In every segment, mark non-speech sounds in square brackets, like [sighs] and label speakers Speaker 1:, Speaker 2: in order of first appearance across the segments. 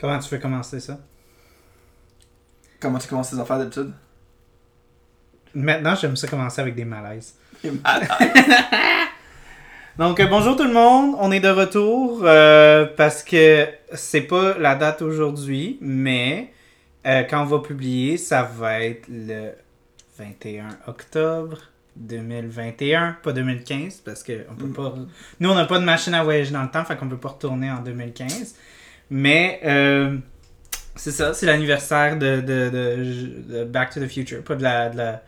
Speaker 1: Comment tu fais commencer ça?
Speaker 2: Comment tu commences tes
Speaker 1: [laughs]
Speaker 2: affaires d'habitude?
Speaker 1: Maintenant, j'aime ça commencer avec des malaises.
Speaker 2: Il est malade.
Speaker 1: Donc, euh, bonjour tout le monde, on est de retour euh, parce que c'est pas la date aujourd'hui, mais euh, quand on va publier, ça va être le 21 octobre 2021, pas 2015, parce que on peut
Speaker 2: Mm.
Speaker 1: pas. Nous, on n'a pas de machine à voyager dans le temps, fait qu'on peut pas retourner en 2015. Mais euh, c'est ça, c'est l'anniversaire de, de- de- de Back to the Future, pas de la, de la-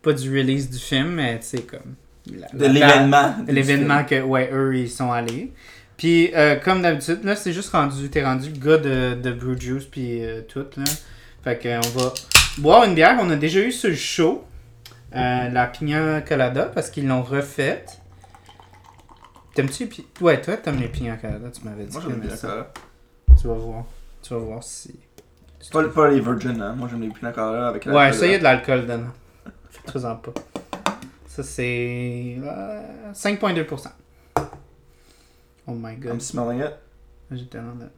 Speaker 1: pas du release du film, mais tu sais comme la-
Speaker 2: De
Speaker 1: la-
Speaker 2: l'événement.
Speaker 1: de l'événement que ouais eux ils sont allés puis euh, comme d'habitude là c'est juste rendu t'es rendu le gars de, de Brew Juice puis euh, tout là fait que euh, on va boire une bière on a déjà eu sur le show euh, la pina colada parce qu'ils l'ont refaite t'aimes-tu les pi- ouais toi t'aimes les pina colada tu m'avais dit
Speaker 2: Moi,
Speaker 1: que
Speaker 2: j'aime
Speaker 1: t'aimais
Speaker 2: bien
Speaker 1: ça.
Speaker 2: ça.
Speaker 1: tu vas voir tu vas voir si
Speaker 2: Pas, pas les virgin, hein. Moi, j'aime les pina colada avec euh, la
Speaker 1: ouais ça y a de l'alcool dedans fais-toi-en pas ça c'est euh, 5.2% oh my god
Speaker 2: Comme si m'en regarde.
Speaker 1: J'ai tellement de-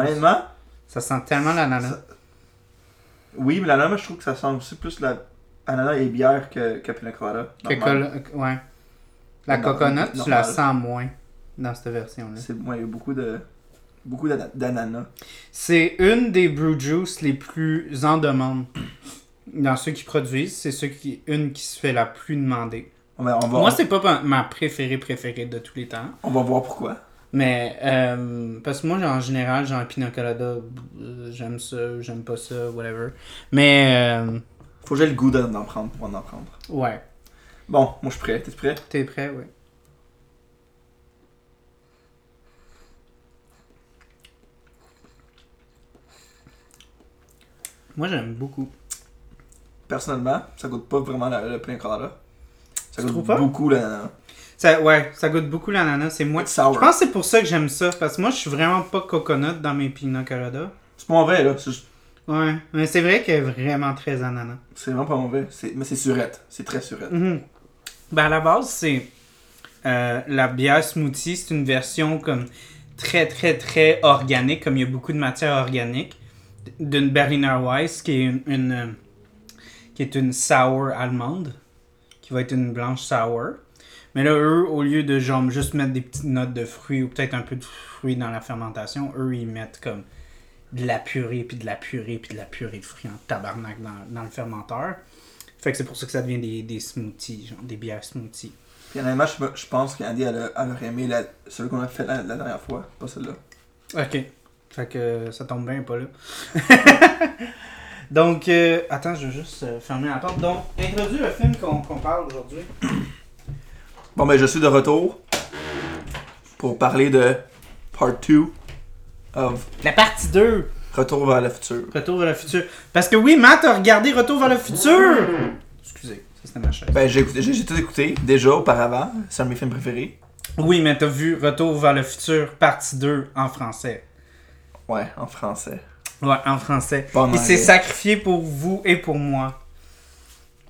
Speaker 2: Honnêtement,
Speaker 1: Ça sent tellement l'ananas.
Speaker 2: ça- oui, mais l'ananas, moi, je trouve que ça sent aussi plus la ananas et bière que, que pina colada.
Speaker 1: Que
Speaker 2: Normal.
Speaker 1: col- euh, Ouais. La
Speaker 2: Non,
Speaker 1: coconut, tu la
Speaker 2: normal.
Speaker 1: sens moins dans cette version-là.
Speaker 2: C'est moi, il y a beaucoup de. Beaucoup d'ana- d'ananas.
Speaker 1: C'est une des brew juice les plus en demande. Dans ceux qui produisent, c'est ceux qui une qui se fait la plus demandée.
Speaker 2: On va, on, va,
Speaker 1: Moi, c'est pas pa- ma préférée préférée de tous les temps.
Speaker 2: on va voir pourquoi.
Speaker 1: Mais, euh, parce que moi, en général, genre Pina Colada, euh, j'aime ça, j'aime pas ça, whatever. Mais, euh,
Speaker 2: Faut que j'ai le goût d'en d'en prendre pour en, en prendre.
Speaker 1: ouais.
Speaker 2: Bon, moi, je suis prêt. T'es prêt?
Speaker 1: T'es prêt, oui. Moi, j'aime beaucoup.
Speaker 2: Personnellement, ça goûte pas vraiment la, le pina colada.
Speaker 1: Tu
Speaker 2: Ça goûte
Speaker 1: trouves pas?
Speaker 2: beaucoup l'ananas.
Speaker 1: Ça, ouais, ça goûte beaucoup l'ananas, c'est moi.
Speaker 2: It's sour.
Speaker 1: Je pense que c'est pour ça que j'aime ça, parce que moi, je suis vraiment pas coconut dans mes pina colada.
Speaker 2: C'est pas mauvais, là. C'est juste-
Speaker 1: Ouais, mais c'est vrai qu'elle est vraiment très ananas.
Speaker 2: C'est vraiment pas mauvais. C'est- Mais c'est surette. C'est très surette.
Speaker 1: Mhm. Ben, à la base, c'est euh, la bière smoothie. C'est une version comme très, très, très organique, comme il y a beaucoup de matière organique, d'une Berliner Weiss, qui est une, une, euh, qui est une sour allemande, qui va être une blanche sour. Mais là, eux, au lieu de genre juste mettre des petites notes de fruits ou peut-être un peu de fruits dans la fermentation, eux, ils mettent comme de la purée, puis de la purée, puis de la purée de fruits en tabarnak dans, dans le fermenteur. Fait que c'est pour ça que ça devient des, des smoothies, genre des bières smoothies.
Speaker 2: Puis honnêtement, je, me- je pense qu'Andy, elle, a- elle aurait aimé la, celui qu'on a fait la, la dernière fois, pas celle-là.
Speaker 1: Ok. Fait que euh, ça tombe bien, pas là. [laughs] Donc, euh, attends, je vais juste euh, fermer la porte. Donc, introduis le film qu'on qu'on parle aujourd'hui.
Speaker 2: Bon, ben, je suis de retour pour parler de Part 2 of
Speaker 1: La partie 2,
Speaker 2: Retour vers le futur.
Speaker 1: Retour vers le futur. Parce que oui, Matt a regardé Retour vers le futur! Excusez, ça c'était ma chaise.
Speaker 2: Ben, j'ai écouté- j'ai j'ai tout écouté déjà auparavant. C'est un de mes films préférés.
Speaker 1: Oui, mais t'as vu Retour vers le futur, partie 2 en français.
Speaker 2: Ouais, en français.
Speaker 1: Ouais, en français.
Speaker 2: Pas en
Speaker 1: Il s'est
Speaker 2: anglais.
Speaker 1: sacrifié pour vous et pour moi.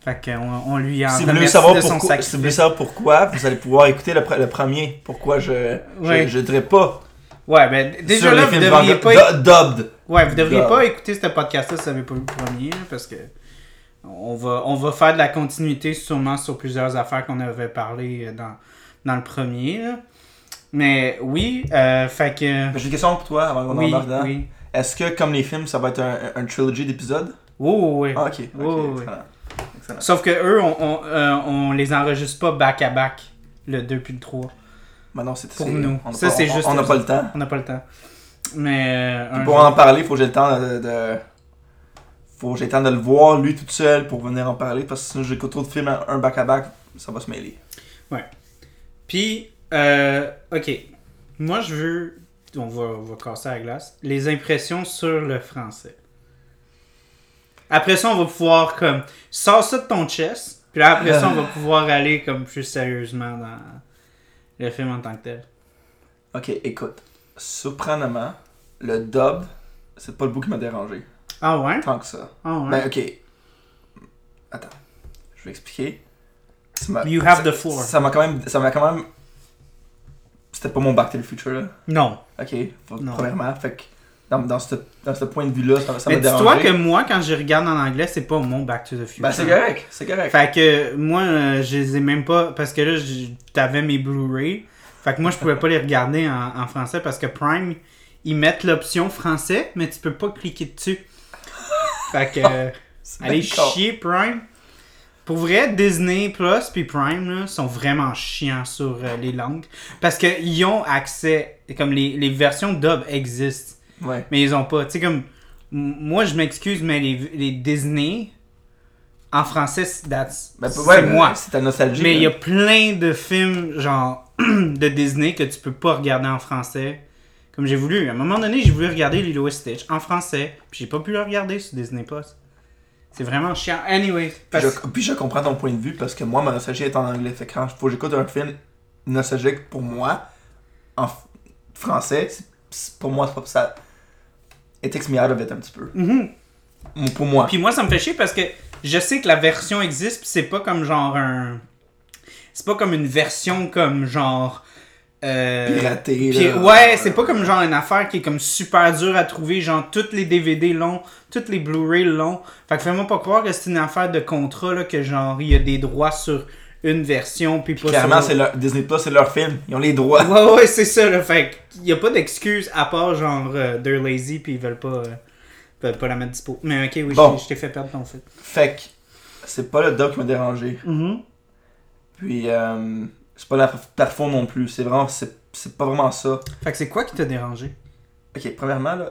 Speaker 1: Fait qu'on on lui en
Speaker 2: Si vous, voulez
Speaker 1: remercie
Speaker 2: savoir
Speaker 1: de son
Speaker 2: pourquoi, si vous voulez
Speaker 1: sacrifice.
Speaker 2: savoir pourquoi, vous allez pouvoir écouter le, pre- le premier. Pourquoi je
Speaker 1: Ouais.
Speaker 2: je, je dirais pas
Speaker 1: Ouais, ben déjà
Speaker 2: sur
Speaker 1: là,
Speaker 2: les
Speaker 1: vous
Speaker 2: films
Speaker 1: devriez
Speaker 2: vendus-
Speaker 1: pas...
Speaker 2: du- dubbed.
Speaker 1: Ouais, vous devriez
Speaker 2: Grave.
Speaker 1: pas écouter ce podcast-là si vous n'avez pas vu le premier, là, parce que on va, on va faire de la continuité sûrement sur plusieurs affaires qu'on avait parlé euh, dans, dans le premier. là. Mais oui, euh, fait que.
Speaker 2: Ben, J'ai une question pour toi avant qu'on
Speaker 1: Oui,
Speaker 2: embarque dedans.
Speaker 1: oui.
Speaker 2: Est-ce que comme les films, ça va être un, un, un trilogy d'épisodes?
Speaker 1: Oui, oui, oui.
Speaker 2: Ah, ok. ok,
Speaker 1: Oh, oui.
Speaker 2: excellent. Excellent.
Speaker 1: Sauf que eux, on, on, euh, on les enregistre pas back-à-back, le 2 puis le 3.
Speaker 2: Maintenant, c'est
Speaker 1: Pour
Speaker 2: c'est-
Speaker 1: nous.
Speaker 2: on a
Speaker 1: Ça,
Speaker 2: pas-
Speaker 1: c'est
Speaker 2: on-
Speaker 1: juste
Speaker 2: On n'a
Speaker 1: nous
Speaker 2: pas le temps.
Speaker 1: On n'a pas le temps. Mais. euh,
Speaker 2: Puis
Speaker 1: un
Speaker 2: pour
Speaker 1: jour-
Speaker 2: en parler, faut que j'ai le temps de, de- Faut que j'ai le temps de le voir lui tout seul pour venir en parler parce que sinon j'écoute trop de films un back à back, ça va se mêler.
Speaker 1: Puis, euh, ok. Moi, je veux. On va, on va casser la glace. Les impressions sur le français. Après ça, on va pouvoir, comme. Sors ça de ton chest. Puis là, après ça,
Speaker 2: [laughs]
Speaker 1: on va pouvoir aller, comme, plus sérieusement dans le film en tant que tel.
Speaker 2: Ok, écoute. Surprenamment, le dub, c'est pas le bout qui m'a dérangé.
Speaker 1: Ah ouais?
Speaker 2: Tant que ça.
Speaker 1: Ah ouais.
Speaker 2: Ben, ok. Attends. Je vais expliquer. Ça m'a-
Speaker 1: you have
Speaker 2: ça-
Speaker 1: the floor.
Speaker 2: Ça m'a quand même. Ça m'a quand même. C'était pas mon Back to the Future, là.
Speaker 1: Non.
Speaker 2: Ok, faut-
Speaker 1: Non.
Speaker 2: premièrement. Fait que dans, dans, ce, dans ce point de vue-là, ça, ça m'a
Speaker 1: Mais dis-toi
Speaker 2: dérangé.
Speaker 1: que moi, quand je regarde en anglais, c'est pas mon Back to the Future.
Speaker 2: Ben, c'est correct. C'est correct.
Speaker 1: Fait que moi, euh, je les ai même pas. Parce que là, je- t'avais mes Blu-ray. Fait que moi, je pouvais pas les regarder en, en français parce que Prime, ils mettent l'option français, mais tu peux pas cliquer dessus. Fait que. euh,
Speaker 2: C'est
Speaker 1: allez
Speaker 2: bien con.
Speaker 1: chier, Prime. Pour vrai, Disney Plus puis Prime là, sont vraiment chiants sur euh, les langues. Parce qu'ils ont accès. Comme les, les versions dub existent.
Speaker 2: Ouais.
Speaker 1: Mais ils ont pas. Tu sais, comme. m- Moi, je m'excuse, mais les, les Disney. En français, c'est that's-
Speaker 2: Ben,
Speaker 1: c'est
Speaker 2: ouais, mais
Speaker 1: moi.
Speaker 2: C'est hein. ta nostalgie.
Speaker 1: Mais il y a
Speaker 2: là.
Speaker 1: plein de films, genre, [clears throat] de Disney que tu peux pas regarder en français. Comme j'ai voulu. À un moment donné, j'ai voulu regarder Lilo et Stitch en français. Puis j'ai pas pu le regarder sur Disney Plus. C'est vraiment chiant. Anyway.
Speaker 2: Puis
Speaker 1: parce-
Speaker 2: je, puis je comprends ton point de vue parce que moi, ma nostalgie est en anglais. Fait que quand faut que j'écoute un film nostalgique pour moi, en f- français, c'est- c'est- pour moi, c'est pas ça. It takes me out of it un petit peu.
Speaker 1: Mhm.
Speaker 2: M- Pour moi.
Speaker 1: Puis moi, ça me fait chier parce que je sais que la version existe, puis c'est pas comme genre un. C'est pas comme une version comme genre. euh,
Speaker 2: Piraté.
Speaker 1: Puis,
Speaker 2: là. euh,
Speaker 1: ouais, c'est pas comme genre une affaire qui est comme super dure à trouver, genre toutes les DVD longs, toutes les Blu-ray longs. Fait que fais-moi pas croire que c'est une affaire de contrat là, que genre il y a des droits sur une version puis pas
Speaker 2: Clairement,
Speaker 1: sur
Speaker 2: c'est leur... Disney Plus, c'est leur film. Ils ont les droits.
Speaker 1: Ouais ouais, c'est ça là, fait qu'il y a pas d'excuse à part genre euh, they're lazy puis ils veulent pas euh, veulent pas la mettre dispo. Mais OK, oui, je
Speaker 2: Bon.
Speaker 1: t'ai- je t'ai fait perdre ton fait.
Speaker 2: Fait que c'est pas le doc qui m'a dérangé. Puis euh, c'est pas la plafond non plus. C'est vraiment, c'est c'est pas vraiment ça.
Speaker 1: Fait que c'est quoi qui t'a dérangé
Speaker 2: Ok, premièrement, là,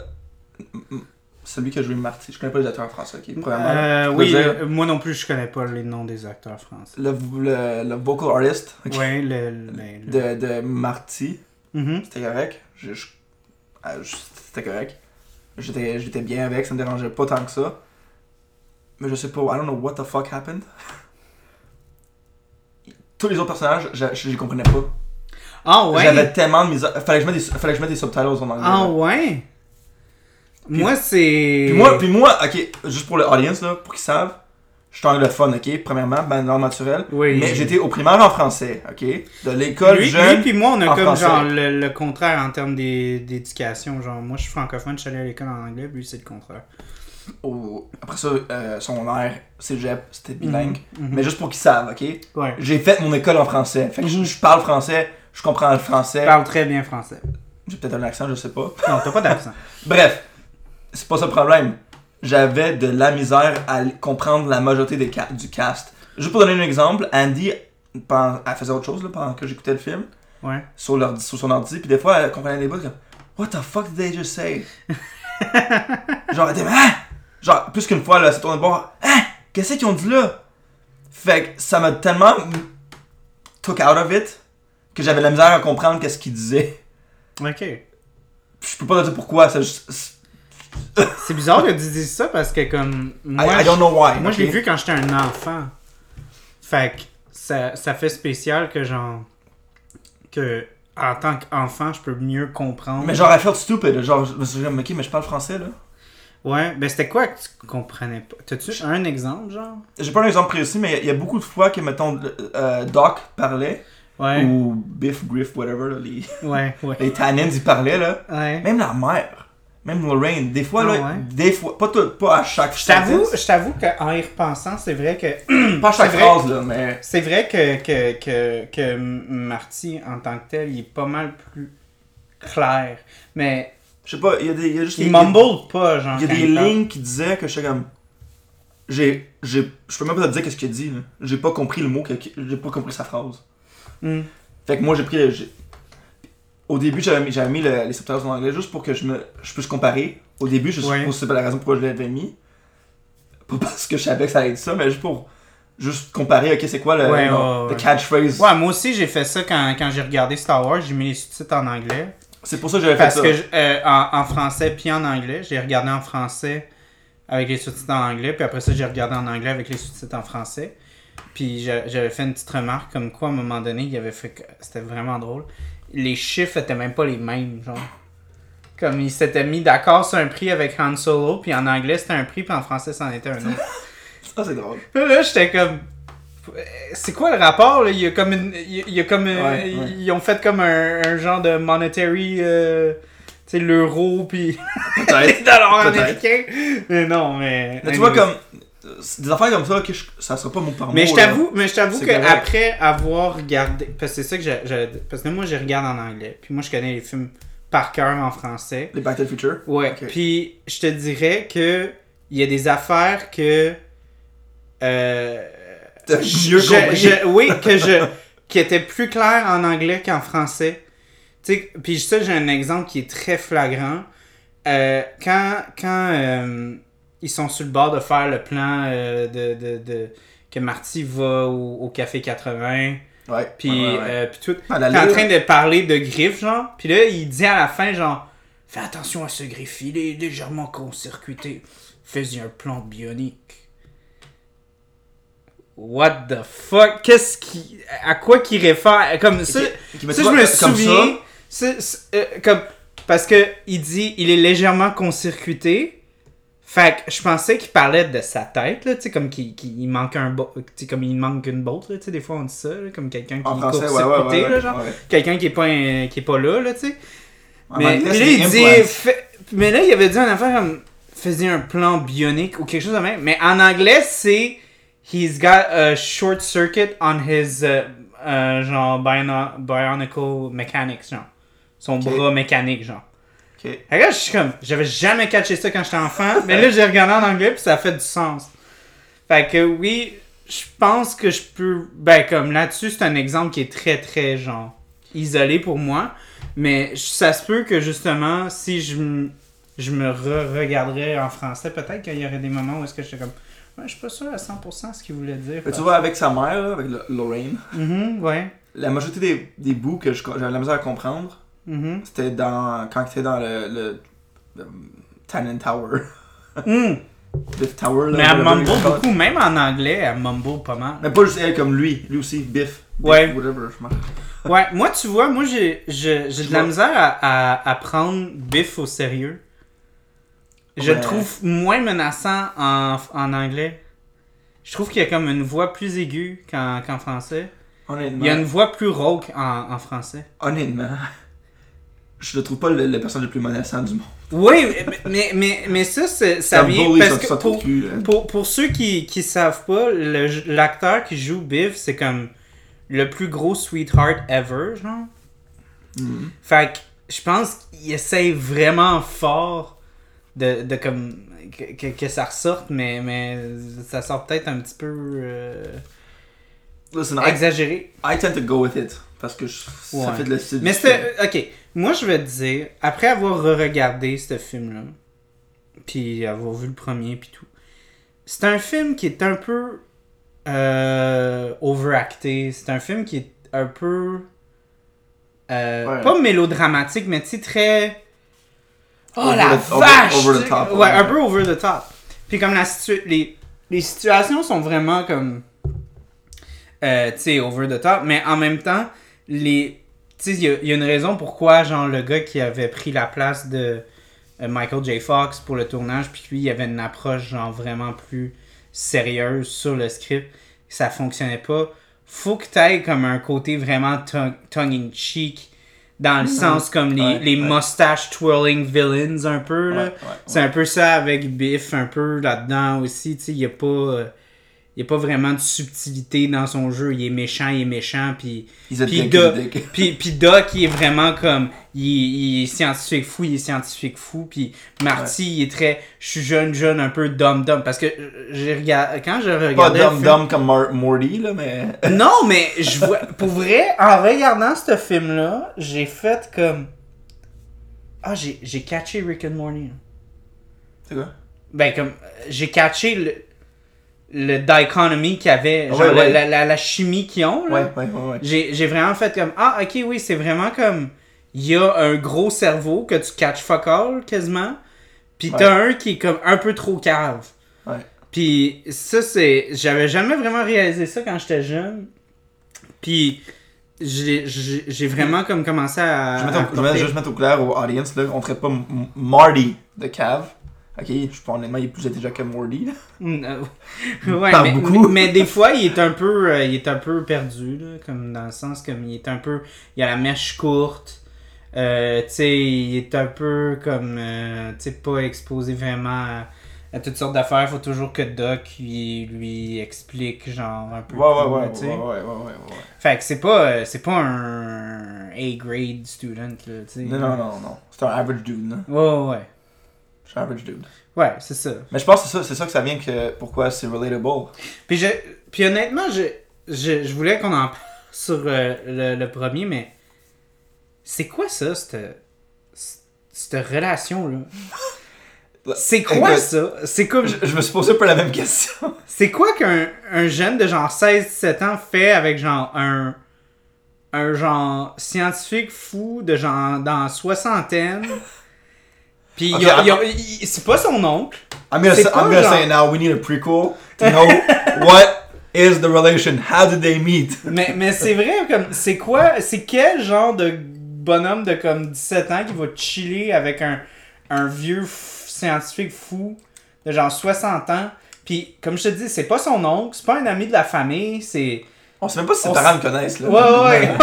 Speaker 2: m- m- celui que je joué Marty, je connais pas les acteurs français. Ok, premièrement, là,
Speaker 1: euh,
Speaker 2: je veux
Speaker 1: oui,
Speaker 2: dire,
Speaker 1: euh, moi non plus je connais pas les noms des acteurs français.
Speaker 2: le, le, le vocal artist ok,
Speaker 1: Ouais, le, ben, le- le-
Speaker 2: de, de Marty,
Speaker 1: Mhm.
Speaker 2: c'était correct. Je- je- ah, je- c'était correct. J'étais j'étais bien avec, ça me dérangeait pas tant que ça. Mais je sais pas, I don't know what the fuck happened. Tous les autres personnages, je, je les comprenais pas.
Speaker 1: Ah ouais.
Speaker 2: J'avais tellement de misère. Fallait que je mette des, fallait que je mette des subtitles en anglais.
Speaker 1: Ah ouais?
Speaker 2: Euh, Puis-
Speaker 1: moi, c'est.
Speaker 2: Puis moi, puis moi, ok, juste pour le audience, là, pour qu'ils savent, je suis anglophone, ok, premièrement, ben dans le naturel.
Speaker 1: Oui.
Speaker 2: Mais j'étais au primaire en français, ok, de l'école
Speaker 1: lui,
Speaker 2: jeune.
Speaker 1: lui puis moi, on a
Speaker 2: en
Speaker 1: comme
Speaker 2: français.
Speaker 1: genre le, le contraire en termes des- d'éducation. Genre, moi, je suis francophone, je suis allé à l'école en anglais, puis lui, c'est le contraire.
Speaker 2: au- après ça, euh, secondaire, cégep, c'était bilingue.
Speaker 1: Mhm.
Speaker 2: Mais juste pour qu'ils savent, ok,
Speaker 1: Ouais.
Speaker 2: j'ai fait mon école en français. Fait que je-
Speaker 1: Mhm.
Speaker 2: je parle français, je comprends le français.
Speaker 1: Je parle très bien français.
Speaker 2: J'ai peut-être un accent, je sais pas.
Speaker 1: Non, t'as pas d'accent.
Speaker 2: Bref, c'est pas ça le problème. J'avais de la misère à l- comprendre la majorité des ca- du cast. Juste pour donner un exemple, Andy, pendant- elle faisait autre chose là, pendant que j'écoutais le film,
Speaker 1: Ouais.
Speaker 2: sur, l'ordi- sur son ordi, puis des fois, elle comprenait les bouts comme « What the fuck did they just
Speaker 1: [laughs]
Speaker 2: say? » Genre, elle était « Ah! » Genre, plus qu'une fois, là, elle s'est tournée de bord « Ah! Qu'est-ce qu'ils ont dit là? » Fait que ça m'a tellement took out of it que j'avais de la misère à comprendre qu'est-ce qu'ils disaient.
Speaker 1: Ok.
Speaker 2: Puis je peux pas te dire pourquoi, c'est juste...
Speaker 1: C'est bizarre que tu dises ça parce que, comme. Moi,
Speaker 2: I, I don't know why.
Speaker 1: moi, je l'ai
Speaker 2: ok?
Speaker 1: vu quand j'étais un enfant. Fait que ça, ça fait spécial que, genre. Que, en tant qu'enfant, je peux mieux comprendre.
Speaker 2: Mais genre, I felt stupid. Genre, je me suis dit, ok, mais je parle français, là.
Speaker 1: Ouais, ben c'était quoi que tu comprenais pas? T'as-tu un exemple, genre?
Speaker 2: J'ai pas un exemple précis, mais il y a beaucoup de fois que, mettons, le- euh, Doc parlait,
Speaker 1: Ouais,
Speaker 2: ou Biff, Griff, whatever, là, les, [laughs]
Speaker 1: ouais, ouais.
Speaker 2: les Tannins, ils parlaient, là.
Speaker 1: Ouais.
Speaker 2: Même la mère, même Lorraine, des fois,
Speaker 1: Ah
Speaker 2: là,
Speaker 1: ouais?
Speaker 2: des fois, pas, tout, pas à chaque
Speaker 1: Je t'avoue,
Speaker 2: sentence,
Speaker 1: je t'avoue qu'en y repensant, c'est vrai que, [clears throat]
Speaker 2: pas à chaque
Speaker 1: c'est vrai.
Speaker 2: phrase, là, mais.
Speaker 1: c'est vrai que, que, que, que Marty, en tant que tel, il est pas mal plus clair. Mais
Speaker 2: Je sais pas, il y, a des- il y a juste
Speaker 1: il
Speaker 2: des-
Speaker 1: mumble pas, genre.
Speaker 2: Il y a
Speaker 1: quand
Speaker 2: des
Speaker 1: il parle.
Speaker 2: lignes qui disaient que je suis comme. J'ai. j'ai- Je peux même pas te dire qu'est-ce qu'il dit, là. J'ai pas compris le mot, que- que- j'ai pas compris sa phrase.
Speaker 1: Mm.
Speaker 2: Fait que moi j'ai pris. j'ai- Au début j'avais mis, j'avais mis le- les subtitles en anglais juste pour que je me je puisse comparer. Au début je
Speaker 1: Ouais.
Speaker 2: suppose que c'est pas la raison pourquoi je l'avais mis. Pas parce que je savais que ça allait être ça, mais juste pour juste comparer ok c'est quoi le,
Speaker 1: Ouais,
Speaker 2: le-
Speaker 1: ouais, ouais.
Speaker 2: le catchphrase.
Speaker 1: Ouais, moi aussi, j'ai fait ça quand, quand j'ai regardé Star Wars, j'ai mis les sous-titres en anglais.
Speaker 2: C'est pour ça que j'avais fait
Speaker 1: Parce
Speaker 2: ça.
Speaker 1: que, je- euh, en, en français puis en anglais, j'ai regardé en français avec les sous-titres en anglais, puis après ça, j'ai regardé en anglais avec les sous-titres en français. Puis j'a- j'avais fait une petite remarque comme quoi, à un moment donné, il avait fait que c'était vraiment drôle. Les chiffres étaient même pas les mêmes, genre. Comme ils s'étaient mis d'accord sur un prix avec Han Solo, puis en anglais c'était un prix, puis en français c'en était un autre.
Speaker 2: Ça, c'est drôle.
Speaker 1: Puis là, j'étais comme. C'est quoi le rapport là? Il y a comme une. Il y a comme une-
Speaker 2: Ouais, ouais.
Speaker 1: Ils ont fait comme un, un genre de monetary. euh, Tu sais, l'euro, puis [laughs] les
Speaker 2: Peut-être.
Speaker 1: dollars
Speaker 2: Peut-être.
Speaker 1: américains. Mais non, mais.
Speaker 2: Mais tu vois,
Speaker 1: Anyway.
Speaker 2: comme. euh, Des affaires comme ça, ok, je- ça sera pas mon par
Speaker 1: Mais
Speaker 2: mot,
Speaker 1: je
Speaker 2: là.
Speaker 1: t'avoue, mais je t'avoue
Speaker 2: C'est
Speaker 1: que
Speaker 2: correct.
Speaker 1: après avoir regardé, parce que c'est ça que j'ai, j'ai- parce que moi je regarde en anglais, puis moi je connais les films par cœur en français.
Speaker 2: Les Back to the Future.
Speaker 1: Ouais.
Speaker 2: Ok.
Speaker 1: Puis je te dirais que il y a des affaires que euh,
Speaker 2: T'as mieux
Speaker 1: je-
Speaker 2: compris.
Speaker 1: je- oui, que je qui étaient plus claires en anglais qu'en français. Tu sais, puis ça j'ai un exemple qui est très flagrant. Euh, quand quand euh, ils sont sur le bord de faire le plan euh, de, de, de- que Marty va au, au café 80
Speaker 2: Ouais.
Speaker 1: puis
Speaker 2: ouais, ouais, ouais.
Speaker 1: euh, puis tout
Speaker 2: Ah, la
Speaker 1: T'es en
Speaker 2: ligne.
Speaker 1: train de parler de griffes, genre. Puis là, il dit à la fin, genre, fais attention à ce griffe, il est légèrement court-circuité. Fais-y un plan bionique. What the fuck? Qu'est-ce qui. À quoi qui réfère? Comme ça.
Speaker 2: Qui met
Speaker 1: ça,
Speaker 2: toi
Speaker 1: je me
Speaker 2: comme ça.
Speaker 1: souviens. ça, c'est- euh, comme, parce que il dit, il est légèrement court-circuité. Fait que je pensais qu'il parlait de sa tête, là, tu sais, comme qu'il qu'il- il manque un bo- tu sais, comme il manque une botte, là, tu sais, des fois on dit ça, là, comme quelqu'un qui
Speaker 2: En
Speaker 1: est
Speaker 2: français, ouais, ouais, ouais.
Speaker 1: court-circuité, là,
Speaker 2: ouais,
Speaker 1: genre
Speaker 2: ouais.
Speaker 1: quelqu'un qui est pas un- qui est pas là là tu sais
Speaker 2: En
Speaker 1: mais
Speaker 2: anglais,
Speaker 1: puis
Speaker 2: c'est
Speaker 1: là il
Speaker 2: des
Speaker 1: dit
Speaker 2: implants.
Speaker 1: fait- mais là il avait dit une affaire comme faisait un plan bionique ou quelque chose de même mais en anglais c'est he's got a short circuit on his euh, euh, genre biona- bionicle mechanics genre son
Speaker 2: Ok.
Speaker 1: bras mécanique genre
Speaker 2: Ok.
Speaker 1: Regarde, je suis comme, j'avais jamais catché ça quand j'étais enfant, mais là j'ai regardé en anglais puis ça fait du sens. Fait que oui, je pense que je peux, ben comme là-dessus c'est un exemple qui est très très genre isolé pour moi, mais je- ça se peut que justement si je m- je me re-regarderais en français, peut-être qu'il y aurait des moments où est-ce que j'étais comme, ouais, je suis pas sûr à 100% ce qu'il voulait dire.
Speaker 2: Mais Tu vois, avec sa mère, là, avec le- Lorraine,
Speaker 1: Mhm, ouais.
Speaker 2: la majorité des, des bouts que je- j'avais de la misère à comprendre, [laughs]
Speaker 1: Mhm.
Speaker 2: c'était dans quand c'était dans le, le, le Tannen Tower. [laughs]
Speaker 1: Mm.
Speaker 2: Le Tower, là.
Speaker 1: Mais elle
Speaker 2: le-
Speaker 1: mumble
Speaker 2: le-
Speaker 1: beaucoup, même en anglais, elle mumble pas mal.
Speaker 2: Mais pas juste elle, comme lui. Lui aussi, Biff. Biff,
Speaker 1: Ouais.
Speaker 2: Whatever, je m'en-
Speaker 1: Ouais, moi, tu vois, moi, j'ai, j'ai, j'ai de la
Speaker 2: Ouais.
Speaker 1: misère à, à, à prendre Biff au sérieux. Je le
Speaker 2: Ouais.
Speaker 1: trouve moins menaçant en, en anglais. Je trouve qu'il y a comme une voix plus aiguë qu'en, qu'en français.
Speaker 2: Honnêtement.
Speaker 1: Il y a une voix plus rauque en, en français.
Speaker 2: Honnêtement. Je le trouve pas le, le personnage le plus menaçant du monde.
Speaker 1: Oui, mais, mais, mais, mais ça, c'est- ça
Speaker 2: Comme
Speaker 1: vient
Speaker 2: Bowie,
Speaker 1: parce
Speaker 2: ça-
Speaker 1: que
Speaker 2: ça te
Speaker 1: pour,
Speaker 2: cul, hein. là.
Speaker 1: pour, pour ceux qui, qui savent pas, le- l'acteur qui joue Biff, c'est comme le plus gros sweetheart ever, genre.
Speaker 2: Mhm.
Speaker 1: Fait que je pense qu'il essaye vraiment fort de, de comme que, que- que ça ressorte, mais, mais ça sort peut-être un petit peu euh,
Speaker 2: Listen, I,
Speaker 1: exagéré.
Speaker 2: I tend to go with it. Parce que je- ça
Speaker 1: Ouais.
Speaker 2: fait de la style.
Speaker 1: Mais c'était. Ok, moi je vais te dire, après avoir re-regardé ce film-là, puis avoir vu le premier, puis tout, c'est un film qui est un peu euh, overacté. C'est un film qui est un peu. euh,
Speaker 2: Ouais.
Speaker 1: Pas mélodramatique, mais tu sais, très. Oh
Speaker 2: Over
Speaker 1: la
Speaker 2: the- over-
Speaker 1: vache!
Speaker 2: over the
Speaker 1: tu sais,
Speaker 2: top,
Speaker 1: ouais,
Speaker 2: ouais.
Speaker 1: un peu over the top. Puis comme la situ- les, les situations sont vraiment comme. euh, tu sais, over the top, mais en même temps, les. Tu sais, il y a- il y, a une raison pourquoi, genre, le gars qui avait pris la place de euh, Michael J. Fox pour le tournage, puis lui, il avait une approche, genre, vraiment plus sérieuse sur le script, ça fonctionnait pas. Faut que t'ailles comme un côté vraiment tongue- tongue-in-cheek, dans le sens comme les,
Speaker 2: Mm. Ouais,
Speaker 1: les
Speaker 2: ouais.
Speaker 1: mustache twirling villains, un peu, là.
Speaker 2: Ouais, ouais,
Speaker 1: C'est un peu ça avec Biff, un peu là-dedans aussi. Tu sais, il n'y a pas. euh, y a pas vraiment de subtilité dans son jeu. Il est méchant, il est méchant, puis...
Speaker 2: Ils étaient
Speaker 1: Puis
Speaker 2: dick, ils
Speaker 1: Doc,
Speaker 2: étaient dick.
Speaker 1: [laughs] puis, puis Doc, il est vraiment comme... Il, il est scientifique fou, il est scientifique fou. Puis Marty, il est très... Je suis jeune, jeune, un peu dum-dum. Parce que j'ai regardé... Quand je regardais...
Speaker 2: Pas
Speaker 1: le film-
Speaker 2: dumb-dumb comme Mar- Morty, là, mais.
Speaker 1: [laughs] non, mais je vois. Pour vrai, en regardant ce film-là, j'ai fait comme. Ah, j'ai j'ai catché Rick and Morty. là.
Speaker 2: C'est quoi?
Speaker 1: Ben, comme. euh, J'ai catché le. Le dichotomie qu'il y avait. Genre,
Speaker 2: Ouais,
Speaker 1: la-
Speaker 2: ouais.
Speaker 1: La, la- la chimie qu'ils ont, là.
Speaker 2: Ouais, ouais, ouais, ouais.
Speaker 1: J'ai j'ai vraiment fait comme. Ah, ok, oui, c'est vraiment comme. Il y a un gros cerveau que tu catches fuck all, quasiment. Pis t'as un qui est comme un peu trop cave.
Speaker 2: Ouais.
Speaker 1: Puis ça, c'est. J'avais jamais vraiment réalisé ça quand j'étais jeune. Puis j'ai- j'ai j'ai vraiment comme commencé à.
Speaker 2: Je vais,
Speaker 1: à
Speaker 2: mettre au- je vais
Speaker 1: porter-
Speaker 2: juste mettre au clair au audience, là, on traite pas M- M- Marty de cave. Ok, je pense honnêtement, il est plus intelligent que Morty.
Speaker 1: [laughs]
Speaker 2: là.
Speaker 1: Mm, euh, ouais,
Speaker 2: Pas
Speaker 1: mais,
Speaker 2: beaucoup.
Speaker 1: mais- mais des fois, il est un peu, euh, il est un peu perdu, là, comme dans le sens comme il est un peu, il a la mèche courte, euh, tu sais, il est un peu comme, euh, tu sais, pas exposé vraiment à, à toutes sortes d'affaires. Faut toujours que Doc lui, lui explique genre un peu.
Speaker 2: Ouais,
Speaker 1: tout,
Speaker 2: ouais, ouais,
Speaker 1: tu
Speaker 2: ouais,
Speaker 1: sais.
Speaker 2: ouais, ouais, ouais, ouais.
Speaker 1: Fait que c'est pas, euh, c'est pas un A grade student, là, tu sais.
Speaker 2: Non, non, non, non. C'est un average dude, là.
Speaker 1: Ouais, ouais, ouais.
Speaker 2: C'est un average dude.
Speaker 1: Ouais, c'est ça.
Speaker 2: Mais je pense que c'est ça, c'est ça que ça vient que pourquoi c'est relatable.
Speaker 1: Puis, je, puis honnêtement, je, je, je voulais qu'on en parle [laughs] sur euh, le, le premier, mais c'est quoi ça, cette, cette
Speaker 2: [laughs]
Speaker 1: relation-là? C'est quoi
Speaker 2: Écoute,
Speaker 1: ça? C'est comme,
Speaker 2: Je, je me suis posé un peu la même question.
Speaker 1: c'est quoi qu'un un jeune de genre 16-17 ans fait avec genre un, un genre scientifique fou de genre dans la soixantaine? Puis
Speaker 2: Ok,
Speaker 1: il y a-
Speaker 2: attends.
Speaker 1: il y a- il- c'est pas son oncle.
Speaker 2: I'm gonna,
Speaker 1: C'est
Speaker 2: say,
Speaker 1: quoi,
Speaker 2: I'm gonna
Speaker 1: genre?
Speaker 2: say now we need a prequel to know what is the relation, how did they meet?
Speaker 1: Mais, mais c'est vrai, comme, c'est quoi, c'est quel genre de bonhomme de comme 17 ans qui va chiller avec un, un vieux f- scientifique fou de genre 60 ans? Puis, comme je te dis, c'est pas son oncle, c'est pas un ami de la famille, c'est.
Speaker 2: On sait même pas si ses
Speaker 1: On
Speaker 2: parents
Speaker 1: s-
Speaker 2: le connaissent là.
Speaker 1: Ouais, ouais, [laughs] ouais.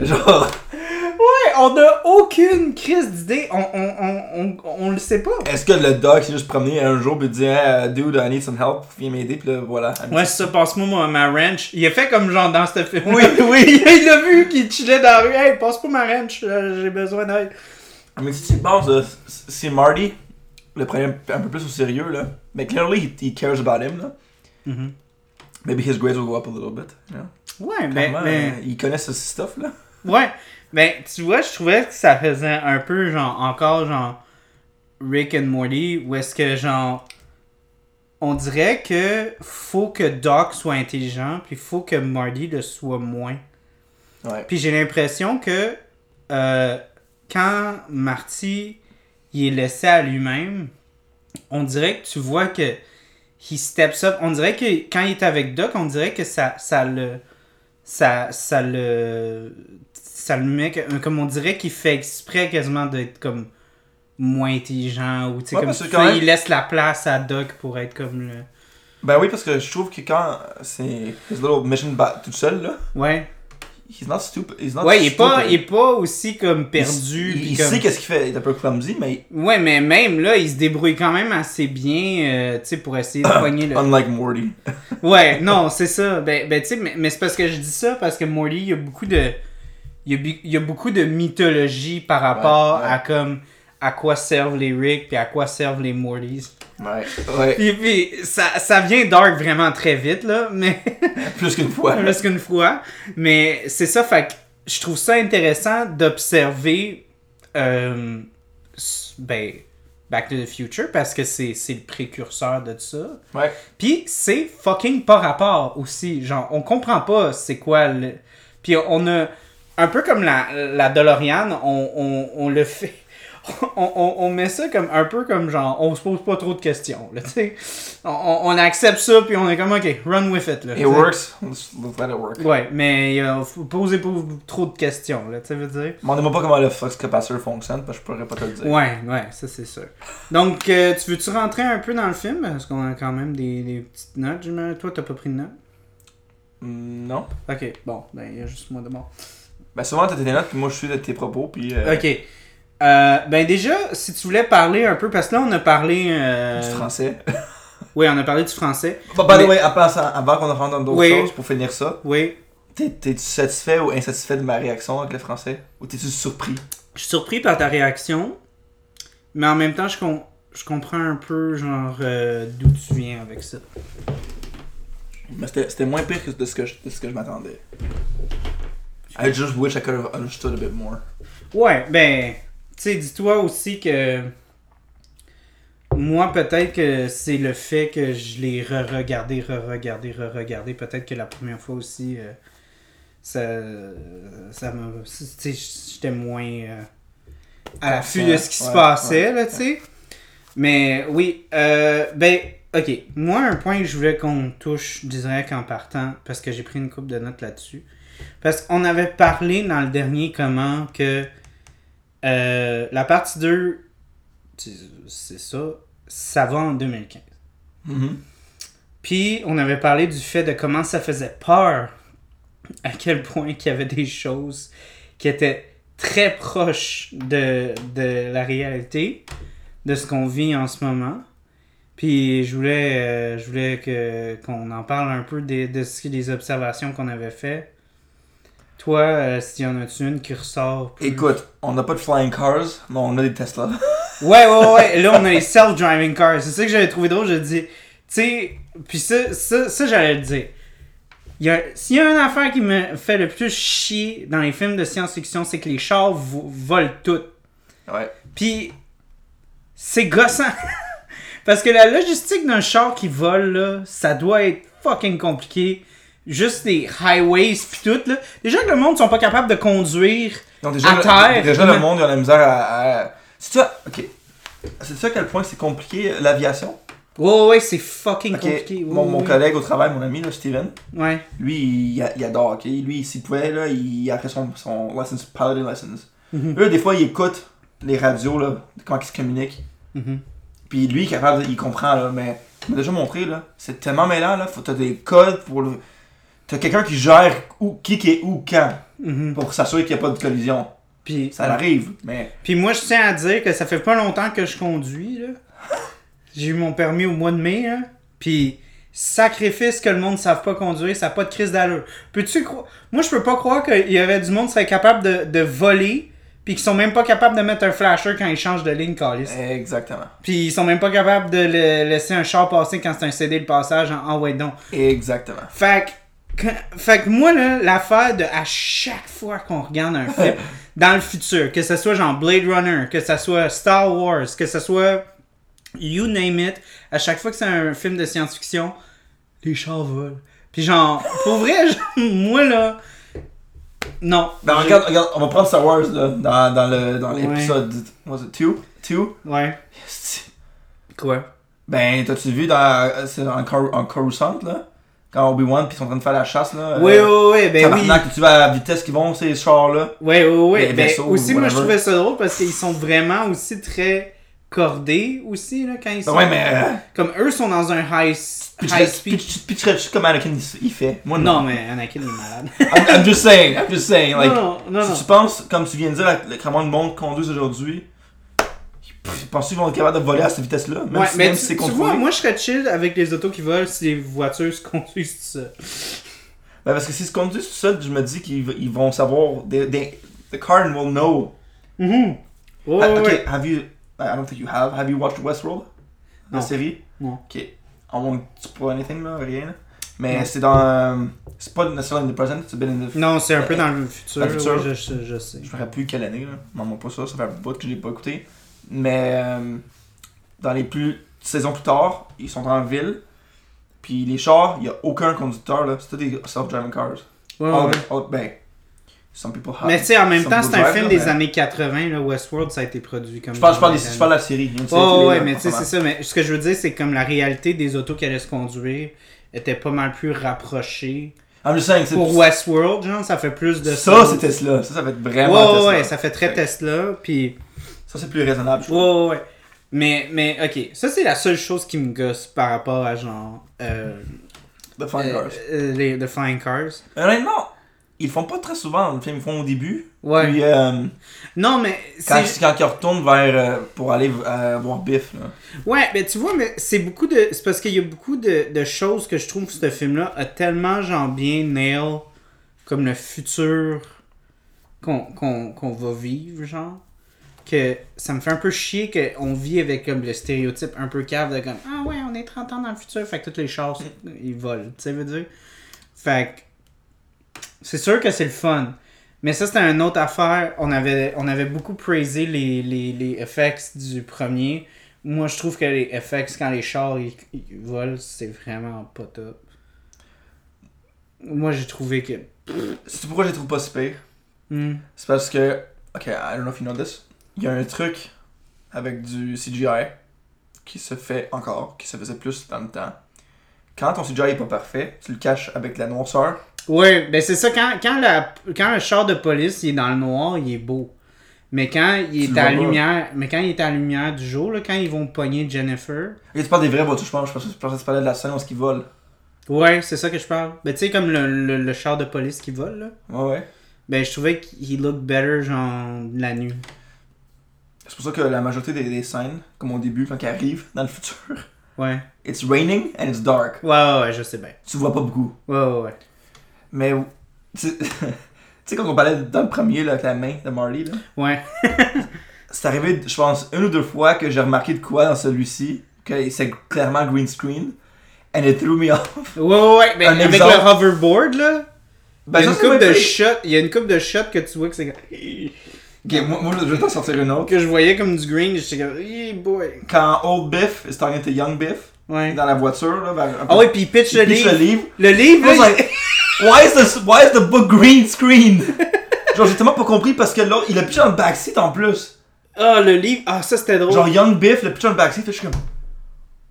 Speaker 2: Genre,
Speaker 1: Ouais, on a aucune crise d'idée, on, on, on, on, on le sait pas.
Speaker 2: est-ce que le doc s'est juste promené un jour et dit hey, dude I need some help, viens m'aider puis là voilà.
Speaker 1: Ouais, c'est ça, passe-moi ma- ma ranch. Il a fait comme genre dans ce film. [laughs]
Speaker 2: Oui, oui.
Speaker 1: il a vu qu'il chillait dans la rue. Hey, passe-moi ma ranch, euh, j'ai besoin d'aide.
Speaker 2: Mais si tu y penses, là, c- c'est Marty le problème un peu plus au sérieux là. Mais clearly he, he cares about him là. Mm-hmm.
Speaker 1: Mhm.
Speaker 2: Maybe his grades will go up a little bit. You know?
Speaker 1: Ouais, mais.
Speaker 2: Comment,
Speaker 1: mais...
Speaker 2: euh, Il connaît ce stuff là.
Speaker 1: Ouais, ben tu vois, je trouvais que ça faisait un peu genre encore genre Rick and Morty où est-ce que genre on dirait que faut que Doc soit intelligent puis faut que Morty le soit moins.
Speaker 2: Ouais.
Speaker 1: Puis j'ai l'impression que euh, quand Marty il est laissé à lui-même, on dirait que tu vois que he steps up. On dirait que quand il est avec Doc, on dirait que ça, ça le. Ça, ça le. Ça le met. que- euh, Comme on dirait qu'il fait exprès quasiment d'être comme moins intelligent ou tu sais
Speaker 2: Ouais,
Speaker 1: comme
Speaker 2: parce que
Speaker 1: tu
Speaker 2: quand
Speaker 1: sais,
Speaker 2: même-
Speaker 1: il laisse la place à Doc pour être comme le
Speaker 2: Ben oui parce que je trouve que quand c'est his little mission ba- tout seul là.
Speaker 1: ouais
Speaker 2: He's not stupid. He's not
Speaker 1: ouais il est pas
Speaker 2: stupid.
Speaker 1: il est pas aussi comme perdu
Speaker 2: Il,
Speaker 1: puis
Speaker 2: il
Speaker 1: comme-
Speaker 2: sait qu'est-ce qu'il fait. Il est un peu clumsy, mais
Speaker 1: Ouais, mais même là, il se débrouille quand même assez bien, euh, tu sais, pour
Speaker 2: [coughs]
Speaker 1: essayer de poigner le.
Speaker 2: unlike Morty.
Speaker 1: Ouais, non, c'est ça. Ben, ben tu sais, mais, mais c'est parce que je dis ça, parce que Morty, il y a beaucoup de. Il y a, bu- il y a beaucoup de mythologie par rapport
Speaker 2: ouais.
Speaker 1: à comme. À quoi servent les Rick, puis à quoi servent les Mortys.
Speaker 2: Ouais. Ouais. [laughs]
Speaker 1: Puis, puis ça, ça vient dark vraiment très vite, là, mais.
Speaker 2: Plus qu'une fois.
Speaker 1: Plus qu'une fois. Mais c'est ça, fait que je trouve ça intéressant d'observer euh, s- ben, Back to the Future parce que c'est c'est le précurseur de ça.
Speaker 2: Ouais.
Speaker 1: Puis c'est fucking pas rapport aussi. Genre, on comprend pas c'est quoi le. Puis on a. Un peu comme la, la DeLorean, on, on, on le fait. [laughs] On, on, on met ça comme un peu comme genre, on se pose pas trop de questions, là, tu sais. On, on on accepte ça, puis on est comme, ok, run with it, là. tu
Speaker 2: It
Speaker 1: sais.
Speaker 2: works. Let's, let's let it work.
Speaker 1: Ouais, mais euh, faut poser pas trop de questions, là, tu sais, veux dire?
Speaker 2: Demandez-moi pas comment le flux capaciteur fonctionne, parce que je pourrais pas te le dire.
Speaker 1: Ouais, ouais, ça c'est sûr. Donc, euh, tu veux-tu rentrer un peu dans le film? Parce qu'on a quand même des, des petites notes, j'imagine. Toi, t'as pas pris de notes?
Speaker 2: Hmm, non.
Speaker 1: Ok, bon, ben, il y a juste moi de mort.
Speaker 2: Ben souvent t'as tes notes, puis moi je suis de tes propos, puis. euh,
Speaker 1: Ok. Euh, ben, déjà, si tu voulais parler un peu, parce que là, on a parlé. euh,
Speaker 2: Du français.
Speaker 1: Oui, on a parlé du français.
Speaker 2: [laughs] Bah, by the
Speaker 1: Mais-
Speaker 2: way, en passant, avant qu'on rentre dans d'autres
Speaker 1: Oui.
Speaker 2: choses, pour finir ça,
Speaker 1: Oui.
Speaker 2: t'es- t'es-tu satisfait ou insatisfait de ma réaction avec le français Ou t'es-tu surpris
Speaker 1: Je suis surpris par ta réaction, mais en même temps, je, com- je comprends un peu, genre, euh, d'où tu viens avec ça.
Speaker 2: Mais c'était c'était moins pire que de ce que je, de ce que je m'attendais. I just wish I could have understood a bit more.
Speaker 1: Ouais, ben, tu sais, dis-toi aussi que moi, peut-être que c'est le fait que je l'ai re-regardé, re-regardé, re-regardé. Peut-être que la première fois aussi, euh, ça, ça me. Tu sais, j'étais moins euh, à l'affût de ce qui se
Speaker 2: Ouais,
Speaker 1: passait, là, tu sais. Mais oui, euh, ben, ok. Moi, un point que je voulais qu'on touche direct en partant, parce que j'ai pris une coupe de notes là-dessus, Parce qu'on avait parlé dans le dernier comment que euh, la partie 2, c'est- c'est ça, ça va en 2015. Mm-hmm.
Speaker 2: Mhm.
Speaker 1: Puis on avait parlé du fait de comment ça faisait peur, à quel point qu'il y avait des choses qui étaient très proches de, de la réalité, de ce qu'on vit en ce moment. Puis je voulais, euh, je voulais que, qu'on en parle un peu des, de ce- des observations qu'on avait fait. Toi, euh, s'il y en a une qui ressort plus...
Speaker 2: Écoute, on n'a pas de flying cars, mais on a des
Speaker 1: [laughs]
Speaker 2: Tesla.
Speaker 1: Ouais, ouais, ouais. Là, on a les self-driving cars. C'est ça que j'avais trouvé drôle. Je dis, tu sais, puis ça, ça, ça j'allais le dire. Il y a- S'il y a une affaire qui me fait le plus chier dans les films de science-fiction, c'est que les chars vo- volent tout.
Speaker 2: ouais.
Speaker 1: Puis, c'est gossant. [laughs] Parce que la logistique d'un char qui vole, là, ça doit être fucking compliqué. Juste des highways pis tout, là. Déjà que le monde sont pas capables de conduire
Speaker 2: Donc déjà,
Speaker 1: à
Speaker 2: le,
Speaker 1: terre.
Speaker 2: déjà le monde, il y a la misère à... à- C'est ça, ok. C'est ça à quel point c'est compliqué euh, l'aviation.
Speaker 1: Ouais, ouais, c'est fucking
Speaker 2: Ok,
Speaker 1: compliqué. Ouais,
Speaker 2: Mon, mon
Speaker 1: ouais.
Speaker 2: collègue au travail, mon ami, là, Steven,
Speaker 1: Ouais.
Speaker 2: lui, il, a- il adore, ok? Lui, s'il pouvait, là, il après son, son license, piloting license.
Speaker 1: Mhm.
Speaker 2: Eux, des fois, ils écoutent les radios, là, comment ils se communiquent.
Speaker 1: Mhm.
Speaker 2: Puis lui, il est capable, de- il comprend, là, mais il m'a déjà montré, là, c'est tellement mêlant, là, faut t'as des codes pour le... T'as quelqu'un qui gère où, qui, qui est où, quand,
Speaker 1: Mhm.
Speaker 2: pour s'assurer qu'il n'y a pas de collision.
Speaker 1: Puis, euh,
Speaker 2: Ça arrive, mais...
Speaker 1: puis moi, je tiens à dire que ça fait pas longtemps que je conduis. là. J'ai eu mon permis au mois de mai. là. Puis, sacrifice que le monde ne savent pas conduire, ça n'a pas de crise d'allure. Peux-tu croire... Moi, je peux pas croire qu'il y aurait du monde qui serait capable de, de voler puis qu'ils sont même pas capables de mettre un flasher quand ils changent de ligne, Calis.
Speaker 2: Exactement.
Speaker 1: Puis, ils sont même pas capables de le- laisser un char passer quand c'est un CD de passage en « Ah ouais donc ».
Speaker 2: Exactement.
Speaker 1: Fait que, quand- fait que moi, là, l'affaire de à chaque fois qu'on regarde un
Speaker 2: [laughs]
Speaker 1: film dans le futur, que ce soit genre Blade Runner, que ce soit Star Wars, que ce soit You name it, à chaque fois que c'est un film de science-fiction, les chars volent. Puis genre, pour vrai, [laughs] genre, moi là, non.
Speaker 2: Ben,
Speaker 1: J'ai-
Speaker 2: regarde, regarde, on va prendre Star Wars, là, dans, dans le- dans l'épisode... Dans was it two? Two?
Speaker 1: Ouais.
Speaker 2: Yes.
Speaker 1: Quoi?
Speaker 2: Ben, t'as-tu vu dans, c'est dans Cor- en Coruscant, là? Quand Obi-Wan, pis ils sont en train de faire la chasse, là?
Speaker 1: Oui,
Speaker 2: euh,
Speaker 1: oui, oui, ben oui.
Speaker 2: tabarnak, tu vas à la vitesse qu'ils vont, ces chars-là.
Speaker 1: Ouais, ouais, ouais.
Speaker 2: Les
Speaker 1: Ben,
Speaker 2: vaisseaux,
Speaker 1: aussi, moi, je
Speaker 2: whatever.
Speaker 1: trouvais ça drôle parce qu'ils sont vraiment aussi très cordés aussi, là, quand ils
Speaker 2: Ben
Speaker 1: sont.
Speaker 2: ouais, mais... euh,
Speaker 1: Comme eux sont dans un high, high
Speaker 2: pitcherais-
Speaker 1: speed.
Speaker 2: pitch- pitcherais-tu comme Anakin, il- il fait? Moi,
Speaker 1: Non, mais Anakin est malade.
Speaker 2: I'm, I'm just saying, I'm just saying. [laughs] Like,
Speaker 1: non, non, non.
Speaker 2: si tu penses, comme tu viens de dire, à- à comment le monde conduit aujourd'hui, pff, penses-tu qu'ils vont être capables de voler à cette vitesse-là? Même
Speaker 1: Ouais,
Speaker 2: si,
Speaker 1: mais
Speaker 2: même
Speaker 1: tu,
Speaker 2: si c'est
Speaker 1: tu
Speaker 2: contrôlé.
Speaker 1: vois, moi je serais chill avec les autos qui volent si les voitures se [laughs] conduisent tout ça.
Speaker 2: Ben, parce que s'ils se conduisent tout seuls, je me dis qu'ils v- ils vont savoir. They, they, the Karn will know.
Speaker 1: Mhm. Ouais,
Speaker 2: Ah,
Speaker 1: ouais,
Speaker 2: ok,
Speaker 1: ouais.
Speaker 2: have you. I don't think you have. Have you watched Westworld? La
Speaker 1: Non.
Speaker 2: série?
Speaker 1: Non.
Speaker 2: Ok. I won't spoil anything, là, rien. là. Mais
Speaker 1: Non.
Speaker 2: c'est dans. euh, c'est pas necessarily in the present, it's been in the.
Speaker 1: Non, c'est un peu dans le futur.
Speaker 2: Dans le futur.
Speaker 1: ouais, je, sais- je sais.
Speaker 2: Je me rappelle plus quelle année, là. M'en demande pas ça, ça fait un bout que je l'ai pas écouté. Mais euh, dans les plus saisons plus tard, ils sont en ville. Puis les chars, il y a aucun conducteur, là. C'est tous des self-driving cars.
Speaker 1: Ouais, Ah, ouais,
Speaker 2: All-
Speaker 1: ouais.
Speaker 2: all- ben, some people have.
Speaker 1: Mais tu sais, en même
Speaker 2: Some
Speaker 1: temps,
Speaker 2: good
Speaker 1: c'est un
Speaker 2: drive,
Speaker 1: film
Speaker 2: là,
Speaker 1: des
Speaker 2: mais-
Speaker 1: années 80, là, Westworld, ça a été produit comme.
Speaker 2: Je parle, je parle,
Speaker 1: dans
Speaker 2: des-
Speaker 1: les
Speaker 2: je parle de la série. hein, Il y a une série
Speaker 1: Oh,
Speaker 2: télé,
Speaker 1: ouais,
Speaker 2: là,
Speaker 1: mais
Speaker 2: en
Speaker 1: tu
Speaker 2: ce
Speaker 1: sais,
Speaker 2: moment.
Speaker 1: c'est ça. Mais ce que je veux dire, c'est comme la réalité des autos qui allaient se conduire était pas mal plus rapprochée.
Speaker 2: I'm just saying, c'est-
Speaker 1: Pour Westworld, genre, ça fait plus de
Speaker 2: ça, c'est Tesla. Ça, ça va être vraiment
Speaker 1: Ouais, ouais,
Speaker 2: Tesla.
Speaker 1: ouais, ça fait très Tesla, puis...
Speaker 2: Ça, c'est plus raisonnable. je
Speaker 1: Ouais,
Speaker 2: trouve.
Speaker 1: ouais, ouais. Mais, mais, ok, ça c'est la seule chose qui me gosse par rapport à genre... Euh,
Speaker 2: The Fun
Speaker 1: euh,
Speaker 2: Cars.
Speaker 1: euh, les The Flying Cars.
Speaker 2: Honnêtement, ils le font pas très souvent dans le film. Ils le font au début.
Speaker 1: Ouais.
Speaker 2: Puis euh,
Speaker 1: Non, mais...
Speaker 2: quand,
Speaker 1: c'est-
Speaker 2: quand ils retournent vers. euh, pour aller euh, voir Biff, là.
Speaker 1: Ouais, mais tu vois, mais c'est beaucoup de... C'est parce qu'il y a beaucoup de, de choses que je trouve que ce film-là a tellement, genre, bien nail comme le futur qu'on qu'on- qu'on va vivre, genre. Que ça me fait un peu chier qu'on vit avec comme le stéréotype un peu cave de comme Ah ouais, on est 30 ans dans le futur, fait que toutes les chars, sont- ils volent, tu sais, veux dire. Fait que c'est sûr que c'est le fun. Mais ça, c'était une autre affaire. On avait, on avait beaucoup praisé les, les, les effects du premier. Moi, je trouve que les effects, quand les chars ils, ils volent, c'est vraiment pas top. Moi, j'ai trouvé que.
Speaker 2: C'est pourquoi je les trouve pas si pire.
Speaker 1: Hmm.
Speaker 2: C'est parce que, ok, I don't know if you know this, il y a un truc avec du CGI qui se fait encore, qui se faisait plus dans le temps. Quand ton CGI est pas parfait, tu le caches avec la noirceur
Speaker 1: Ouais, ben c'est ça, quand, quand, la, quand le char de police il est dans le noir, il est beau. Mais quand il
Speaker 2: Tu
Speaker 1: est
Speaker 2: le
Speaker 1: à la
Speaker 2: vois pas.
Speaker 1: lumière, mais quand il est à la lumière du jour, là, quand ils vont pogner Jennifer,
Speaker 2: Et tu parles des vraies voitures, je pense. Je pense je pense que tu parlais de la scène où ils volent.
Speaker 1: ouais, c'est ça que je parle. Ben tu sais, comme le, le, le char de police qui vole, là.
Speaker 2: Ouais, ouais.
Speaker 1: Ben je trouvais qu'il look better, genre, la nuit.
Speaker 2: C'est pour ça que la majorité des, des scènes, comme au début, quand ils arrivent dans le futur, [laughs]
Speaker 1: Ouais.
Speaker 2: it's raining and it's dark.
Speaker 1: Ouais, ouais, ouais, je sais bien.
Speaker 2: Tu vois pas beaucoup.
Speaker 1: Ouais, ouais, ouais.
Speaker 2: Mais, [laughs] tu tu sais, quand on parlait dans le premier, là, avec la main de Marty, là,
Speaker 1: Ouais.
Speaker 2: c'est arrivé, je pense, une ou deux fois que j'ai remarqué de quoi dans celui-ci, que c'est clairement green screen, and it threw me [laughs] off.
Speaker 1: Ouais, ouais, ouais. Ben,
Speaker 2: Un
Speaker 1: avec
Speaker 2: exemple.
Speaker 1: le hoverboard, là.
Speaker 2: Ben,
Speaker 1: il, y a
Speaker 2: ça,
Speaker 1: une
Speaker 2: c'est
Speaker 1: coupe
Speaker 2: même
Speaker 1: de
Speaker 2: pas-
Speaker 1: shot, il y a une coupe de shots que tu vois que c'est comme- [laughs]
Speaker 2: Ok, moi, moi, je vais t'en sortir une autre.
Speaker 1: que je voyais comme du green, j'étais comme hey boy.
Speaker 2: Quand Old Biff est talking to Young Biff,
Speaker 1: Ouais.
Speaker 2: dans la voiture, là, vers-
Speaker 1: Ah ouais, puis il pitch le
Speaker 2: il pitch
Speaker 1: livre.
Speaker 2: le livre,
Speaker 1: Le livre,
Speaker 2: I was
Speaker 1: là, [laughs]
Speaker 2: like, why is this, why is the book green screen? Genre, j'ai tellement pas compris parce que l'autre, il a pitché dans le backseat en plus.
Speaker 1: Ah, le livre. Ah, ça, c'était drôle.
Speaker 2: Genre, Young Biff, le pitché dans le backseat, fait que je suis comme,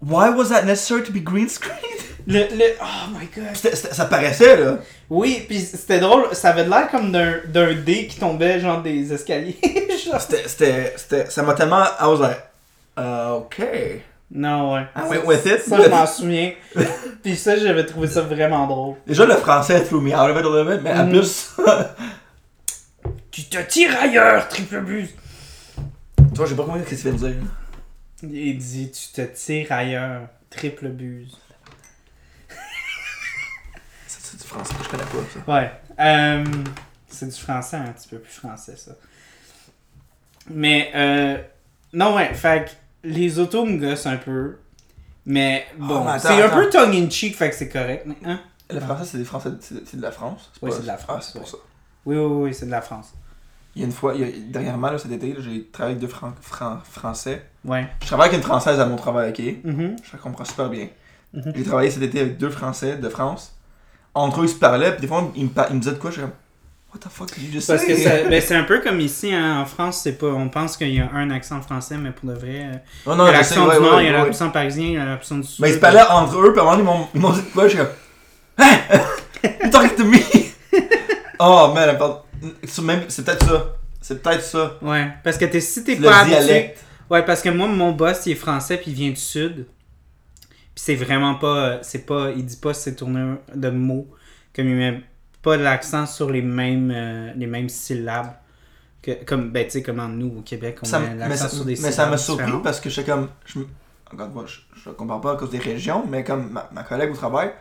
Speaker 2: why was that necessary to be green screen? [laughs]
Speaker 1: Le, le... Oh my god.
Speaker 2: C'était- c'était- ça paraissait, là.
Speaker 1: Oui, puis c'était drôle. Ça avait l'air comme d'un, d'un dé qui tombait, genre des escaliers. [laughs] Genre-
Speaker 2: C'était, c'était, c'était, ça m'a tellement, I was like, uh, ok.
Speaker 1: Non, Ah ouais.
Speaker 2: I went with it.
Speaker 1: Ça, je m'en souviens. puis ça, j'avais trouvé ça vraiment drôle.
Speaker 2: Déjà, le français threw me out of it a little bit, mais en
Speaker 1: Mhm.
Speaker 2: plus, [laughs]
Speaker 1: Tu te tires ailleurs, triple bus.
Speaker 2: toi, j'ai pas compris ce que tu viens de dire.
Speaker 1: Il dit, tu te tires ailleurs, triple buse.
Speaker 2: C'est, c'est du français que je connais pas, ça.
Speaker 1: Ouais. Euh, c'est du français un petit peu plus français, ça. Mais, euh, non, ouais, fait que les autos me gossent un peu. Mais bon,
Speaker 2: Oh, mais attends,
Speaker 1: c'est un
Speaker 2: attends.
Speaker 1: peu tongue in cheek, fait que c'est correct. Mais, hein?
Speaker 2: Le français, c'est des français, c'est, c'est de la France.
Speaker 1: Oui,
Speaker 2: pas-
Speaker 1: c'est de la France,
Speaker 2: Ah, c'est pour
Speaker 1: ouais. Oui,
Speaker 2: ça.
Speaker 1: oui, oui, c'est de la France.
Speaker 2: Il y a une fois, il y a- dernièrement, là, cet été, là, j'ai travaillé avec deux Fran- Fran- Français.
Speaker 1: Ouais.
Speaker 2: Je travaille avec une Française à mon travail, ok?
Speaker 1: Mhm.
Speaker 2: Je la comprends super bien.
Speaker 1: Mhm.
Speaker 2: J'ai travaillé cet été avec deux Français de France. Entre eux, ils se parlaient, puis des fois, ils me, par- ils me disaient de quoi? Je suis comme, What the fuck did you just
Speaker 1: Parce
Speaker 2: say?
Speaker 1: que ça- ben, c'est un peu comme ici hein, en France, c'est pas, on pense qu'il y a un accent français, mais pour de vrai, euh, il
Speaker 2: Oh Non,
Speaker 1: y
Speaker 2: non,
Speaker 1: a
Speaker 2: je sais,
Speaker 1: l'accent
Speaker 2: ouais,
Speaker 1: du Nord,
Speaker 2: ouais,
Speaker 1: il y a
Speaker 2: ouais. Ben,
Speaker 1: l'accent parisien, il y a l'accent du Sud.
Speaker 2: Mais ils se parlaient entre eux, puis à un moment, ils m'ont- ils m'ont dit de quoi? Je suis comme, Hein? [laughs] You talking to me? oh, man, elle parle- c'est même- c'est peut-être ça. C'est peut-être ça.
Speaker 1: Ouais, parce que t'es, si t'es
Speaker 2: Le
Speaker 1: pas habitué,
Speaker 2: dialecte.
Speaker 1: Ouais, parce que moi, mon boss, il est français, puis il vient du sud. Puis c'est vraiment pas... euh, C'est pas... Il dit pas ses tournures de mots. Comme il met pas l'accent sur les mêmes, euh, les mêmes syllabes. Que, comme, ben, tu sais, comment nous, au Québec, on
Speaker 2: Ça
Speaker 1: met
Speaker 2: m- mais
Speaker 1: l'accent
Speaker 2: ça,
Speaker 1: sur des
Speaker 2: mais
Speaker 1: syllabes
Speaker 2: ça m'a surpris
Speaker 1: différentes.
Speaker 2: parce que j'étais comme. Je, me- encore une fois, je, je compare pas à cause des régions, mais comme ma, ma collègue au travail,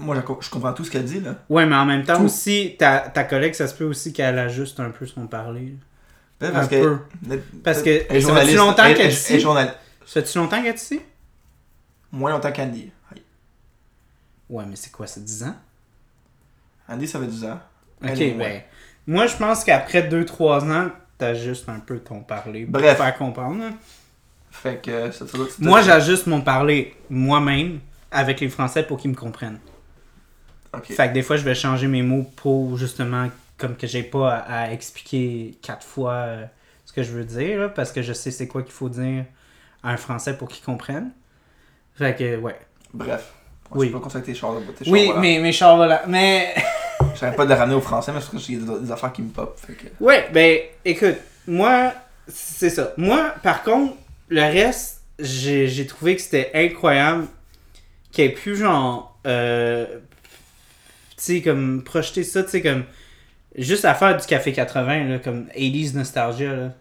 Speaker 2: moi je, co- je comprends tout ce qu'elle dit là.
Speaker 1: Ouais, mais en même temps
Speaker 2: Tout.
Speaker 1: aussi, ta, ta collègue, ça se peut aussi qu'elle ajuste un peu son parler.
Speaker 2: Peut-être
Speaker 1: Un
Speaker 2: Parce que.
Speaker 1: peu. Parce que
Speaker 2: Elle est
Speaker 1: ça fait-tu longtemps
Speaker 2: elle-
Speaker 1: qu'elle
Speaker 2: elle-
Speaker 1: dit?
Speaker 2: elle est journaliste.
Speaker 1: Ça fait-tu longtemps qu'elle est ici?
Speaker 2: Moins longtemps qu'Andy.
Speaker 1: Ouais, mais c'est quoi, c'est 10 ans?
Speaker 2: Andy, ça fait 10 ans.
Speaker 1: Ok,
Speaker 2: Elle est
Speaker 1: ben.
Speaker 2: moins.
Speaker 1: Moi, je pense qu'après 2-3 ans, t'ajustes un peu ton parler. pour
Speaker 2: Bref.
Speaker 1: Faire comprendre. hein.
Speaker 2: Fait que ça, ça doit- ça doit-
Speaker 1: Moi, j'ajuste mon parler moi-même avec les Français pour qu'ils me comprennent.
Speaker 2: Ok.
Speaker 1: Fait que des fois, je vais changer mes mots pour justement, comme que j'ai pas à, à expliquer quatre fois euh, ce que je veux dire, là, parce que je sais c'est quoi qu'il faut dire à un Français pour qu'il comprenne. Fait que, ouais.
Speaker 2: Bref.
Speaker 1: Oui.
Speaker 2: Je peux contacter Charles de tes
Speaker 1: oui,
Speaker 2: Charles, voilà.
Speaker 1: mais, mais Charles, voilà. Mais,
Speaker 2: J'arrête pas de le ramener au français, mais c'est parce qu'il y a des, des affaires qui me pop. Fait que.
Speaker 1: ouais, ben, écoute, moi, c'est ça. Moi, par contre, le reste, j'ai j'ai trouvé que c'était incroyable qu'il ait pu, genre, euh, tu sais, comme, projeter ça, tu sais, comme, juste à faire du Café 80, là, comme 80s Nostalgia, là.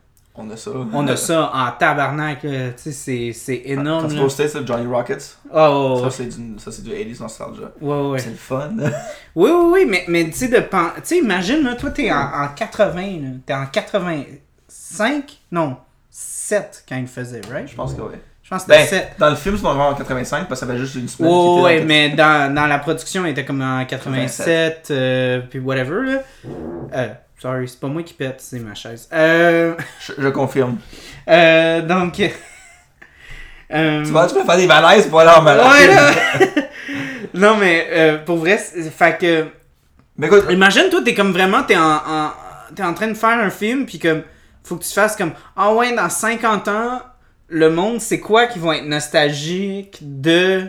Speaker 2: On a ça. Euh,
Speaker 1: On a ça en tabarnak, là, tu sais, c'est- c'est
Speaker 2: Quand
Speaker 1: énorme,
Speaker 2: tu
Speaker 1: là.
Speaker 2: vas au States, là, Johnny Rockets,
Speaker 1: Oh,
Speaker 2: ça c'est du, ça, c'est du 80s nostalgia.
Speaker 1: ouais, ouais, ouais.
Speaker 2: C'est le fun. [laughs]
Speaker 1: Oui, oui, oui, mais, mais tu sais, de pen- tu sais, imagine, là, toi, t'es en, en 80, là. T'es en 85, non, 7 quand il faisait, right?
Speaker 2: Je pense que oui.
Speaker 1: Je pense que c'était
Speaker 2: Ben,
Speaker 1: 7.
Speaker 2: dans le film, c'est vraiment en 85 parce que ça fait juste une semaine.
Speaker 1: Ouais,
Speaker 2: qu'il
Speaker 1: ouais,
Speaker 2: était dans-
Speaker 1: mais dans, dans la production, il était comme en 87, euh, puis whatever, là. Euh, sorry, c'est pas moi qui pète, c'est ma chaise. Euh,
Speaker 2: Je, je confirme.
Speaker 1: euh, donc... [laughs] euh,
Speaker 2: Tu vois, tu peux faire des malaises pour aller en malaise.
Speaker 1: Ouais, là. [laughs] non, mais euh, pour vrai, c'est- fait que...
Speaker 2: Mais écoute,
Speaker 1: Imagine, toi, t'es comme vraiment, t'es en, en, t'es en train de faire un film, puis comme, faut que tu fasses comme, ah ouais, dans 50 ans, le monde, c'est quoi qui vont être nostalgique de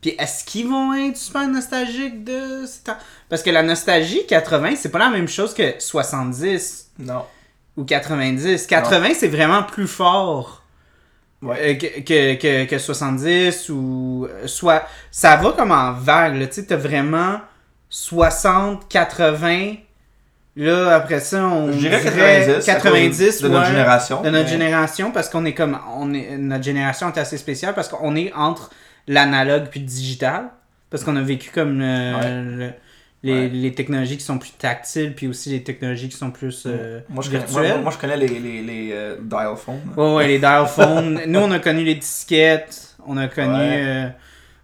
Speaker 1: Puis est-ce qu'ils vont être super nostalgiques de ces temps? Parce que la nostalgie 80, c'est pas la même chose que 70
Speaker 2: Non.
Speaker 1: ou 90. 80, c'est vraiment plus fort
Speaker 2: Ouais.
Speaker 1: euh, que, que, que, que 70 ou euh, soit ça va comme en vague là, tu sais, t'as vraiment 60, 80 Là, après ça, on
Speaker 2: Je dirais
Speaker 1: dirait
Speaker 2: 90. à cause
Speaker 1: 90,
Speaker 2: de notre
Speaker 1: ouais,
Speaker 2: génération.
Speaker 1: De notre
Speaker 2: Oh, mais-
Speaker 1: génération, parce qu'on est comme. On est, notre génération est assez spéciale parce qu'on est entre l'analogue puis le digital. Parce qu'on a vécu comme le-
Speaker 2: Ouais.
Speaker 1: le- les,
Speaker 2: Ouais.
Speaker 1: les technologies qui sont plus tactiles, puis aussi les technologies qui sont plus euh,
Speaker 2: Mm. Moi je, connais, moi,
Speaker 1: virtuelles.
Speaker 2: moi, je connais les, les, les euh, dial phones.
Speaker 1: Ouais, ouais, les dial phones. [laughs] Nous, on a connu les disquettes. On a connu.
Speaker 2: Ouais.
Speaker 1: euh,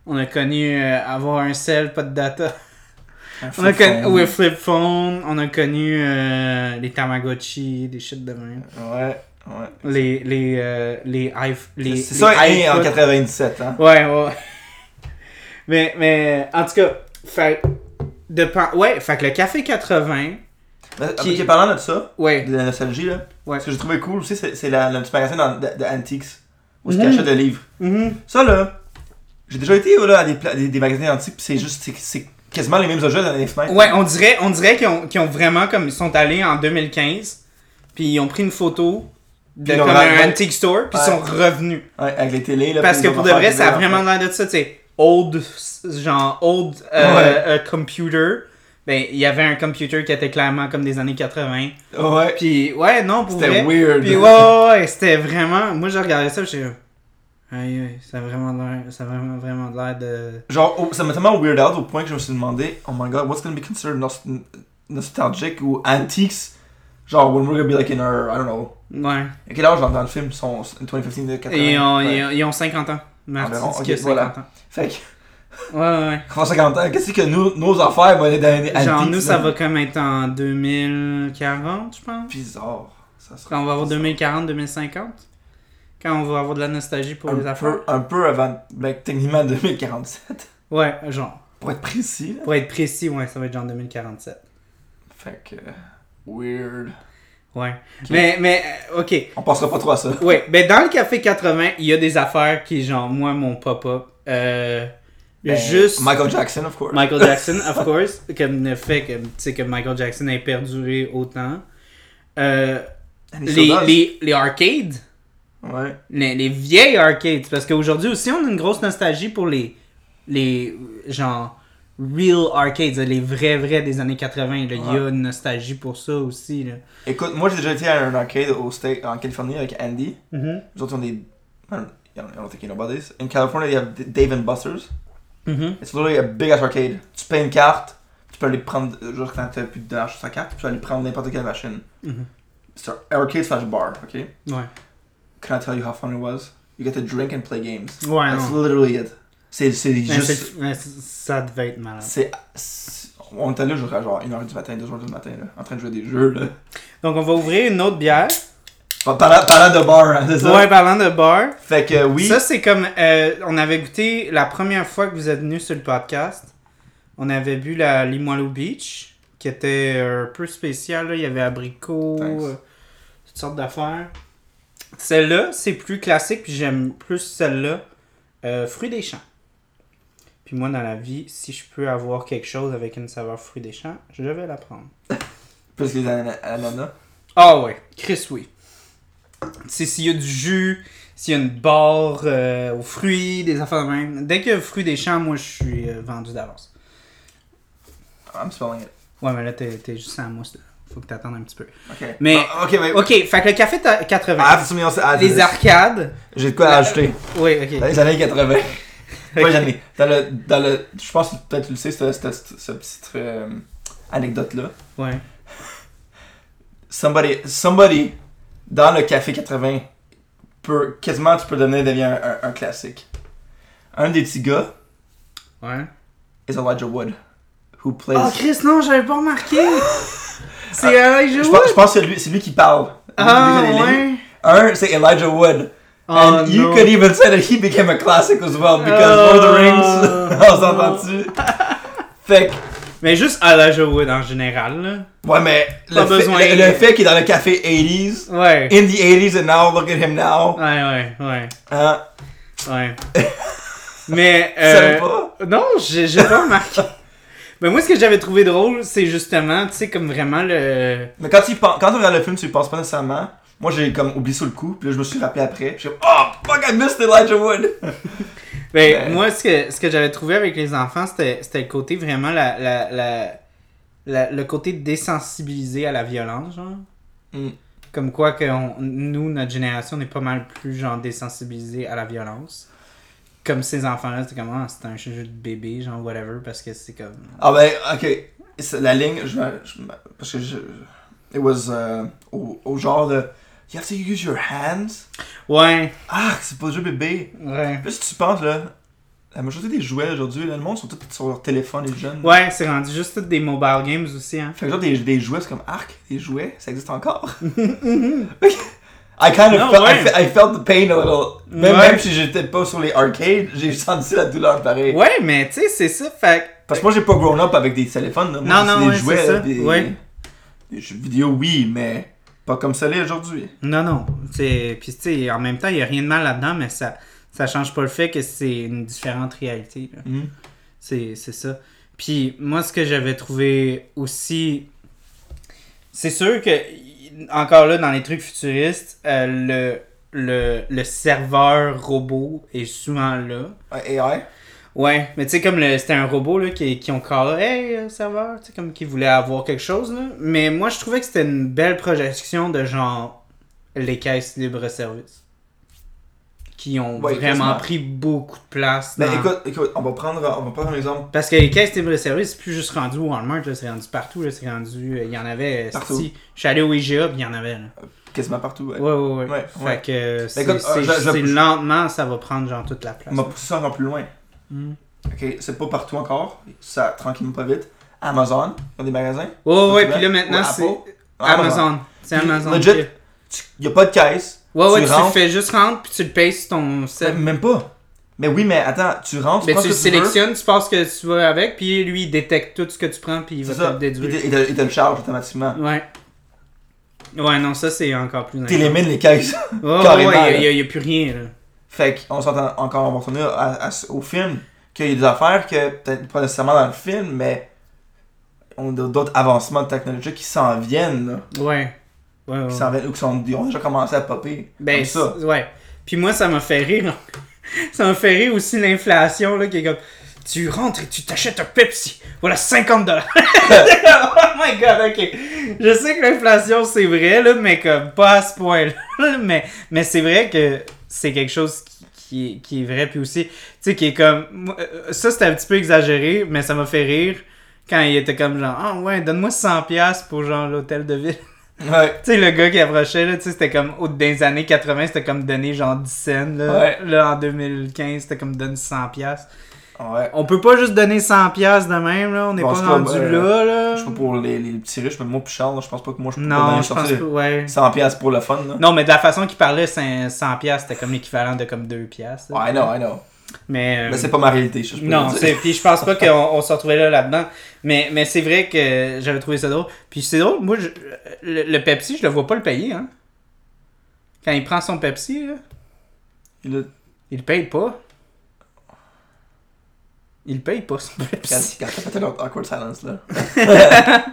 Speaker 1: on a connu euh, avoir un cell, pas de data. [laughs]
Speaker 2: Un
Speaker 1: On a
Speaker 2: flip
Speaker 1: connu.
Speaker 2: phone.
Speaker 1: Ouais, flip phone. On a connu euh, les Tamagotchi, des shit de même.
Speaker 2: Ouais, ouais.
Speaker 1: Les. Les. euh, les, iPh- les
Speaker 2: C'est
Speaker 1: les
Speaker 2: ça, et en
Speaker 1: iPods.
Speaker 2: 97, hein.
Speaker 1: Ouais, ouais. mais, mais, en tout cas, fait, de pan- ouais, fait que le Café 80,
Speaker 2: Mais-
Speaker 1: Qui-
Speaker 2: Ok, parlant de ça,
Speaker 1: ouais,
Speaker 2: de la nostalgie, là,
Speaker 1: Ouais.
Speaker 2: ce que j'ai trouvé cool aussi, c'est c'est la, le petit magasin dans- de- de Antiques, où je
Speaker 1: Mhm.
Speaker 2: cachais des livres.
Speaker 1: mhm,
Speaker 2: Ça, là, j'ai déjà été là, à des, pla- des, des magasins antiques, pis c'est juste, c'est- c'est quasiment les mêmes objets dans les fenêtres.
Speaker 1: ouais, on dirait, on dirait qu'ils ont, qu'ils ont vraiment, comme, ils sont allés en 2015, puis ils ont pris une photo de
Speaker 2: Puis ils
Speaker 1: comme
Speaker 2: ont
Speaker 1: un
Speaker 2: ramené-
Speaker 1: antique store, puis
Speaker 2: Ouais.
Speaker 1: ils sont revenus.
Speaker 2: Ouais, avec les télés, là.
Speaker 1: Parce
Speaker 2: pis
Speaker 1: que
Speaker 2: les
Speaker 1: pour de
Speaker 2: affaires
Speaker 1: vrai,
Speaker 2: qui
Speaker 1: ça a
Speaker 2: veulent,
Speaker 1: vraiment
Speaker 2: en
Speaker 1: l'air de ça, tu sais, old, genre, old euh,
Speaker 2: Ouais.
Speaker 1: euh, computer. Ben, il y avait un computer qui était clairement comme des années 80.
Speaker 2: fait. Ouais.
Speaker 1: Puis, ouais, non, pour vrai.
Speaker 2: C'était weird.
Speaker 1: Puis ouais, ouais, ouais, c'était vraiment. Moi, j'ai regardé ça, j'étais comme. Aïe, aïe, ça a vraiment l'air. Ça a vraiment, vraiment de l'air de.
Speaker 2: Genre, oh, ça m'a tellement weird out au point que je me suis demandé, oh my god, what's gonna be considered nos- nostalgic ou antiques? Genre, when we're gonna be like in our, I don't know.
Speaker 1: Ouais.
Speaker 2: À quel âge dans dans le film sont 2015 de 80?
Speaker 1: Et ils, ont,
Speaker 2: Ouais.
Speaker 1: ils, ont, ils ont 50 ans. Marty
Speaker 2: Environ,
Speaker 1: dit
Speaker 2: ok,
Speaker 1: qu'il a 50
Speaker 2: voilà.
Speaker 1: ans.
Speaker 2: Fait que,
Speaker 1: Ouais, ouais, ouais.
Speaker 2: comment 50 ans? Qu'est-ce que nous, nos affaires vont aller dans les antiques?
Speaker 1: Genre, nous, ça
Speaker 2: là?
Speaker 1: va comme être en 2040, je pense.
Speaker 2: Bizarre. Ça serait
Speaker 1: Quand on va avoir
Speaker 2: bizarre.
Speaker 1: 2040, 2050. Quand on va avoir de la nostalgie pour
Speaker 2: un
Speaker 1: les affaires.
Speaker 2: peu, un peu avant, like, techniquement 2047.
Speaker 1: Ouais, genre.
Speaker 2: [laughs] Pour être précis, là.
Speaker 1: Pour être précis, ouais, ça va être genre 2047.
Speaker 2: Fait que. Weird.
Speaker 1: Ouais. Mais, mais, euh, ok.
Speaker 2: On pensera pas trop à ça.
Speaker 1: Ouais, ben dans le café 80, il y a des affaires qui genre moi mon papa euh
Speaker 2: Ben,
Speaker 1: juste
Speaker 2: Michael Jackson, of course.
Speaker 1: Michael
Speaker 2: [laughs]
Speaker 1: Jackson of course, comme le fait que tu sais que Michael Jackson ait perduré autant. Euh,
Speaker 2: And he still
Speaker 1: les,
Speaker 2: does.
Speaker 1: les, les arcades,
Speaker 2: Ouais.
Speaker 1: les, les vieilles arcades parce qu'aujourd'hui aussi on a une grosse nostalgie pour les les euh, genre real arcades, les vrais vrais des années 80, là, il y a une nostalgie pour ça aussi là.
Speaker 2: Écoute, moi j'ai déjà été à un arcade au state, en Californie avec Andy. Les autres ils ont des. I don't, I don't- I don't think you know about this. In California, they have D- Dave and Buster's.
Speaker 1: Mhm.
Speaker 2: It's literally a big ass arcade. Tu payes une carte, tu peux aller prendre. euh, Genre quand t'as plus de dollars sur ta carte, tu peux aller prendre n'importe quelle machine.
Speaker 1: Mhm.
Speaker 2: C'est un arcade slash bar, ok?
Speaker 1: Ouais.
Speaker 2: Can I tell you how fun it was? You get to drink and play games.
Speaker 1: Ouais.
Speaker 2: That's
Speaker 1: non.
Speaker 2: literally it. C'est c'est
Speaker 1: Mais
Speaker 2: juste.
Speaker 1: c'est- mais c'est- ça devait être malade.
Speaker 2: C'est. c'est- On était là jusqu'à genre 1h du matin, 2h du matin, là, en train de jouer à des jeux, là.
Speaker 1: Donc, on va ouvrir une autre bière.
Speaker 2: Par- Parlant, parlant de bar, hein, c'est ça?
Speaker 1: Ouais, parlant de bar.
Speaker 2: Fait que oui.
Speaker 1: Ça, c'est comme. euh, on avait goûté la première fois que vous êtes venu sur le podcast. On avait bu la Limoilou Beach, qui était euh, un peu spéciale. là. Il y avait abricot,
Speaker 2: Thanks.
Speaker 1: euh, toutes sortes d'affaires. Celle-là, c'est plus classique, puis j'aime plus celle-là. Euh, fruits des champs. Puis moi, dans la vie, si je peux avoir quelque chose avec une saveur fruits des champs, je vais la prendre.
Speaker 2: Plus les ana- ananas.
Speaker 1: Ah ouais, Chris, oui. Tu sais, s'il y a du jus, s'il y a une barre euh, aux fruits, des affaires de même. Dès qu'il y a fruits des champs, moi, je suis euh, vendu d'avance.
Speaker 2: I'm spelling it.
Speaker 1: Ouais, mais là, t'es t'es juste à la mousse, là. Faut que t'attendes un petit peu.
Speaker 2: Ok.
Speaker 1: Mais-
Speaker 2: Ah, ok, mais.
Speaker 1: Ok, fait que le café t'as
Speaker 2: I have
Speaker 1: 80.
Speaker 2: something else to add to
Speaker 1: Les
Speaker 2: this.
Speaker 1: arcades.
Speaker 2: J'ai de quoi à ajouter.
Speaker 1: Oui, ok.
Speaker 2: Dans les années 80. Pas les années. Dans le. Dans le je pense que peut-être tu le sais, cette cette- cette- cette petite euh, anecdote-là.
Speaker 1: Ouais.
Speaker 2: Somebody, somebody dans le café 80 peut. Quasiment, tu peux devenir, devenir un, un- un classique. Un des petits gars
Speaker 1: Ouais.
Speaker 2: is Elijah Wood. Who plays.
Speaker 1: Oh, Chris, non, j'avais pas remarqué. C'est Elijah
Speaker 2: Ah! je, pense, je
Speaker 1: Wood.
Speaker 2: pense que c'est lui, c'est lui qui parle.
Speaker 1: Ah,
Speaker 2: Lui qui fait les lignes.
Speaker 1: ouais.
Speaker 2: Un, c'est Elijah Wood.
Speaker 1: Oh,
Speaker 2: and you
Speaker 1: non.
Speaker 2: could even say that he became a classic as well because
Speaker 1: Oh,
Speaker 2: Lord of the Rings, [laughs] on
Speaker 1: non. [laughs]
Speaker 2: s'entend-tu? fait que,
Speaker 1: Mais juste Elijah Wood en général, là.
Speaker 2: ouais, mais
Speaker 1: Pas
Speaker 2: le fait,
Speaker 1: besoin.
Speaker 2: le, le fait qu'il est dans le café 80s,
Speaker 1: Ouais.
Speaker 2: in the 80s and now, look at him now.
Speaker 1: Ouais, ouais, ouais.
Speaker 2: Hein?
Speaker 1: Ouais. Mais.
Speaker 2: Tu savais
Speaker 1: Euh,
Speaker 2: pas?
Speaker 1: non, j'ai j'ai pas remarqué. Mais moi, ce que j'avais trouvé drôle, c'est justement, tu sais, comme vraiment le.
Speaker 2: Mais quand tu, y pen- quand tu regardes le film, tu y penses pas nécessairement. Moi, j'ai comme oublié sur le coup, puis là, je me suis rappelé après. J'ai comme, oh, fuck, I missed Elijah Wood!
Speaker 1: Ben,
Speaker 2: Ouais.
Speaker 1: moi, ce que, ce que j'avais trouvé avec les enfants, c'était c'était le côté vraiment la, la, la, la- le côté désensibilisé à la violence, genre.
Speaker 2: Mm.
Speaker 1: Comme quoi que on- nous, notre génération, on est pas mal plus, genre, désensibilisé à la violence. Comme ces enfants-là, c'était comme, ah, c'est un jeu de bébé, genre, whatever, parce que c'est comme.
Speaker 2: Ah ben, ok. C'est La ligne, je, me- je me- parce que je... It was euh, au, au genre de... You have to use your hands?
Speaker 1: Ouais,
Speaker 2: Ah, c'est pas le jeu bébé.
Speaker 1: ouais.
Speaker 2: Plus tu penses, là, la majorité des jouets aujourd'hui, là, le monde sont tous sur leur téléphone, les jeunes.
Speaker 1: Ouais, c'est rendu juste toutes des mobile games aussi, hein.
Speaker 2: Fait que genre, des, des jouets, c'est comme arc, des jouets, ça existe encore. [laughs] I kind of
Speaker 1: Non,
Speaker 2: felt,
Speaker 1: ouais.
Speaker 2: I, fe- I felt the pain a little. Même,
Speaker 1: Ouais.
Speaker 2: même si j'étais pas sur les arcades, j'ai [laughs] senti la douleur pareil.
Speaker 1: Ouais, mais tu sais, c'est ça, fait que-
Speaker 2: Parce que moi, j'ai pas grown up avec des téléphones. là. Moi,
Speaker 1: Non,
Speaker 2: c'est
Speaker 1: non,
Speaker 2: des
Speaker 1: ouais,
Speaker 2: jouets,
Speaker 1: c'est ça.
Speaker 2: là, des,
Speaker 1: Ouais.
Speaker 2: des jeux vidéo, oui, mais pas comme ça l'est aujourd'hui.
Speaker 1: Non, non. c'est Puis, tu sais, en même temps, il n'y a rien de mal là-dedans, mais ça ça change pas le fait que c'est une différente réalité. là.
Speaker 2: Hmm.
Speaker 1: C'est c'est ça. Puis, moi, ce que j'avais trouvé aussi. C'est sûr que, encore là, dans les trucs futuristes, euh, le, le, le serveur robot est souvent là.
Speaker 2: Ouais, AI.
Speaker 1: Ouais, mais tu sais, comme le- c'était un robot là, qui, qui ont callé Hey, euh, serveur, tu sais, comme qui voulait avoir quelque chose. Là. Mais moi, je trouvais que c'était une belle projection de genre les caisses libre-service. Qui ont
Speaker 2: Ouais,
Speaker 1: vraiment
Speaker 2: quasiment.
Speaker 1: pris beaucoup de place.
Speaker 2: Mais
Speaker 1: dans-
Speaker 2: écoute, écoute, on va prendre, on va prendre un exemple.
Speaker 1: Parce que les caisses libre-service, c'est plus juste rendu au Walmart, là, c'est rendu partout. là, C'est rendu. euh, Il y en avait. euh,
Speaker 2: Partout.
Speaker 1: si- Je suis allé au IGA, puis il y en avait. Là.
Speaker 2: quasiment partout. ouais.
Speaker 1: Ouais, ouais, ouais.
Speaker 2: Ouais,
Speaker 1: fait
Speaker 2: ouais.
Speaker 1: que euh, c'est
Speaker 2: écoute, euh,
Speaker 1: c'est-
Speaker 2: je- je-
Speaker 1: c'est
Speaker 2: je-
Speaker 1: lentement, ça va prendre genre toute la place.
Speaker 2: On m'a poussé ça encore plus loin.
Speaker 1: Mm.
Speaker 2: Ok, c'est pas partout encore. Ça, tranquillement, pas vite. Amazon, dans des magasins.
Speaker 1: Ouais, ouais, ouais,
Speaker 2: Ou
Speaker 1: puis là maintenant,
Speaker 2: Apple.
Speaker 1: c'est
Speaker 2: Ouais,
Speaker 1: Amazon. C'est
Speaker 2: Puis,
Speaker 1: Amazon.
Speaker 2: legit,
Speaker 1: qui-
Speaker 2: Il Y a pas de caisse.
Speaker 1: Ouais, ouais, tu
Speaker 2: rentres-
Speaker 1: fais juste rentre puis tu le payes sur ton set.
Speaker 2: Même pas. Mais oui, mais attends, tu rentres,
Speaker 1: Mais
Speaker 2: prends
Speaker 1: tu
Speaker 2: ce
Speaker 1: le
Speaker 2: que veux.
Speaker 1: sélectionnes, tu passes que tu vas avec, puis lui, il détecte tout ce que tu prends, puis il va
Speaker 2: C'est
Speaker 1: te
Speaker 2: ça.
Speaker 1: le
Speaker 2: Il te,
Speaker 1: déduire.
Speaker 2: il te- il te le charge automatiquement.
Speaker 1: Ouais. Ouais, non, ça, c'est encore plus... inquiétant.
Speaker 2: T'élimines les caisses. [laughs]
Speaker 1: Ouais,
Speaker 2: carrément,
Speaker 1: ouais,
Speaker 2: là.
Speaker 1: il n'y a, plus rien, là.
Speaker 2: fait qu'on s'entend encore, on va retourner à- à- au film, qu'il y a des affaires que, peut-être pas nécessairement dans le film, mais on a d'autres avancements technologiques qui s'en viennent, là.
Speaker 1: Ouais. Ouais, ouais.
Speaker 2: Qui s'en viennent, ou qui sont, ont déjà commencé à popper.
Speaker 1: Ben,
Speaker 2: comme ça.
Speaker 1: c'est- ouais. Puis moi, ça m'a fait rire. [laughs] ça m'a fait rire aussi l'inflation, là, qui est comme... Tu rentres et tu t'achètes un Pepsi. Voilà, 50 dollars. [laughs] oh my god, ok. Je sais que l'inflation, c'est vrai, là, mais comme pas à ce point-là. [laughs] mais mais c'est vrai que c'est quelque chose qui, qui, est- qui est vrai. Puis aussi, tu sais, qui est comme... moi, euh, Ça, c'était un petit peu exagéré, mais ça m'a fait rire quand il était comme genre... Ah ouais, donne-moi 100$ piastres pour genre l'hôtel de ville.
Speaker 2: Ouais.
Speaker 1: Tu sais, le gars qui approchait, là, tu sais, c'était comme, au dans les années 80, c'était comme donner genre 10 cents, là.
Speaker 2: Ouais.
Speaker 1: Là, en 2015, c'était comme donner 100 piastres.
Speaker 2: Ouais.
Speaker 1: On peut pas juste donner 100 piastres de même, là, on n'est
Speaker 2: Bon,
Speaker 1: pas
Speaker 2: c'est pas-
Speaker 1: rendu là,
Speaker 2: euh,
Speaker 1: là.
Speaker 2: Je sais pas pour les, les petits riches, mais moi, plus Charles, je pense pas que moi, je peux pas
Speaker 1: Non,
Speaker 2: donner
Speaker 1: je pense
Speaker 2: sortir
Speaker 1: pas, ouais.
Speaker 2: 100 piastres pour le fun, là.
Speaker 1: Non, mais de la façon qu'il parlait, c'est 100 piastres, c'était comme l'équivalent de comme 2 piastres. là.
Speaker 2: I know, I know.
Speaker 1: Mais, euh,
Speaker 2: Mais c'est pas ma réalité, je je peux
Speaker 1: Non,
Speaker 2: le dire.
Speaker 1: c'est- puis je pense pas qu'on on se retrouvait là là-dedans. Mais, mais c'est vrai que j'avais trouvé ça drôle. Puis c'est drôle, moi, je- le, le Pepsi, je le vois pas le payer, hein. Quand il prend son Pepsi, là.
Speaker 2: [laughs] Il a-
Speaker 1: Il paye pas. Il paye pas son
Speaker 2: Quand,
Speaker 1: Pepsi.
Speaker 2: quand t'as fait l'autre awkward silence, là.
Speaker 1: [laughs]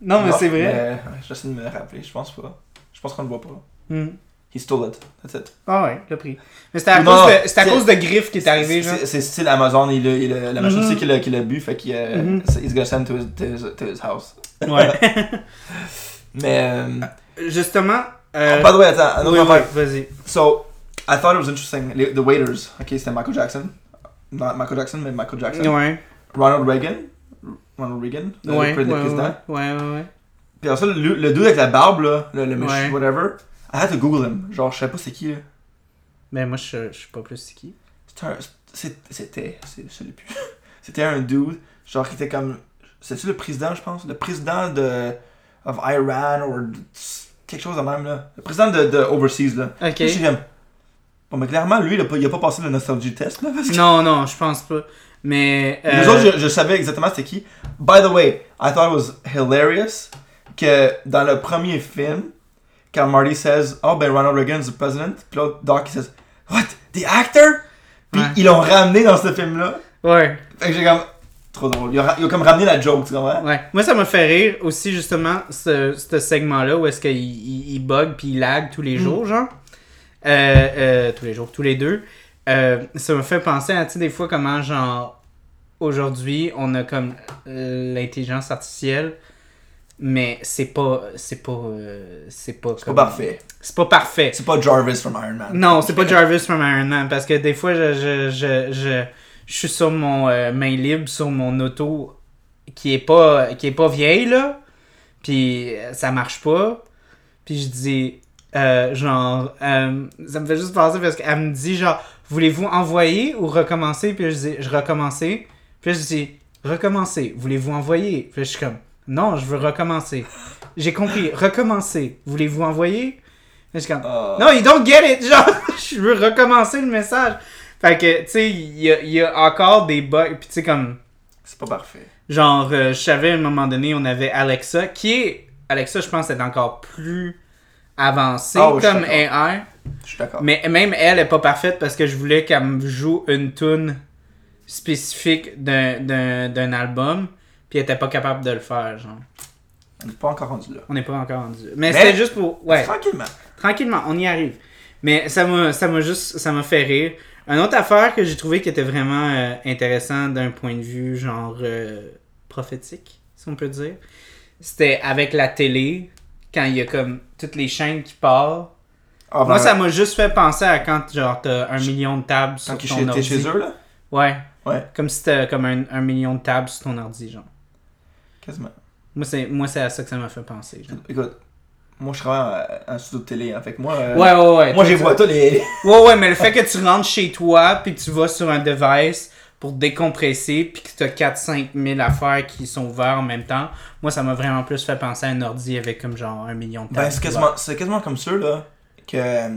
Speaker 1: Non, mais c'est vrai.
Speaker 2: mais, ouais, J'essaie de me le rappeler, je pense pas. Je pense qu'on le voit pas.
Speaker 1: Hmm.
Speaker 2: He stole it. That's it.
Speaker 1: Ah ouais, le prix. Mais c'était à,
Speaker 2: Non,
Speaker 1: cause
Speaker 2: non,
Speaker 1: de, c'était à
Speaker 2: c'est-
Speaker 1: cause de Griff qui est arrivé, genre.
Speaker 2: C'est c'est style Amazon, il a, il a- la machine
Speaker 1: Mhm.
Speaker 2: sait qu'il a, qu'il a bu, fait qu'il a.
Speaker 1: Mhm.
Speaker 2: He's gonna send to his, to his, to his house. [laughs]
Speaker 1: Ouais.
Speaker 2: Mais. euh,
Speaker 1: Justement. Euh...
Speaker 2: oh, by the way, attends, un
Speaker 1: oui,
Speaker 2: autre
Speaker 1: oui,
Speaker 2: affaire.
Speaker 1: vas-y.
Speaker 2: So, I thought it was interesting. Les- the Waiters, ok, c'était Michael Jackson. Not Michael Jackson, mais Michael Jackson.
Speaker 1: Ouais.
Speaker 2: Ronald Reagan. Ronald Reagan, le,
Speaker 1: Ouais, ouais,
Speaker 2: le
Speaker 1: ouais,
Speaker 2: président.
Speaker 1: ouais, ouais, ouais.
Speaker 2: Puis après ça, le, le dude avec la barbe, là, le, le monsieur,
Speaker 1: Ouais.
Speaker 2: whatever. I had to Google him. Genre, je sais pas c'est qui, là.
Speaker 1: Mais Ben, moi, je, je suis pas plus c'est qui.
Speaker 2: C'était un- c'est- C'était. c'est- Je l'ai plus. [laughs] C'était un dude, genre qui était comme. C'est-tu le président, je pense Le président de. of Iran, ou quelque chose de même, là. Le président de, de Overseas, là.
Speaker 1: Ok.
Speaker 2: Puis, j'étais comme, Bon, mais clairement, lui, il a pas, il a pas passé le nostalgie test, là. Parce
Speaker 1: [laughs]
Speaker 2: que...
Speaker 1: Non, non, je pense pas. Mais.
Speaker 2: Les
Speaker 1: euh,
Speaker 2: autres, je, je savais exactement c'était qui. By the way, I thought it was hilarious que dans le premier film, quand Marty says, Oh, ben Ronald Reagan is the president, puis l'autre, Doc, il says, What? The actor? Puis
Speaker 1: Ouais.
Speaker 2: ils l'ont ramené dans ce film-là.
Speaker 1: Ouais,
Speaker 2: Fait que j'ai comme. Trop drôle. Ils ont, ra- ils ont comme ramené la joke, tu comprends?
Speaker 1: ouais. Moi, ça m'a fait rire aussi, justement, ce, ce segment-là où est-ce qu'il il, il bug puis il lag tous les
Speaker 2: Mm.
Speaker 1: jours, genre. Euh, euh, tous les jours, tous les deux. Euh, ça me fait penser à, tu sais, des fois, comment, genre, aujourd'hui, on a comme euh, l'intelligence artificielle, mais c'est pas. C'est pas. euh, c'est pas.
Speaker 2: C'est
Speaker 1: comme-
Speaker 2: pas parfait.
Speaker 1: C'est pas parfait.
Speaker 2: C'est pas Jarvis from Iron Man.
Speaker 1: Non, c'est pas Jarvis from Iron Man, parce que des fois, je, je, je, je, je suis sur mon euh, main libre, sur mon auto qui est pas, qui est pas vieille, là, puis euh, ça marche pas, puis je dis, euh, genre, euh, ça me fait juste penser parce qu'elle me dit, genre, voulez-vous envoyer ou recommencer, puis je dis, je recommencer, puis je dis, recommencer, voulez-vous envoyer, puis je suis comme, non, je veux recommencer. J'ai compris, recommencer, voulez-vous envoyer? Puis Je suis comme,
Speaker 2: Ah.
Speaker 1: non, you don't get it! Genre, [laughs] je veux recommencer le message. Fait que, tu sais, il y, a- il y a encore des bugs. Puis, tu sais, comme,
Speaker 2: C'est pas parfait.
Speaker 1: genre, euh, je savais à un moment donné, on avait Alexa, qui est. Alexa, je pense, est encore plus avancée
Speaker 2: Ah oui, je suis
Speaker 1: comme
Speaker 2: d'accord.
Speaker 1: AI.
Speaker 2: Je suis d'accord.
Speaker 1: Mais même elle est pas parfaite parce que je voulais qu'elle me joue une tune spécifique d'un- d'un d'un album. Puis elle était pas capable de le faire, genre.
Speaker 2: On n'est pas encore rendu là.
Speaker 1: On n'est pas encore rendu. Mais,
Speaker 2: Mais-
Speaker 1: c'était juste pour. Ouais.
Speaker 2: Tranquillement.
Speaker 1: Tranquillement, on y arrive. Mais ça m'a, ça m'a juste, ça m'a fait rire. Une autre affaire que j'ai trouvé qui était vraiment euh, intéressant d'un point de vue genre euh, prophétique, si on peut dire, c'était avec la télé, quand il y a comme toutes les chaînes qui partent.
Speaker 2: Ah,
Speaker 1: Moi,
Speaker 2: ben,
Speaker 1: ça m'a juste fait penser à quand genre t'as un million de tables
Speaker 2: Quand
Speaker 1: sur
Speaker 2: ils
Speaker 1: ton
Speaker 2: étaient
Speaker 1: ordi.
Speaker 2: chez eux, là?
Speaker 1: Ouais.
Speaker 2: Ouais.
Speaker 1: Comme si t'as comme un, un million de tables sur ton ordi, genre.
Speaker 2: Quasiment.
Speaker 1: Moi, c'est, moi, c'est à ça que ça m'a fait penser. genre.
Speaker 2: Écoute, moi, je travaille à un studio de télé, hein. Fait que moi. euh,
Speaker 1: Ouais, ouais, ouais.
Speaker 2: Moi,
Speaker 1: Toi,
Speaker 2: j'ai
Speaker 1: tu-
Speaker 2: vois tous les.
Speaker 1: Ouais, ouais, mais le fait que tu rentres chez toi, puis que tu vas sur un device pour décompresser, puis que tu as 4-5 000 affaires qui sont ouvertes en même temps, moi, ça m'a vraiment plus fait penser à un ordi avec comme genre un million de
Speaker 2: Ben,
Speaker 1: tables
Speaker 2: c'est
Speaker 1: ouvertes.
Speaker 2: quasiment, c'est quasiment comme ça, là, que euh,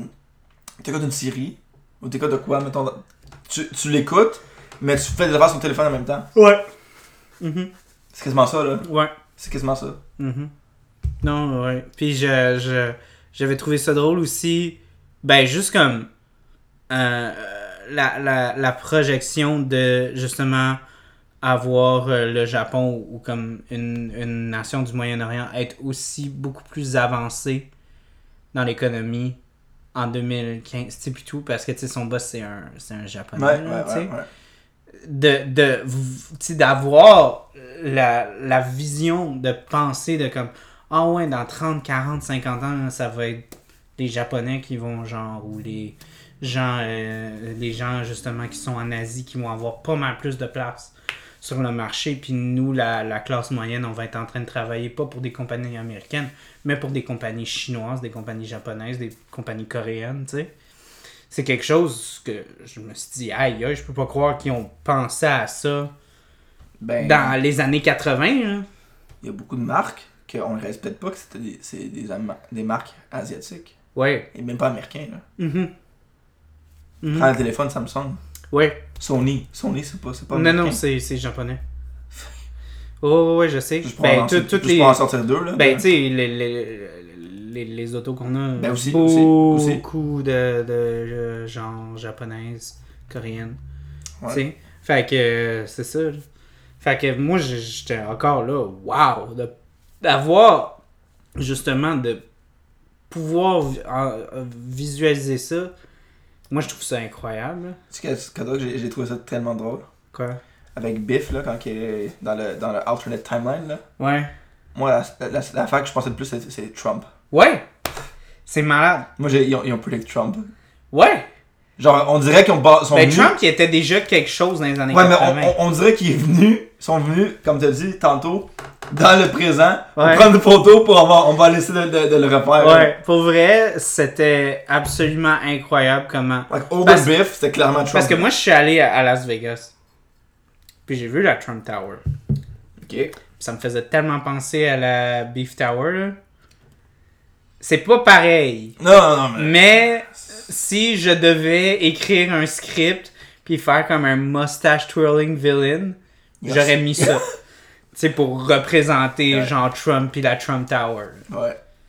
Speaker 2: t'écoutes une série, ou t'écoutes de quoi, mettons, dans- tu, tu l'écoutes, mais tu fais des affaires sur ton téléphone en même temps.
Speaker 1: Ouais. Mhm.
Speaker 2: C'est quasiment ça, là.
Speaker 1: Ouais.
Speaker 2: C'est quasiment ça.
Speaker 1: Mhm. Non, ouais. Puis je, je- j'avais trouvé ça drôle aussi. Ben, juste comme euh, la, la, la projection de justement avoir euh, le Japon ou, ou comme une, une nation du Moyen-Orient être aussi beaucoup plus avancée dans l'économie en 2015, tu sais, puis tout, parce que, tu sais, son boss, c'est un, c'est un japonais,
Speaker 2: Ouais, ouais,
Speaker 1: là, tu sais
Speaker 2: ouais, ouais.
Speaker 1: de, de v- tu sais, d'avoir la, la vision de penser de comme ah ouais dans 30 40 50 ans ça va être les japonais qui vont genre ou les gens euh, les gens justement qui sont en Asie qui vont avoir pas mal plus de place sur le marché puis nous la, la classe moyenne on va être en train de travailler pas pour des compagnies américaines mais pour des compagnies chinoises des compagnies japonaises des compagnies coréennes tu sais c'est quelque chose que je me suis dit, aïe, aïe, je peux pas croire qu'ils ont pensé à ça
Speaker 2: Ben,
Speaker 1: dans les années 80. là.
Speaker 2: il y a beaucoup de marques qu'on ne réalise peut-être pas que c'était des, c'est des, Ama- des marques asiatiques,
Speaker 1: Ouais.
Speaker 2: et même pas américaines, là.
Speaker 1: Mhm. Mhm.
Speaker 2: Prends le téléphone Samsung,
Speaker 1: Ouais.
Speaker 2: Sony, Sony, c'est pas, c'est pas
Speaker 1: Non, non,
Speaker 2: américain.
Speaker 1: c'est c'est japonais. [laughs] Oh, ouais, je sais.
Speaker 2: Juste pour,
Speaker 1: Ben,
Speaker 2: en,
Speaker 1: tout-
Speaker 2: sortir-
Speaker 1: toutes
Speaker 2: juste
Speaker 1: les.
Speaker 2: pour en sortir deux, là.
Speaker 1: Ben,
Speaker 2: de-
Speaker 1: tu sais, les, les, les, les autos qu'on a,
Speaker 2: Ben, aussi, aussi, aussi.
Speaker 1: beaucoup de, de euh, genre japonaises, coréennes.
Speaker 2: Ouais.
Speaker 1: Tu sais? Fait que euh, c'est ça. là. Fait que moi, j- j'étais encore là, waouh! de- D'avoir justement de pouvoir vi- en- euh, visualiser ça, moi je trouve ça incroyable. là.
Speaker 2: Tu sais que- que j'ai j'ai trouvé ça tellement drôle.
Speaker 1: Quoi?
Speaker 2: Avec Biff, là, quand il est dans le, dans le alternate timeline, là.
Speaker 1: Ouais.
Speaker 2: Moi, la, la, l'affaire que je pensais le plus, c'est, c'est Trump.
Speaker 1: Ouais! C'est malade.
Speaker 2: Moi, j'ai, ils, ont, ils ont predict Trump.
Speaker 1: Ouais!
Speaker 2: Genre, on dirait qu'ils ont bas- sont
Speaker 1: Ben,
Speaker 2: venus-
Speaker 1: Trump, il était déjà quelque chose dans les années
Speaker 2: Ouais, mais
Speaker 1: 80.
Speaker 2: on, on, on dirait qu'ils est venu, sont venus, comme tu as dit tantôt, dans le présent, pour
Speaker 1: Ouais.
Speaker 2: prendre une photo pour avoir, on va laisser de, de- de le refaire.
Speaker 1: Ouais, pour vrai, c'était absolument incroyable comment.
Speaker 2: Like, over
Speaker 1: Parce-
Speaker 2: Biff, c'était clairement Trump.
Speaker 1: Parce que moi, je suis allé à à Las Vegas. Puis j'ai vu la Trump Tower.
Speaker 2: Ok.
Speaker 1: Ça me faisait tellement penser à la Beef Tower. là. C'est pas pareil.
Speaker 2: Non, non, non, mais.
Speaker 1: Mais si je devais écrire un script puis faire comme un mustache twirling villain,
Speaker 2: Yes.
Speaker 1: j'aurais mis ça. tu sais, pour représenter
Speaker 2: Ouais.
Speaker 1: genre Trump puis la Trump Tower.
Speaker 2: Ouais,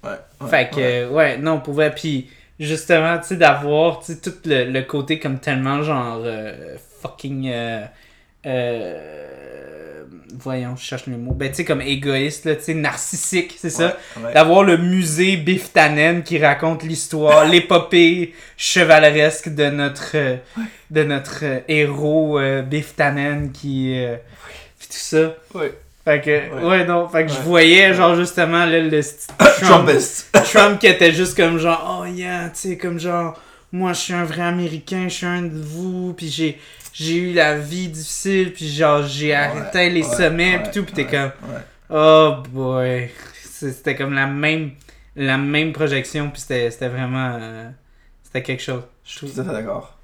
Speaker 2: ouais. ouais,
Speaker 1: Fait que,
Speaker 2: ouais.
Speaker 1: euh, ouais, non, on pouvait. Puis justement, tu sais, d'avoir tu sais, tout le, le côté comme tellement genre euh, fucking. euh, euh, voyons, je cherche le mot. Ben, tu sais, comme égoïste, là, tu sais, narcissique, c'est ça?
Speaker 2: Ouais, ouais.
Speaker 1: D'avoir le musée Biff Tannen qui raconte
Speaker 2: [laughs]
Speaker 1: l'histoire, l'épopée chevaleresque de notre, euh, de notre euh, héros euh, Biff Tannen qui. euh, puis tout ça.
Speaker 2: Ouais.
Speaker 1: Fait que, ouais,
Speaker 2: Ouais.
Speaker 1: non, fait que je
Speaker 2: Ouais.
Speaker 1: voyais, genre, justement, là, le
Speaker 2: [laughs]
Speaker 1: sti- Trump,
Speaker 2: Trumpist. [laughs]
Speaker 1: Trump qui était juste comme genre, oh yeah, tu sais, comme genre, moi je suis un vrai Américain, je suis un de vous, puis j'ai, j'ai eu la vie difficile, puis genre, j'ai arrêté
Speaker 2: Ouais,
Speaker 1: les
Speaker 2: ouais,
Speaker 1: sommets,
Speaker 2: ouais,
Speaker 1: puis tout, puis t'es
Speaker 2: ouais,
Speaker 1: comme,
Speaker 2: ouais.
Speaker 1: oh boy. C'est- C'était comme la même, la même projection, puis c'était, c'était vraiment, euh, c'était quelque chose.
Speaker 2: Je suis tout à fait d'accord.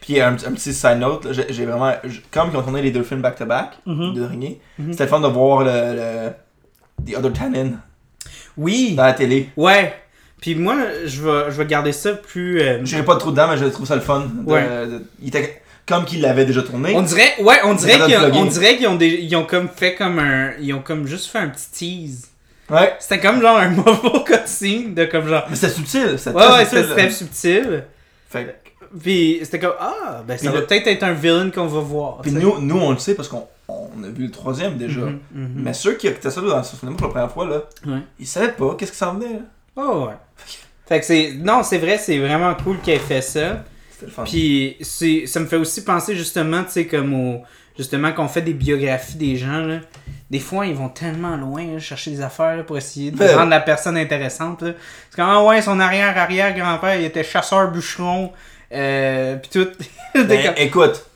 Speaker 2: Puis un, un petit side note, là, j'ai j'ai vraiment. j- Comme ils ont tourné les deux films back-to-back,
Speaker 1: Mhm.
Speaker 2: les deux derniers,
Speaker 1: Mhm.
Speaker 2: c'était le fun de voir le, le- The Other Tannen
Speaker 1: Oui!
Speaker 2: dans la télé.
Speaker 1: Ouais! Puis moi, je vais, je vais garder ça plus... euh,
Speaker 2: Je n'irai pas trop dedans, mais je trouve ça le fun. de-
Speaker 1: Ouais.
Speaker 2: de- il était comme qu'il l'avait déjà tourné.
Speaker 1: On dirait, ouais, on dirait
Speaker 2: Ils
Speaker 1: qu'ils ont,
Speaker 2: ont
Speaker 1: on
Speaker 2: vlogué.
Speaker 1: dirait qu'ils ont, des- ils ont comme fait comme un, ils ont comme juste fait un petit tease.
Speaker 2: Ouais.
Speaker 1: C'était comme genre un [laughs] mauvais cutscene de comme genre,
Speaker 2: Mais c'était subtil. C'était
Speaker 1: ouais
Speaker 2: très
Speaker 1: ouais, c'était c'était
Speaker 2: subtil.
Speaker 1: subtil.
Speaker 2: Fait que-
Speaker 1: Puis c'était comme ah, ben ça
Speaker 2: Puis
Speaker 1: va
Speaker 2: le-
Speaker 1: peut-être être un villain qu'on va voir.
Speaker 2: Puis
Speaker 1: tu sais.
Speaker 2: nous, nous, on le sait parce qu'on on a vu le troisième déjà.
Speaker 1: Mhm, mhm.
Speaker 2: Mais ceux qui écoutaient ça dans ce cinéma pour la première fois, là,
Speaker 1: Ouais.
Speaker 2: ils savaient pas qu'est-ce qui s'en venait. là.
Speaker 1: Oh ouais. Fait que c'est, non c'est vrai, c'est vraiment cool qu'elle ait fait ça.
Speaker 2: C'était le fun.
Speaker 1: Puis c'est, ça me fait aussi penser justement, tu sais, comme au. Justement, qu'on fait des biographies des gens, là. Des fois, ils vont tellement loin, là, chercher des affaires là, pour essayer de
Speaker 2: Ben.
Speaker 1: rendre la personne intéressante, là. C'est comme, ah ouais, son arrière-arrière-grand-père, il était chasseur-bûcheron, euh, pis tout. [laughs] T'es
Speaker 2: Ben,
Speaker 1: comme-
Speaker 2: écoute,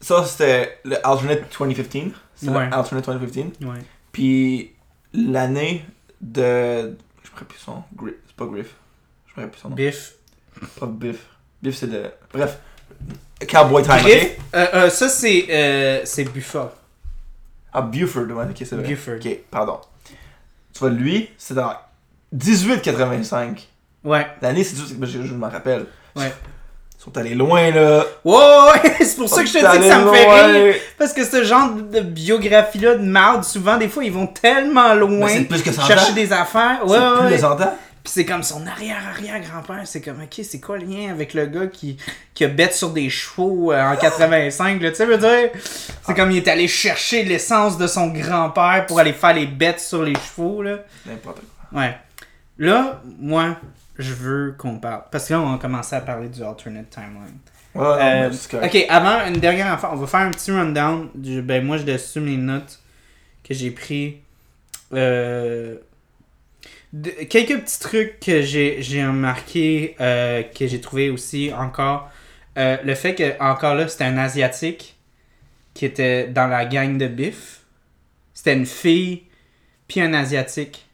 Speaker 2: ça c'était le Alternate 2015. C'est
Speaker 1: Ouais.
Speaker 2: le Alternate 2015.
Speaker 1: Ouais.
Speaker 2: Puis l'année de. Je ne plus son. Gri- C'est pas Griff. Je ne plus son nom.
Speaker 1: Biff.
Speaker 2: Pas Biff. Biff c'est le. Bref. Cowboy Time.
Speaker 1: Griff,
Speaker 2: ok?
Speaker 1: euh, euh, ça, c'est, euh, c'est Buffa.
Speaker 2: Ah, Buford. ouais, Ok, c'est vrai.
Speaker 1: Buford.
Speaker 2: Ok, pardon. Tu vois, lui, c'est dans 1885.
Speaker 1: Ouais.
Speaker 2: L'année, c'est juste. Je, je m'en rappelle.
Speaker 1: Ouais.
Speaker 2: Ils sont allés loin, là.
Speaker 1: Wow! [laughs] c'est pour ça que je te dis que ça me fait rire.
Speaker 2: rire.
Speaker 1: Parce que ce genre de de biographie-là de marde, souvent, des fois, ils vont tellement
Speaker 2: Mais
Speaker 1: loin.
Speaker 2: c'est plus que 100 ans.
Speaker 1: chercher des affaires. Ouais,
Speaker 2: c'est
Speaker 1: ouais.
Speaker 2: plus
Speaker 1: ouais.
Speaker 2: de 100 ans.
Speaker 1: Puis c'est comme son arrière-arrière-grand-père. C'est comme, ok, c'est quoi le lien avec le gars qui, qui a bête sur des chevaux euh, en 85, là, tu sais, je veux dire? C'est comme il est allé chercher l'essence de son grand-père pour aller faire les bêtes sur les chevaux, là.
Speaker 2: N'importe quoi.
Speaker 1: Ouais. Là, moi, je veux qu'on parle. Parce que là, on a commencé à parler du alternate timeline.
Speaker 2: Ouais, non,
Speaker 1: Euh,
Speaker 2: mais c'est correct.
Speaker 1: ok, avant, une dernière affaire. On va faire un petit rundown. du- ben, moi, je laisse sur mes notes que j'ai pris. Euh, de- quelques petits trucs que j'ai j'ai remarqué, euh, que j'ai trouvé aussi encore. Euh, le fait que, encore là, c'était un Asiatique qui était dans la gang de Biff. C'était une fille, puis un Asiatique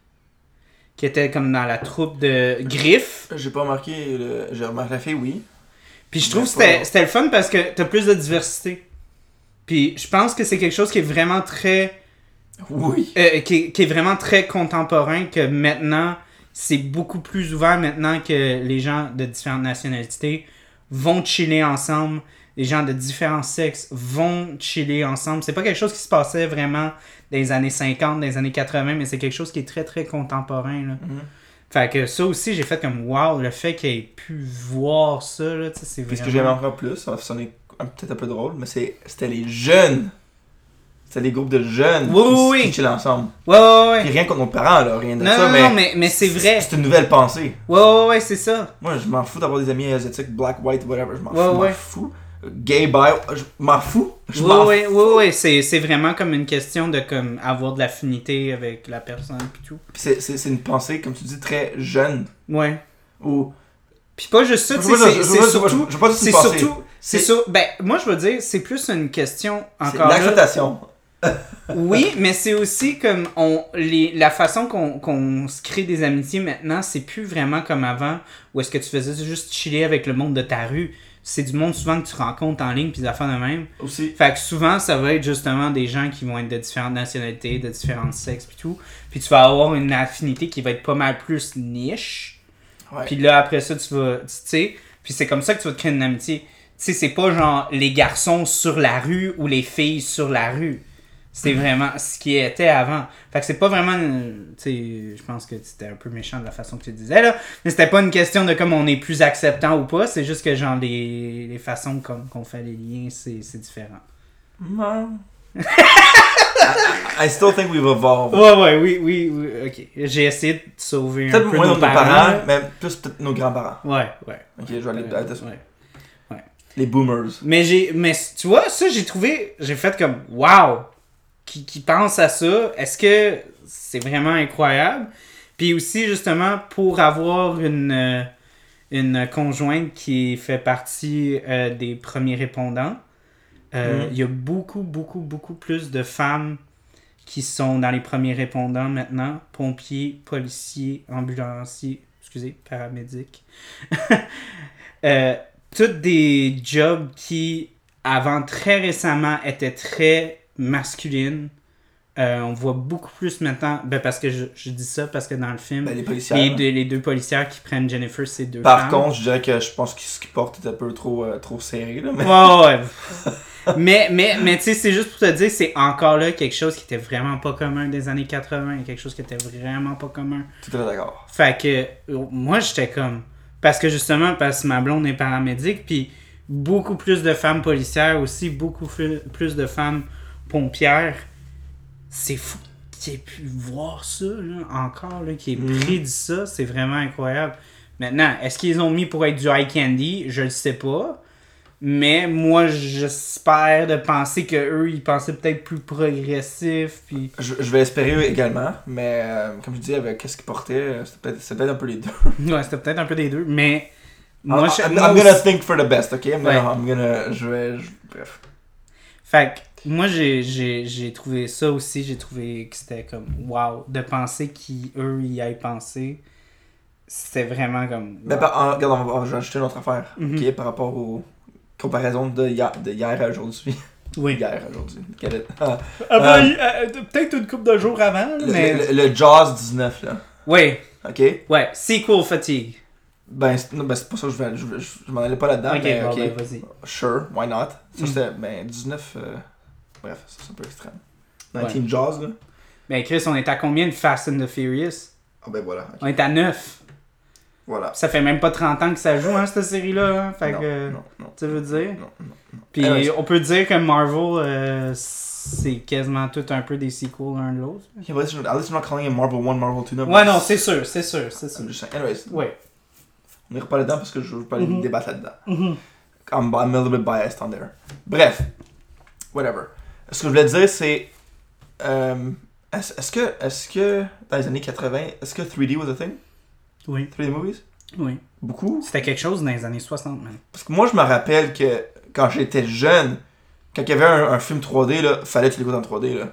Speaker 1: qui était comme dans la troupe de Griff.
Speaker 2: J'ai pas remarqué. Le... J'ai remarqué la fille, oui.
Speaker 1: Puis je trouve que
Speaker 2: Mais pas
Speaker 1: c'était-
Speaker 2: long.
Speaker 1: c'était le fun parce que t'as plus de diversité. Puis je pense que c'est quelque chose qui est vraiment très
Speaker 2: Oui.
Speaker 1: euh, qui, est- qui est vraiment très contemporain que maintenant c'est beaucoup plus ouvert maintenant que les gens de différentes nationalités vont chiller ensemble, les gens de différents sexes vont chiller ensemble. C'est pas quelque chose qui se passait vraiment dans les années 50, dans les années 80, mais c'est quelque chose qui est très très contemporain là.
Speaker 2: Mhm.
Speaker 1: Fait que ça aussi j'ai fait comme wow, le fait qu'ils aient pu voir ça là, tu sais, c'est
Speaker 2: Puis ce
Speaker 1: vraiment
Speaker 2: que j'aime encore plus, ça va sonner un- peut-être un peu drôle, mais c'est c'était les jeunes. C'était les groupes de jeunes
Speaker 1: Oui,
Speaker 2: qui
Speaker 1: oui,
Speaker 2: se
Speaker 1: oui.
Speaker 2: pitchaient ensemble.
Speaker 1: Ouais, ouais, ouais.
Speaker 2: Puis rien contre nos parents, là, rien de
Speaker 1: Non,
Speaker 2: ça,
Speaker 1: non,
Speaker 2: mais,
Speaker 1: non, mais, mais c'est vrai.
Speaker 2: c'est une nouvelle pensée.
Speaker 1: Ouais, ouais, ouais, c'est ça.
Speaker 2: Moi, je m'en fous d'avoir des amis asiatiques, black, white, whatever. Je m'en
Speaker 1: Ouais,
Speaker 2: fous, je m'en
Speaker 1: ouais.
Speaker 2: fous. Gay, bi, je m'en fous. Je
Speaker 1: Ouais,
Speaker 2: m'en fous.
Speaker 1: ouais, ouais, ouais, c'est c'est vraiment comme une question de comme avoir de l'affinité avec la personne pis tout.
Speaker 2: Puis c'est- c'est c'est une pensée, comme tu dis, très jeune.
Speaker 1: Ouais.
Speaker 2: Ou.
Speaker 1: Puis pas juste ça,
Speaker 2: Je
Speaker 1: tu sais,
Speaker 2: veux pas dire-
Speaker 1: c'est
Speaker 2: je
Speaker 1: c'est
Speaker 2: veux pas-
Speaker 1: surtout
Speaker 2: je veux pas dire
Speaker 1: c'est
Speaker 2: une pensée.
Speaker 1: surtout c'est
Speaker 2: C'est-
Speaker 1: sur ben moi je veux dire c'est plus une question
Speaker 2: C'est
Speaker 1: encore là.
Speaker 2: l'acceptation.
Speaker 1: Oui, mais c'est aussi comme on les la façon qu'on qu'on se crée des amitiés maintenant, c'est plus vraiment comme avant où est-ce que tu faisais juste chiller avec le monde de ta rue. C'est du monde souvent que tu rencontres en ligne puis des affaires de même.
Speaker 2: Aussi.
Speaker 1: Fait que souvent, ça va être justement des gens qui vont être de différentes nationalités, de différents sexes, puis tout. Puis tu vas avoir une affinité qui va être pas mal plus niche.
Speaker 2: Ouais.
Speaker 1: [laughs] Puis là, après ça, tu vas. Tu sais, puis c'est comme ça que tu vas te créer une amitié. Tu sais, c'est pas genre les garçons sur la rue ou les filles sur la rue. C'est vraiment ce qui était avant. Fait que c'est pas vraiment. une- Tu sais, je pense que c'était un peu méchant de la façon que tu le disais, là. Mais c'était pas une question de comme on est plus acceptant ou pas. C'est juste que, genre, les, les façons comme qu'on fait les liens, c'est c'est différent.
Speaker 2: Non. I, I still think we've evolved.
Speaker 1: Ouais, ouais, oui, oui, oui. Ok. J'ai essayé de sauver un
Speaker 2: Peut-être
Speaker 1: peu
Speaker 2: moins
Speaker 1: nos,
Speaker 2: nos
Speaker 1: parents.
Speaker 2: parents, mais plus peut-être nos grands-parents.
Speaker 1: Ouais, ouais.
Speaker 2: Ok, je vais aller
Speaker 1: ouais, Mm.
Speaker 2: peut-être à ça.
Speaker 1: ouais.
Speaker 2: Les boomers.
Speaker 1: Mais j'ai, mais tu vois, ça j'ai trouvé, j'ai fait comme wow, qui, qui pense à ça, est-ce que c'est vraiment incroyable? Puis aussi justement pour avoir une euh, une conjointe qui fait partie euh, des premiers répondants, euh,
Speaker 2: Mm.
Speaker 1: il y a beaucoup beaucoup beaucoup plus de femmes qui sont dans les premiers répondants maintenant, pompiers, policiers, ambulanciers, excusez, paramédics. [laughs] Euh, toutes des jobs qui, avant très récemment, étaient très masculines. Euh, on voit beaucoup plus maintenant, ben parce que je, je dis ça parce que dans le film,
Speaker 2: Ben, les policières.
Speaker 1: les, deux, les deux policières qui prennent Jennifer, c'est deux
Speaker 2: Par
Speaker 1: femmes.
Speaker 2: contre, je dirais que je pense que ce qu'ils portent est un peu trop, euh, trop serré. Là, mais...
Speaker 1: Ouais, ouais, ouais. mais mais, mais tu sais, c'est juste pour te dire, c'est encore là quelque chose qui était vraiment pas commun des années 80, quelque chose qui était vraiment pas commun.
Speaker 2: Tout à fait d'accord.
Speaker 1: Fait que euh, moi j'étais comme parce que justement parce que ma blonde est paramédic puis beaucoup plus de femmes policières aussi beaucoup fu- plus de femmes pompières. C'est fou qu'il ait pu voir ça là, encore là qui est
Speaker 2: Mhm.
Speaker 1: pris de ça, c'est vraiment incroyable. Maintenant, est-ce qu'ils ont mis pour être du high candy, je le sais pas. Mais moi j'espère de penser que eux ils pensaient peut-être plus progressif puis
Speaker 2: Je, je vais espérer également, mais euh, comme je dis, avec qu'est-ce qu'ils portaient, euh, c'était peut-être c'était peut-être un peu les deux.
Speaker 1: ouais, c'était peut-être un peu des deux mais
Speaker 2: I'm,
Speaker 1: je-
Speaker 2: Ah, I'm-
Speaker 1: moi
Speaker 2: I'm gonna
Speaker 1: aussi-
Speaker 2: think for the best, ok? I'm gonna,
Speaker 1: Ouais.
Speaker 2: I'm gonna- je vais, je- bref.
Speaker 1: Fait que moi, j'ai- j'ai j'ai trouvé ça aussi, j'ai trouvé que c'était comme wow. De penser qu'eux y aient pensé, c'était vraiment comme.
Speaker 2: Mais
Speaker 1: wow.
Speaker 2: par- en- regarde, on va, je vais ajouter une autre affaire,
Speaker 1: Mhm.
Speaker 2: ok? Par rapport aux comparaisons de hier, de hier à aujourd'hui.
Speaker 1: Oui.
Speaker 2: hier à aujourd'hui. Get it? Ah,
Speaker 1: Avant,
Speaker 2: Euh,
Speaker 1: il- euh, de- Peut-être une couple de jours avant, là,
Speaker 2: le,
Speaker 1: mais.
Speaker 2: le- le Jaws 19, là,
Speaker 1: Ouais,
Speaker 2: ok?
Speaker 1: ouais, sequel fatigue.
Speaker 2: Ben, c'est- non, ben, c'est pour ça que je, vais- je, je- je m'en allais pas là-dedans,
Speaker 1: ok,
Speaker 2: mais
Speaker 1: bon,
Speaker 2: ok.
Speaker 1: ben, vas-y.
Speaker 2: Sure, why not? Ça,
Speaker 1: Mm.
Speaker 2: c'était, ben, 19, euh, bref, ça, c'est un peu extrême. 19
Speaker 1: Ouais.
Speaker 2: Jaws, là.
Speaker 1: Ben, Chris, on est à combien de Fast and the Furious
Speaker 2: Ah ben voilà, ok.
Speaker 1: On est à 9.
Speaker 2: voilà.
Speaker 1: Ça fait même pas 30 ans que ça joue, hein, cette série-là. hein. Fait
Speaker 2: non,
Speaker 1: que.
Speaker 2: non, non,
Speaker 1: Tu veux dire
Speaker 2: non, non.
Speaker 1: Puis
Speaker 2: Ah ouais,
Speaker 1: on peut dire que Marvel, euh, c'est quasiment tout un peu des sequels l'un de l'autre.
Speaker 2: Okay, but at least you're- at least you're not calling it Marvel 1, Marvel 2.
Speaker 1: Ouais, non, c'est sûr, c'est sûr, c'est sûr.
Speaker 2: I'm just saying. Anyways,
Speaker 1: Oui.
Speaker 2: on n'ira pas là-dedans parce que je veux pas aller
Speaker 1: Mhm.
Speaker 2: débattre là-dedans.
Speaker 1: Mhm.
Speaker 2: I'm, I'm a little bit biased on there. Bref, whatever. Ce que je voulais dire, c'est. euh, est-ce est-ce que, est que dans les années 80, est-ce que 3D was a thing?
Speaker 1: Oui.
Speaker 2: 3D movies?
Speaker 1: Oui.
Speaker 2: Beaucoup?
Speaker 1: C'était quelque chose dans les années 60, même.
Speaker 2: Parce que moi, je me rappelle que quand j'étais jeune, quand il y avait un, un film 3D, là, fallait que tu l'écoutes en 3D. Là.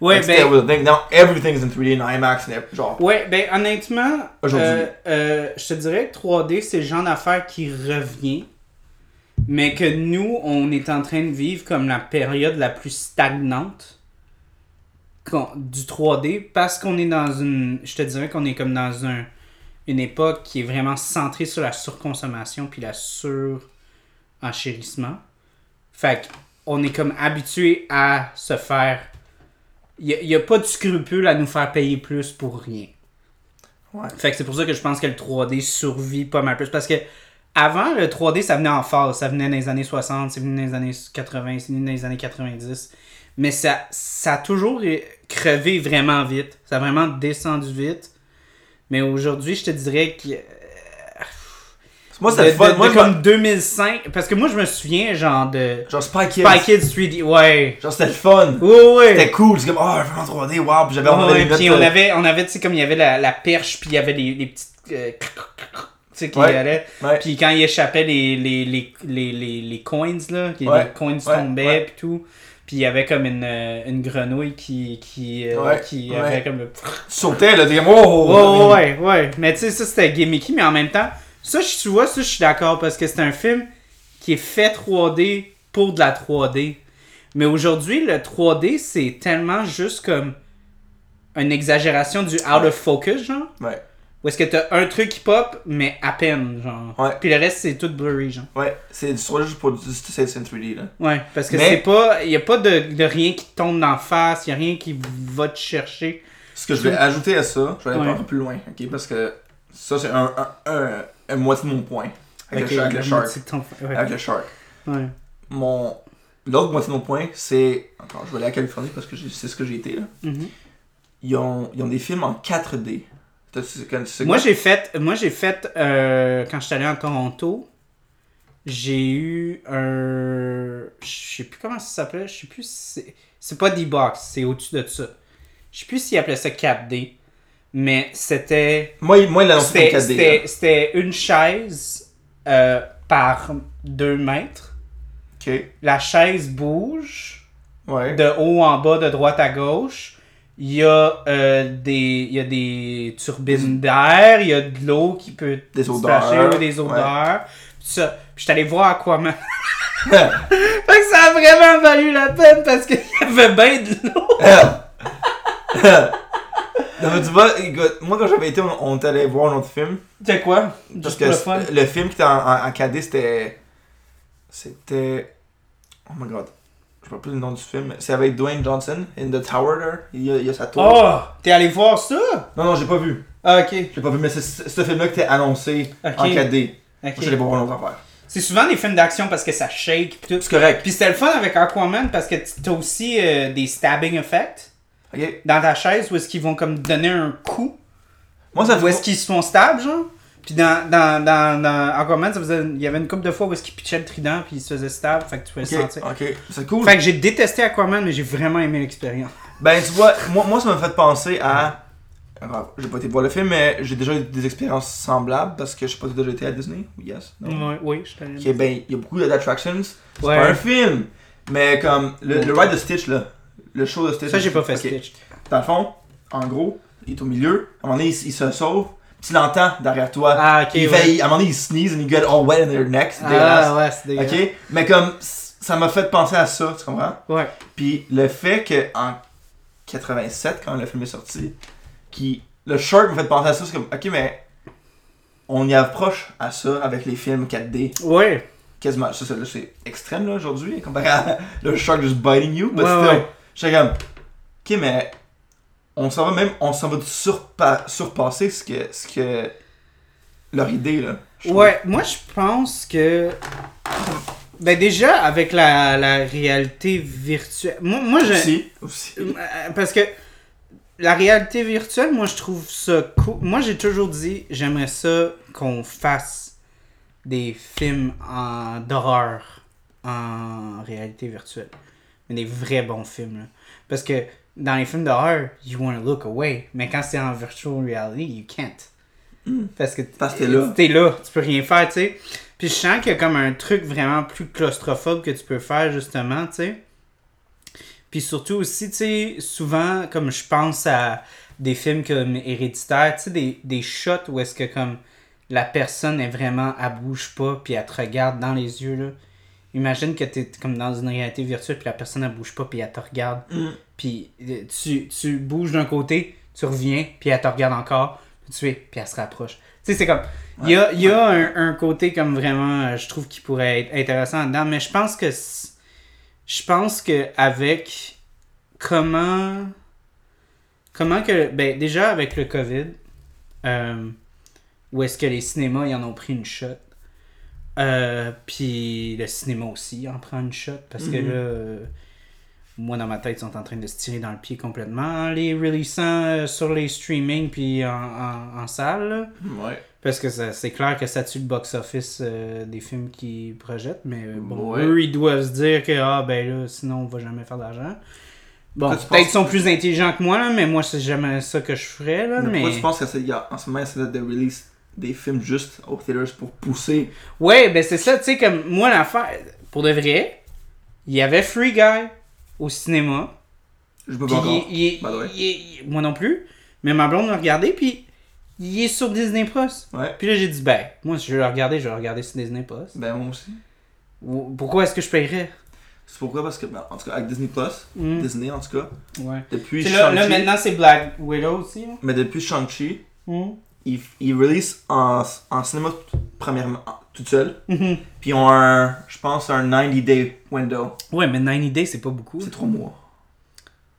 Speaker 1: Ouais,
Speaker 2: Like, c'était
Speaker 1: ben,
Speaker 2: was a thing. Now everything's in 3D, in IMAX, and ev- genre.
Speaker 1: ouais, ben, honnêtement,
Speaker 2: Aujourd'hui.
Speaker 1: euh, euh, je te dirais que 3D, c'est le genre d'affaire qui revient, mais que nous, on est en train de vivre comme la période la plus stagnante qu'on- du 3D parce qu'on est dans une. Je te dirais qu'on est comme dans un, une époque qui est vraiment centrée sur la surconsommation puis la sur-enchérissement. Fait qu'on est comme habitué à se faire. Il n'y a, pas de scrupule à nous faire payer plus pour rien.
Speaker 2: Ouais.
Speaker 1: Fait que c'est pour ça que je pense que le 3D survit pas mal plus. Parce que avant, le 3D, ça venait en phase. Ça venait dans les années 60, c'est venu dans les années 80, c'est venu dans les années 90. Mais ça, ça a toujours euh, crevé vraiment vite. Ça a vraiment descendu vite. Mais aujourd'hui, je te dirais que
Speaker 2: Moi,
Speaker 1: de-
Speaker 2: c'était le fun.
Speaker 1: de-
Speaker 2: Moi,
Speaker 1: de
Speaker 2: je me-
Speaker 1: comme 2005 parce que moi je me souviens genre de
Speaker 2: Genre, Spy Kids.
Speaker 1: Spy Kids 3D ouais
Speaker 2: Genre, c'était le fun.
Speaker 1: oui oui
Speaker 2: C'était cool, c'est comme, oh, un film en 3D, wow, puis j'avais on avait des lunettes,
Speaker 1: puis on
Speaker 2: euh,
Speaker 1: avait on avait tu sais comme il y avait la, la perche puis il y avait les, les petites euh, tu sais qui
Speaker 2: Ouais.
Speaker 1: allaient
Speaker 2: ouais.
Speaker 1: puis quand il échappait les les, les, les, les, les coins là qui-
Speaker 2: Ouais.
Speaker 1: les coins
Speaker 2: Ouais.
Speaker 1: tombaient
Speaker 2: Ouais.
Speaker 1: puis tout puis il y avait comme une, euh, une grenouille qui qui euh,
Speaker 2: Ouais.
Speaker 1: qui
Speaker 2: Ouais.
Speaker 1: avait comme le
Speaker 2: Tu sautais, là, t'es comme, oh, oh,
Speaker 1: Ouais, ouais,
Speaker 2: oh,
Speaker 1: ouais, ouais. Mais tu sais, ça c'était gimmicky, mais en même temps, ça, je- tu vois, ça, je suis d'accord parce que c'est un film qui est fait 3D pour de la 3D. Mais aujourd'hui, le 3D, c'est tellement juste comme une exagération du out of focus, genre.
Speaker 2: Ouais.
Speaker 1: Où est-ce que t'as un truc qui pop, mais à peine, genre.
Speaker 2: Ouais.
Speaker 1: Puis le reste, c'est tout blurry, genre.
Speaker 2: Ouais, c'est du sur- juste pour du c'est c'est 3D, là.
Speaker 1: Ouais, parce que
Speaker 2: Mais-
Speaker 1: c'est pas. Y a pas de, de rien qui te tombe d'en face, y a rien qui va te chercher.
Speaker 2: Ce que je vais ajouter à ça, je vais aller
Speaker 1: Ouais.
Speaker 2: un peu plus loin, ok? Parce que ça, c'est un, un, un, un moitié de mon point. Avec
Speaker 1: Ok,
Speaker 2: le, shark- avec le
Speaker 1: la
Speaker 2: shark.
Speaker 1: moitié de ton- ouais.
Speaker 2: Avec le shark.
Speaker 1: Ouais.
Speaker 2: Mon. L'autre moitié de mon point, c'est. Encore, je vais aller à Californie parce que j'ai- c'est ce que j'ai été, là.
Speaker 1: Mhm.
Speaker 2: Ils ont, ils ont des films en 4D. T'as- tu- quand- tu sais
Speaker 1: Moi
Speaker 2: quoi?
Speaker 1: j'ai fait, moi j'ai fait euh, quand j'étais allé à Toronto, j'ai eu un, je sais plus comment ça s'appelait, je sais plus, si c'est- c'est pas D-Box, c'est au-dessus de ça. Je sais plus s'ils appelaient ça 4D, mais c'était,
Speaker 2: Moi, il- moi, il l'a lancé
Speaker 1: c'était,
Speaker 2: en 4D. là.
Speaker 1: c'était- c'était une chaise euh, par 2 mètres.
Speaker 2: Ok.
Speaker 1: La chaise bouge
Speaker 2: Ouais.
Speaker 1: de haut en bas, de droite à gauche. Il y a, euh, des, il y a des turbines d'air, il y a de l'eau qui peut
Speaker 2: Des
Speaker 1: splasher,
Speaker 2: odeurs.
Speaker 1: ou des
Speaker 2: Ouais.
Speaker 1: odeurs. Tout ça. Puis je suis allé voir
Speaker 2: [laughs]
Speaker 1: Aquaman. fait que ça a vraiment valu la peine parce qu'il y avait bien de
Speaker 2: [laughs]
Speaker 1: l'eau.
Speaker 2: [laughs] Non, mais tu vois, écoute, moi quand j'avais été, on, on est allé voir un autre film.
Speaker 1: C'est quoi?
Speaker 2: Parce
Speaker 1: Juste
Speaker 2: que
Speaker 1: pour le
Speaker 2: c-
Speaker 1: fun.
Speaker 2: le, film qui était en, en, en 4D, c'était. C'était. Oh my god. Je sais pas plus le nom du film. mais C'est avec Dwayne Johnson in The Tower, là. Il y a, il y a sa tour.
Speaker 1: Oh! T'es allé voir ça?
Speaker 2: Non, non, j'ai pas vu.
Speaker 1: Ah, ok.
Speaker 2: J'ai pas vu, mais c'est c'est ce film-là qui était annoncé
Speaker 1: Ok.
Speaker 2: en 4D.
Speaker 1: ok.
Speaker 2: Moi, j'allais pas voir une autre affaire.
Speaker 1: C'est souvent des films d'action parce que ça shake pis tout.
Speaker 2: C'est correct.
Speaker 1: Puis c'était le fun avec Aquaman parce que t- t'as aussi euh, des stabbing effects
Speaker 2: Ok.
Speaker 1: dans ta chaise où est-ce qu'ils vont comme donner un coup.
Speaker 2: Moi, ça
Speaker 1: Où est-ce
Speaker 2: fait.
Speaker 1: qu'ils se font stab, genre? Puis dans, dans, dans, dans Aquaman, ça faisait, il y avait une couple de fois où est-ce qu'ils pitchaient le trident puis ils se faisaient stab, fait que tu pouvais le
Speaker 2: Ok,
Speaker 1: sentir.
Speaker 2: ok. c'est cool.
Speaker 1: Fait que j'ai détesté Aquaman, mais j'ai vraiment aimé l'expérience.
Speaker 2: Ben, tu vois, moi, moi ça m'a fait penser à. Alors, J'ai pas été voir le film, mais j'ai déjà eu des expériences semblables parce que je sais pas si t'as déjà été à Disney. Yes. Non.
Speaker 1: Ouais, oui, je t'aime.
Speaker 2: Ah, Ok, ben, il y a beaucoup d'attractions. C'est
Speaker 1: Ouais.
Speaker 2: pas un film. Mais comme le, le ride de Stitch, là. Le show de Stitch.
Speaker 1: Ça, j'ai pas fait
Speaker 2: Ok.
Speaker 1: Stitch.
Speaker 2: Dans le fond, en gros, il est au milieu. À un moment donné, il, s- il se sauve. Puis tu l'entends derrière toi.
Speaker 1: Ah, ok,
Speaker 2: il
Speaker 1: ouais.
Speaker 2: fait- à un moment donné, il sneeze and you get all wet in their necks. C'est
Speaker 1: Ah, ouais, c'est
Speaker 2: dégueulasse.
Speaker 1: dégueulasse.
Speaker 2: Ok? Mais comme, c- ça m'a fait penser à ça, tu comprends?
Speaker 1: Ouais.
Speaker 2: Puis le fait que en 87, quand le film est sorti, qui le shark m'a fait penser à ça, c'est comme, ok, mais on y approche à ça avec les films 4D.
Speaker 1: Ouais.
Speaker 2: Quasiment, ça, ça, là, c'est extrême là aujourd'hui, comparé à [laughs] le shark just biting you.
Speaker 1: Ouais,
Speaker 2: But still,
Speaker 1: ouais.
Speaker 2: j'étais comme, ok, mais on s'en va même, on s'en va surpa- surpasser ce que, ce que leur idée là. je trouve.
Speaker 1: Ouais, moi, je pense que. Ben, déjà, avec la, la réalité virtuelle. Moi, moi je.
Speaker 2: Aussi, aussi.
Speaker 1: Euh, Parce que la réalité virtuelle, moi, je trouve ça cool. Moi, j'ai toujours dit, j'aimerais ça qu'on fasse des films en- d'horreur en réalité virtuelle. Mais des vrais bons films, là. Parce que dans les films d'horreur, you wanna look away. Mais quand c'est en virtual reality, you can't. Parce que
Speaker 2: Hmm. Parce que t'es là.
Speaker 1: t'es là, tu peux rien faire, tu sais. Puis je sens qu'il y a comme un truc vraiment plus claustrophobe que tu peux faire, justement, tu sais. Puis surtout aussi, tu sais, souvent, comme je pense à des films comme Héréditaire, tu sais, des, des shots où est-ce que comme la personne est vraiment, elle bouge pas, puis elle te regarde dans les yeux, là. Imagine que t'es comme dans une réalité virtuelle, puis la personne, elle bouge pas, puis elle te regarde. Puis euh, tu, tu bouges d'un côté, tu reviens, puis elle te regarde encore, puis tu es, puis elle se rapproche. Tu sais, c'est comme. Il y a, il y a un, un côté comme vraiment, euh, je trouve, qui pourrait être intéressant dedans, mais je pense que. c- Je pense que avec comment. Comment que. Ben, déjà avec le COVID, euh, où est-ce que les cinémas, ils en ont pris une shot. Euh, puis le cinéma aussi en prend une shot parce que là. euh, moi dans ma tête, ils sont en train de se tirer dans le pied complètement en les releasant euh, sur les streaming puis en, en- en salle. là.
Speaker 2: Ouais.
Speaker 1: Parce que ça- c'est clair que ça tue le box-office euh, des films qu'ils projettent, mais euh, bon,
Speaker 2: Ouais.
Speaker 1: eux, ils doivent se dire que ah ben là, sinon on va jamais faire d'argent. Bon,
Speaker 2: Pourquoi tu
Speaker 1: peut-être
Speaker 2: penses-
Speaker 1: qu'ils sont plus intelligents que moi, là, mais moi, c'est jamais ça que je ferais. Là,
Speaker 2: Mais
Speaker 1: mais...
Speaker 2: pourquoi tu penses qu'en ce moment, c'est de release des films juste aux theaters pour pousser
Speaker 1: Ouais, ben c'est ça, tu sais, comme moi, l'affaire, pour de vrai, il y avait Free Guy au cinéma.
Speaker 2: Je peux
Speaker 1: Puis
Speaker 2: pas encore.
Speaker 1: il est- il est-
Speaker 2: by the way.
Speaker 1: il est- il est- moi non plus, mais ma blonde l'a regardé, puis il est sur Disney Plus.
Speaker 2: Ouais.
Speaker 1: Puis là, j'ai dit, ben, moi, si je veux le regarder, je vais le regarder sur Disney Plus.
Speaker 2: Ben moi aussi.
Speaker 1: Ou- Pourquoi est-ce que je paierais
Speaker 2: C'est pourquoi parce que ben, en tout cas avec Disney Plus,
Speaker 1: Mm.
Speaker 2: Disney en tout cas,
Speaker 1: Ouais.
Speaker 2: depuis
Speaker 1: là, là,
Speaker 2: Shang-Chi,
Speaker 1: maintenant, c'est Black Widow aussi. là.
Speaker 2: mais depuis Shang-Chi,
Speaker 1: Hum.
Speaker 2: ils, ils release en, en cinéma t- premièrement en- toute seule. Puis ils ont un, je pense, un 90-day window.
Speaker 1: Ouais, mais 90 Days, c'est pas beaucoup.
Speaker 2: C'est 3 mois.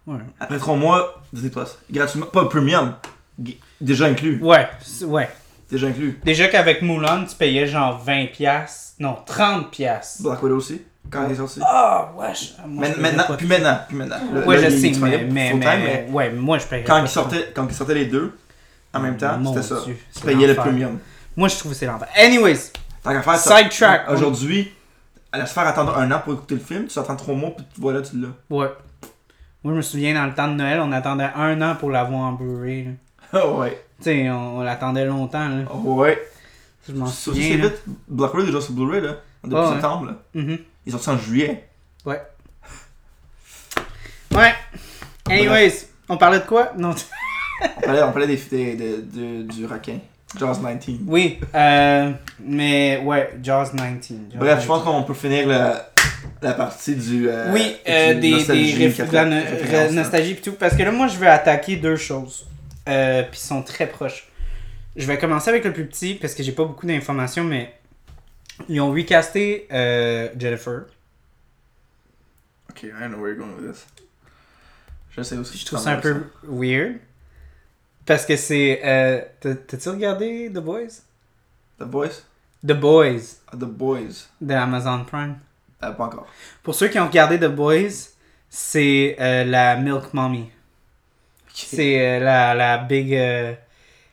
Speaker 1: Ouais.
Speaker 2: Après 3 mois, Disney Plus. Gratuitement, pas premium. G- Déjà inclus.
Speaker 1: Ouais, c'est- ouais.
Speaker 2: Déjà inclus.
Speaker 1: Déjà qu'avec Moulin, tu payais genre 20$, piastres. non, 30$. piastres.
Speaker 2: Black Widow aussi, quand il est sorti.
Speaker 1: Ah, wesh. Moi, je
Speaker 2: Bah. Mais-
Speaker 1: paierais
Speaker 2: maintenant,
Speaker 1: pas-
Speaker 2: puis maintenant, puis maintenant. Là-
Speaker 1: Ouais,
Speaker 2: là,
Speaker 1: je
Speaker 2: il est
Speaker 1: sais, mais,
Speaker 2: disponible
Speaker 1: mais,
Speaker 2: full time,
Speaker 1: mais- ouais, moi, je paierais
Speaker 2: quand
Speaker 1: pas
Speaker 2: ils
Speaker 1: ça.
Speaker 2: sortaient, quand ils sortaient les deux, en même temps,
Speaker 1: Mon
Speaker 2: c'était ça.
Speaker 1: Dieu,
Speaker 2: Tu
Speaker 1: c'est
Speaker 2: payais le
Speaker 1: l'enfer.
Speaker 2: premium.
Speaker 1: Moi, je trouve que c'est l'enfer. Anyways,
Speaker 2: Tant qu'à faire ça.
Speaker 1: Sidetrack.
Speaker 2: Aujourd'hui, à la se faire attendre un an pour écouter le film, tu attends trois mois, puis tu- voilà, tu l'as.
Speaker 1: ouais. Moi, je me souviens, dans le temps de Noël, on attendait un an pour l'avoir en Blu-ray. là.
Speaker 2: Ah ouais.
Speaker 1: Tu sais, on, on l'attendait longtemps. Là.
Speaker 2: Ah ouais.
Speaker 1: Je m'en
Speaker 2: Tu te souviens,
Speaker 1: souviens.
Speaker 2: c'est
Speaker 1: là.
Speaker 2: vite. Black Widow, déjà sur Blu-ray, là. Depuis
Speaker 1: Ah ouais.
Speaker 2: septembre, là.
Speaker 1: Mhm.
Speaker 2: Ils sont sortis en juillet.
Speaker 1: Ouais. Ouais. Anyways, on parlait de quoi Non. tu-
Speaker 2: On parlait, on parlait des, des, des- de- du requin. Jaws 19.
Speaker 1: Oui. Euh, mais ouais, Jaws 19. Jaws
Speaker 2: Bref, je pense
Speaker 1: 19.
Speaker 2: qu'on peut finir la, la partie du. euh,
Speaker 1: Oui,
Speaker 2: du
Speaker 1: euh, des, des
Speaker 2: nostalgie,
Speaker 1: réf- de la no-
Speaker 2: référence, hein.
Speaker 1: ré-
Speaker 2: là.
Speaker 1: nostalgie pis tout. Parce que là, moi, je vais attaquer deux choses. Euh, puis sont très proches. Je vais commencer avec le plus petit parce que j'ai pas beaucoup d'informations, mais ils ont recasté euh, Jennifer.
Speaker 2: Ok, I know where you're going with this. Je sais aussi.
Speaker 1: Je trouve ça un peu weird. Parce que c'est. euh, t'as- T'as-tu regardé The Boys
Speaker 2: The Boys? Ah,
Speaker 1: The Boys
Speaker 2: The Boys.
Speaker 1: de Amazon Prime.
Speaker 2: Ah, pas encore.
Speaker 1: Pour ceux qui ont regardé The Boys, c'est euh, la Milk Mommy. C'est euh, la, la big. euh,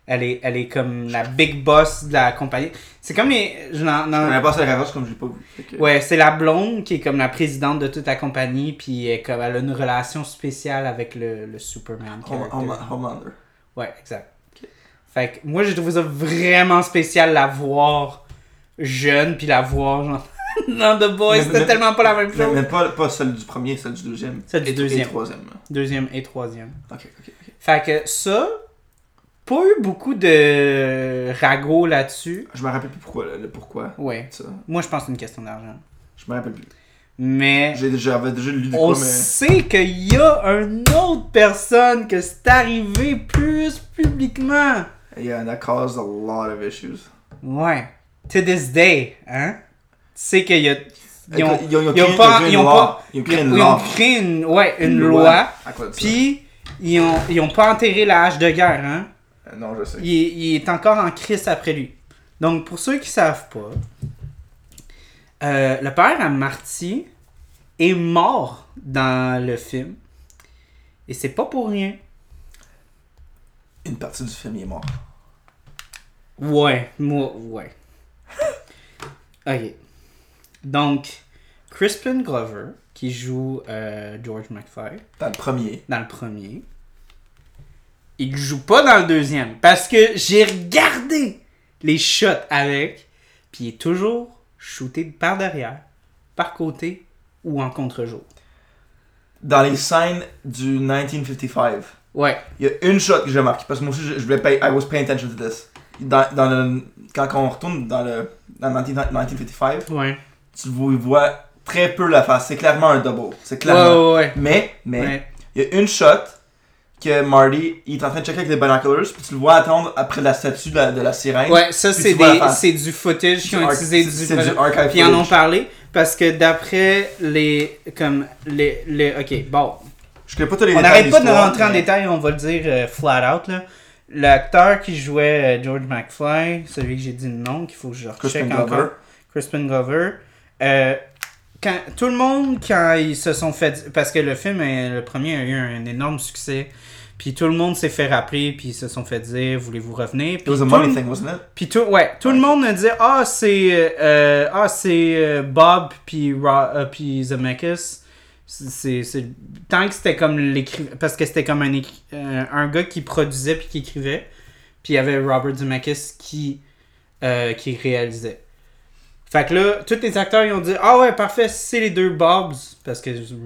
Speaker 1: elle, est, elle est comme la big boss de la compagnie. C'est comme les. je n'en-
Speaker 2: On
Speaker 1: n'en-
Speaker 2: a passé la référence comme j'ai pas vu. Fait que-
Speaker 1: Ouais, c'est la blonde qui est comme la présidente de toute la compagnie, puis elle, est comme, elle a une relation spéciale avec le, le Superman.
Speaker 2: Home-
Speaker 1: character.
Speaker 2: Home- Homelander.
Speaker 1: Ouais, exact. Fait que moi, j'ai trouvé ça vraiment spécial la voir jeune, puis la voir genre. [laughs] non, The Boys,
Speaker 2: Mais-
Speaker 1: c'était
Speaker 2: mais-
Speaker 1: tellement pas la même
Speaker 2: Mais,
Speaker 1: chose.
Speaker 2: mais pas, pas celle du premier, celle du deuxième.
Speaker 1: Celle du
Speaker 2: Et-
Speaker 1: deuxième.
Speaker 2: Et troisième.
Speaker 1: Deuxième et troisième.
Speaker 2: Ok, ok, ok.
Speaker 1: Fait que ça, pas eu beaucoup de ragots là-dessus.
Speaker 2: Je me rappelle plus pourquoi, le, le pourquoi.
Speaker 1: Ouais.
Speaker 2: Ça.
Speaker 1: Moi, je pense que c'est une question d'argent.
Speaker 2: Je me rappelle plus.
Speaker 1: Mais
Speaker 2: J'ai déjà, j'avais déjà lu du
Speaker 1: on
Speaker 2: quoi, mais.
Speaker 1: sait qu'il y a une autre personne que c'est arrivé plus publiquement.
Speaker 2: Yeah, and euh, that caused a lot of issues.
Speaker 1: Ouais. To this day, hein? Tu sais qu'il y a... Ils ont,
Speaker 2: Écoute, ils ont- ils ont
Speaker 1: ils ont
Speaker 2: créé-
Speaker 1: pas...
Speaker 2: ils ont
Speaker 1: Ils
Speaker 2: créé une
Speaker 1: ont
Speaker 2: loi.
Speaker 1: pas...
Speaker 2: Ils ont créé une
Speaker 1: ils
Speaker 2: loi.
Speaker 1: ont créé une... Ouais, une, loi.
Speaker 2: À cause de ça.
Speaker 1: Puis, ils ont, ils ont pas enterré la hache de guerre, hein?
Speaker 2: Euh, Non, je sais.
Speaker 1: il, est- il est encore en crise après lui. Donc, pour ceux qui savent pas, euh, le père à Marty est mort dans le film. Et c'est pas pour rien.
Speaker 2: Une partie du film il est mort.
Speaker 1: Ouais, moi, ouais. [laughs] ok. Donc, Crispin Glover, qui joue euh, George McFly,
Speaker 2: Dans le premier.
Speaker 1: dans le premier. Il joue pas dans le deuxième parce que j'ai regardé les shots avec, puis il est toujours shooté par derrière, par côté ou en contre-jour.
Speaker 2: Dans les scènes du 1955,
Speaker 1: Ouais,
Speaker 2: il y a une shot que j'ai marqué parce que moi aussi je, je voulais pay, I was paying attention to this. Dans, dans le, quand on retourne dans le dans 19- 1955,
Speaker 1: ouais,
Speaker 2: tu vois, il voit très peu la face. C'est clairement un double. C'est
Speaker 1: ouais,
Speaker 2: clairement.
Speaker 1: ouais, ouais.
Speaker 2: Mais, mais,
Speaker 1: Ouais.
Speaker 2: il y a une shot que Marty, il est en train de checker avec des binoculars, puis tu le vois attendre après la statue de la, de la sirène.
Speaker 1: Ouais, ça
Speaker 2: Puis
Speaker 1: c'est
Speaker 2: tu vois la
Speaker 1: des,
Speaker 2: face.
Speaker 1: c'est du footage qui
Speaker 2: Du
Speaker 1: ont
Speaker 2: arch-
Speaker 1: utilisé
Speaker 2: c'est- c'est du
Speaker 1: du
Speaker 2: archive
Speaker 1: Puis ils en ont
Speaker 2: footage.
Speaker 1: parlé parce que d'après les comme les les ok bon
Speaker 2: Je connais pas tous les
Speaker 1: On
Speaker 2: détails
Speaker 1: n'arrête pas de
Speaker 2: l'histoire,
Speaker 1: rentrer en
Speaker 2: mais
Speaker 1: détail, on va le dire euh, flat out. là. L'acteur qui jouait euh, George McFly, celui que j'ai dit le nom, qu'il faut que je
Speaker 2: Crispin
Speaker 1: recheck
Speaker 2: Glover.
Speaker 1: encore, Crispin Glover. euh, quand, tout le monde, quand ils se sont fait. Parce que le film, euh, le premier, a eu un, énorme succès. Puis tout le monde s'est fait rappeler, puis ils se sont fait dire Voulez-vous revenir
Speaker 2: It
Speaker 1: Puis
Speaker 2: was a
Speaker 1: tout,
Speaker 2: money
Speaker 1: le-
Speaker 2: thing, wasn't it? [laughs]
Speaker 1: puis tout, ouais, tout le monde a dit Ah, c'est euh, ah, c'est euh, Bob, puis, Ra- euh, puis Zemeckis. C'est- C'est, c'est- Tant que c'était comme l'écri... Parce que c'était comme un, écri- euh, un gars qui produisait puis qui écrivait. Puis il y avait Robert Zemeckis qui, euh, qui réalisait. Fait que là, tous les acteurs ils ont dit Ah ouais, parfait, c'est les deux Bobs. Parce que c'est
Speaker 2: ouais,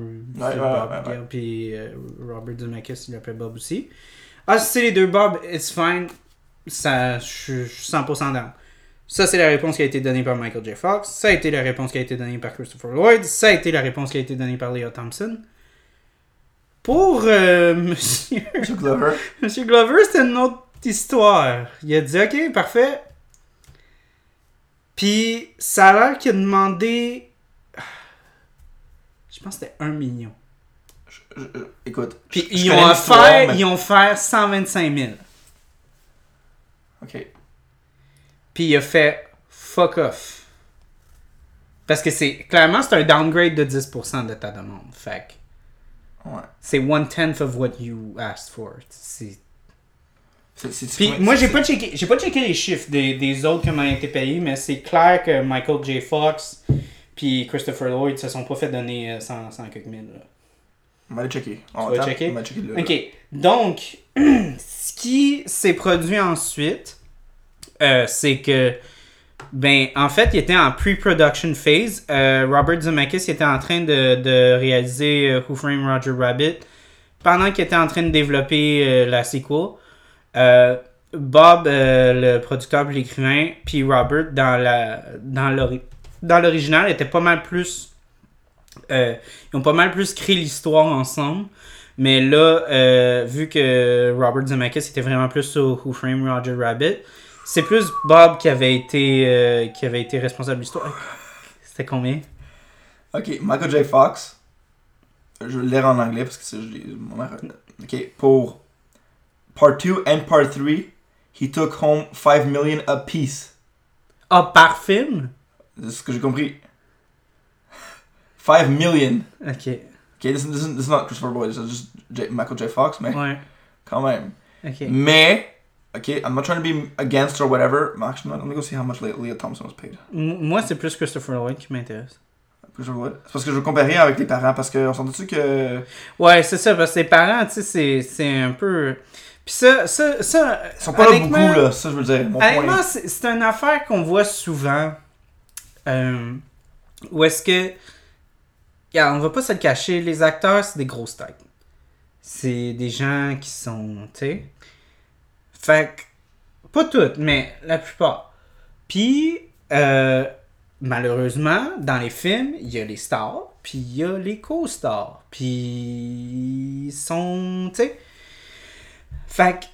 Speaker 1: Bob
Speaker 2: ouais, ouais.
Speaker 1: Gale, puis euh, Robert Zemeckis, il l'appelait Bob aussi. Ah, si c'est les deux Bob, it's fine. Ça, je suis je suis 100% down. Ça, c'est la réponse qui a été donnée par Michael J. Fox. Ça a été la réponse qui a été donnée par Christopher Lloyd. Ça a été la réponse qui a été donnée par Leo Thompson. Pour euh, [laughs] Monsieur,
Speaker 2: Chuck Glover.
Speaker 1: Monsieur Glover, c'était une autre petite histoire. Il a dit OK, parfait. Puis ça a l'air qu'il a demandé. [sighs] Je pense que c'était 1 million.
Speaker 2: Je- je- je- écoute.
Speaker 1: Puis
Speaker 2: je- je
Speaker 1: ils
Speaker 2: connais
Speaker 1: ont,
Speaker 2: l'histoire,
Speaker 1: offert,
Speaker 2: mais-
Speaker 1: ils ont offert 125 000.
Speaker 2: Ok.
Speaker 1: Puis il a fait fuck off. Parce que c'est clairement c'est un downgrade de 10% de ta demande. Fait que
Speaker 2: Ouais.
Speaker 1: c'est one tenth of what you asked for. C'est-
Speaker 2: C'est- c'est-
Speaker 1: Puis
Speaker 2: c'est-
Speaker 1: moi j'ai
Speaker 2: c'est-
Speaker 1: pas checké j'ai pas checké les chiffres des, des autres comment ont été payés, mais c'est clair que Michael J. Fox puis Christopher Lloyd se sont pas fait donner 100, 100 quelques mille. là.
Speaker 2: On va aller checker. On
Speaker 1: Tu
Speaker 2: va
Speaker 1: vas
Speaker 2: taper,
Speaker 1: checker?
Speaker 2: On va checker le.
Speaker 1: Ok, donc, [clears throat] ce qui s'est produit ensuite, euh, c'est que, ben, en fait, il était en pre-production phase. Euh, Robert Zemeckis il était en train de, de réaliser euh, Who Framed Roger Rabbit pendant qu'il était en train de développer euh, la sequel. euh, Bob, euh, le producteur et l'écrivain, puis Robert, dans la dans l'ori- dans l'original, étaient pas mal plus... euh, ils ont pas mal plus créé l'histoire ensemble. Mais là, euh, vu que Robert Zemeckis était vraiment plus sur Who Framed Roger Rabbit, c'est plus Bob qui avait été, euh, qui avait été responsable de l'histoire. C'était combien
Speaker 2: Ok, Michael J. Fox. Je vais le lire en anglais parce que c'est. je l'ai- mon mère- Ok, pour Part 2 and Part 3, he took home 5 million apiece.
Speaker 1: Ah, par film
Speaker 2: C'est ce que j'ai compris. 5 million.
Speaker 1: Ok. Ouais.
Speaker 2: Ok, this, is- this, is- this is not Christopher Lloyd, this is just J- Michael J. Fox, mais quand même.
Speaker 1: Ok.
Speaker 2: Mais, ok, I'm not trying to be against or whatever. Actually, let me go see how much Le- Leah Thompson was paid.
Speaker 1: M- moi, c'est plus Christopher Lloyd qui m'intéresse.
Speaker 2: Christopher Lloyd. C'est parce que je veux comparer avec les parents parce qu'on s'entend-tu que.
Speaker 1: Ouais, c'est ça, parce que ses parents, tu sais, c'est- c'est un peu. Puis ça, ça, ça.
Speaker 2: Ils sont pas là beaucoup,
Speaker 1: honnêtement-
Speaker 2: là, ça je veux dire. Mon point.
Speaker 1: Honnêtement, c'est c'est une affaire qu'on voit souvent. euh, où est-ce que. Regarde, on va pas se le cacher, les acteurs, c'est des grosses têtes. C'est des gens qui sont. Tu sais. Fait que. Pas toutes, mais la plupart. Puis, euh, malheureusement, dans les films, il y a les stars, puis il y a les co-stars. Puis. Ils sont. Tu sais. Fait que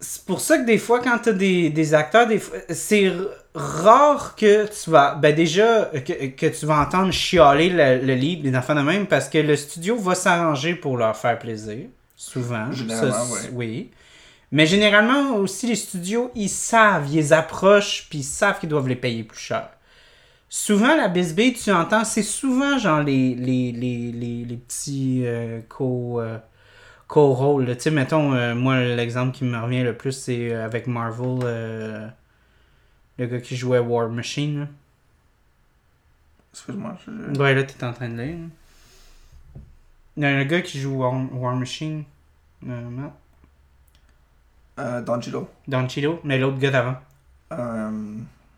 Speaker 1: c'est pour ça que des fois, quand t'as des, des acteurs, des fois- c'est r- rare que tu vas. Ben déjà, euh, que, que tu vas entendre chialer le, le livre des enfants de même parce que le studio va s'arranger pour leur faire plaisir. Souvent.
Speaker 2: Généralement,
Speaker 1: c'est- Oui. Mais généralement aussi, les studios, ils savent, ils les approchent, puis ils savent qu'ils doivent les payer plus cher. Souvent, la bisbille, tu entends, c'est souvent genre les, les, les, les, les petits euh, co. euh, co-rôle. là. Tu sais, mettons, euh, moi, l'exemple qui me revient le plus, c'est euh, avec Marvel, euh, le gars qui jouait War Machine. là.
Speaker 2: Excuse-moi. je-
Speaker 1: Ouais, là, t'es en train de lire. là. Le, le gars qui joue War, War Machine, euh, Matt,
Speaker 2: Euh, Don Cheadle.
Speaker 1: Don Cheadle, mais l'autre gars d'avant.
Speaker 2: Euh,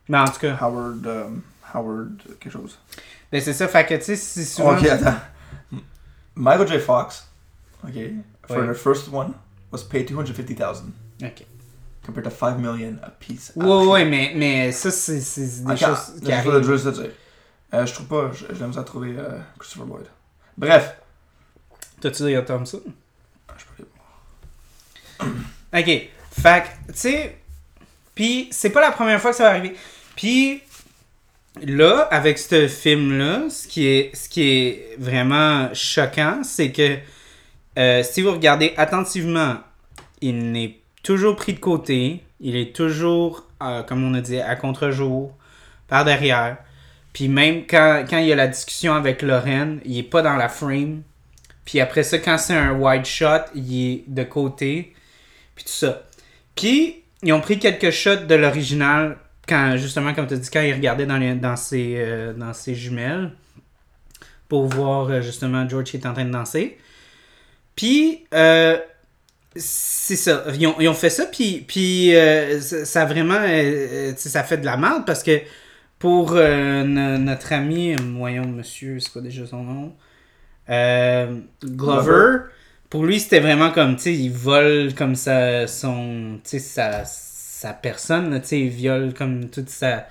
Speaker 1: Mais en tout cas,
Speaker 2: Howard. euh, Howard. euh, quelque chose.
Speaker 1: ben c'est ça, fait que tu sais, c'est souvent.
Speaker 2: Ok, attends. Michael J. Fox. Ok. For
Speaker 1: Ouais.
Speaker 2: the first one was paid 250,000
Speaker 1: Ok.
Speaker 2: compared to 5 million a piece.
Speaker 1: Ouais, ouais, ouais, mais, mais ça, c'est c'est des
Speaker 2: Ok,
Speaker 1: choses qui
Speaker 2: je veux-
Speaker 1: arrivent.
Speaker 2: je veux juste le dire. Euh, je trouve pas, je- j'aime ça trouver euh, Christopher Lloyd. Bref, Ah,
Speaker 1: T'as-tu des Thompson?
Speaker 2: je peux
Speaker 1: Ok. Fait que, tu sais. Puis, c'est pas la première fois que ça va arriver. Puis, là, avec ce film-là, ce qui est, ce qui est vraiment choquant, c'est que euh, si vous regardez attentivement, il n'est toujours pris de côté. Il est toujours, euh, comme on a dit, à contre-jour, par derrière. Puis même quand, quand il y a la discussion avec Lorraine, il est pas dans la frame. Puis après ça, quand c'est un wide shot, il est de côté. Puis tout ça. Puis, ils ont pris quelques shots de l'original quand, justement, comme tu dis, quand ils regardaient dans, les, dans, ses, euh, dans ses jumelles pour voir, euh, justement, George qui est en train de danser. Puis, euh, c'est ça. Ils ont, ils ont fait ça, puis, puis euh, ça, ça a vraiment... euh, euh, tu sais, ça fait de la merde parce que pour euh, no- notre ami, euh, voyons, monsieur, c'est quoi déjà son nom? Euh, Glover.
Speaker 2: Glover.
Speaker 1: Pour lui, c'était vraiment comme, tu sais, il vole comme ça, son, tu sais, sa, sa personne, là, tu sais, il viole comme toute sa,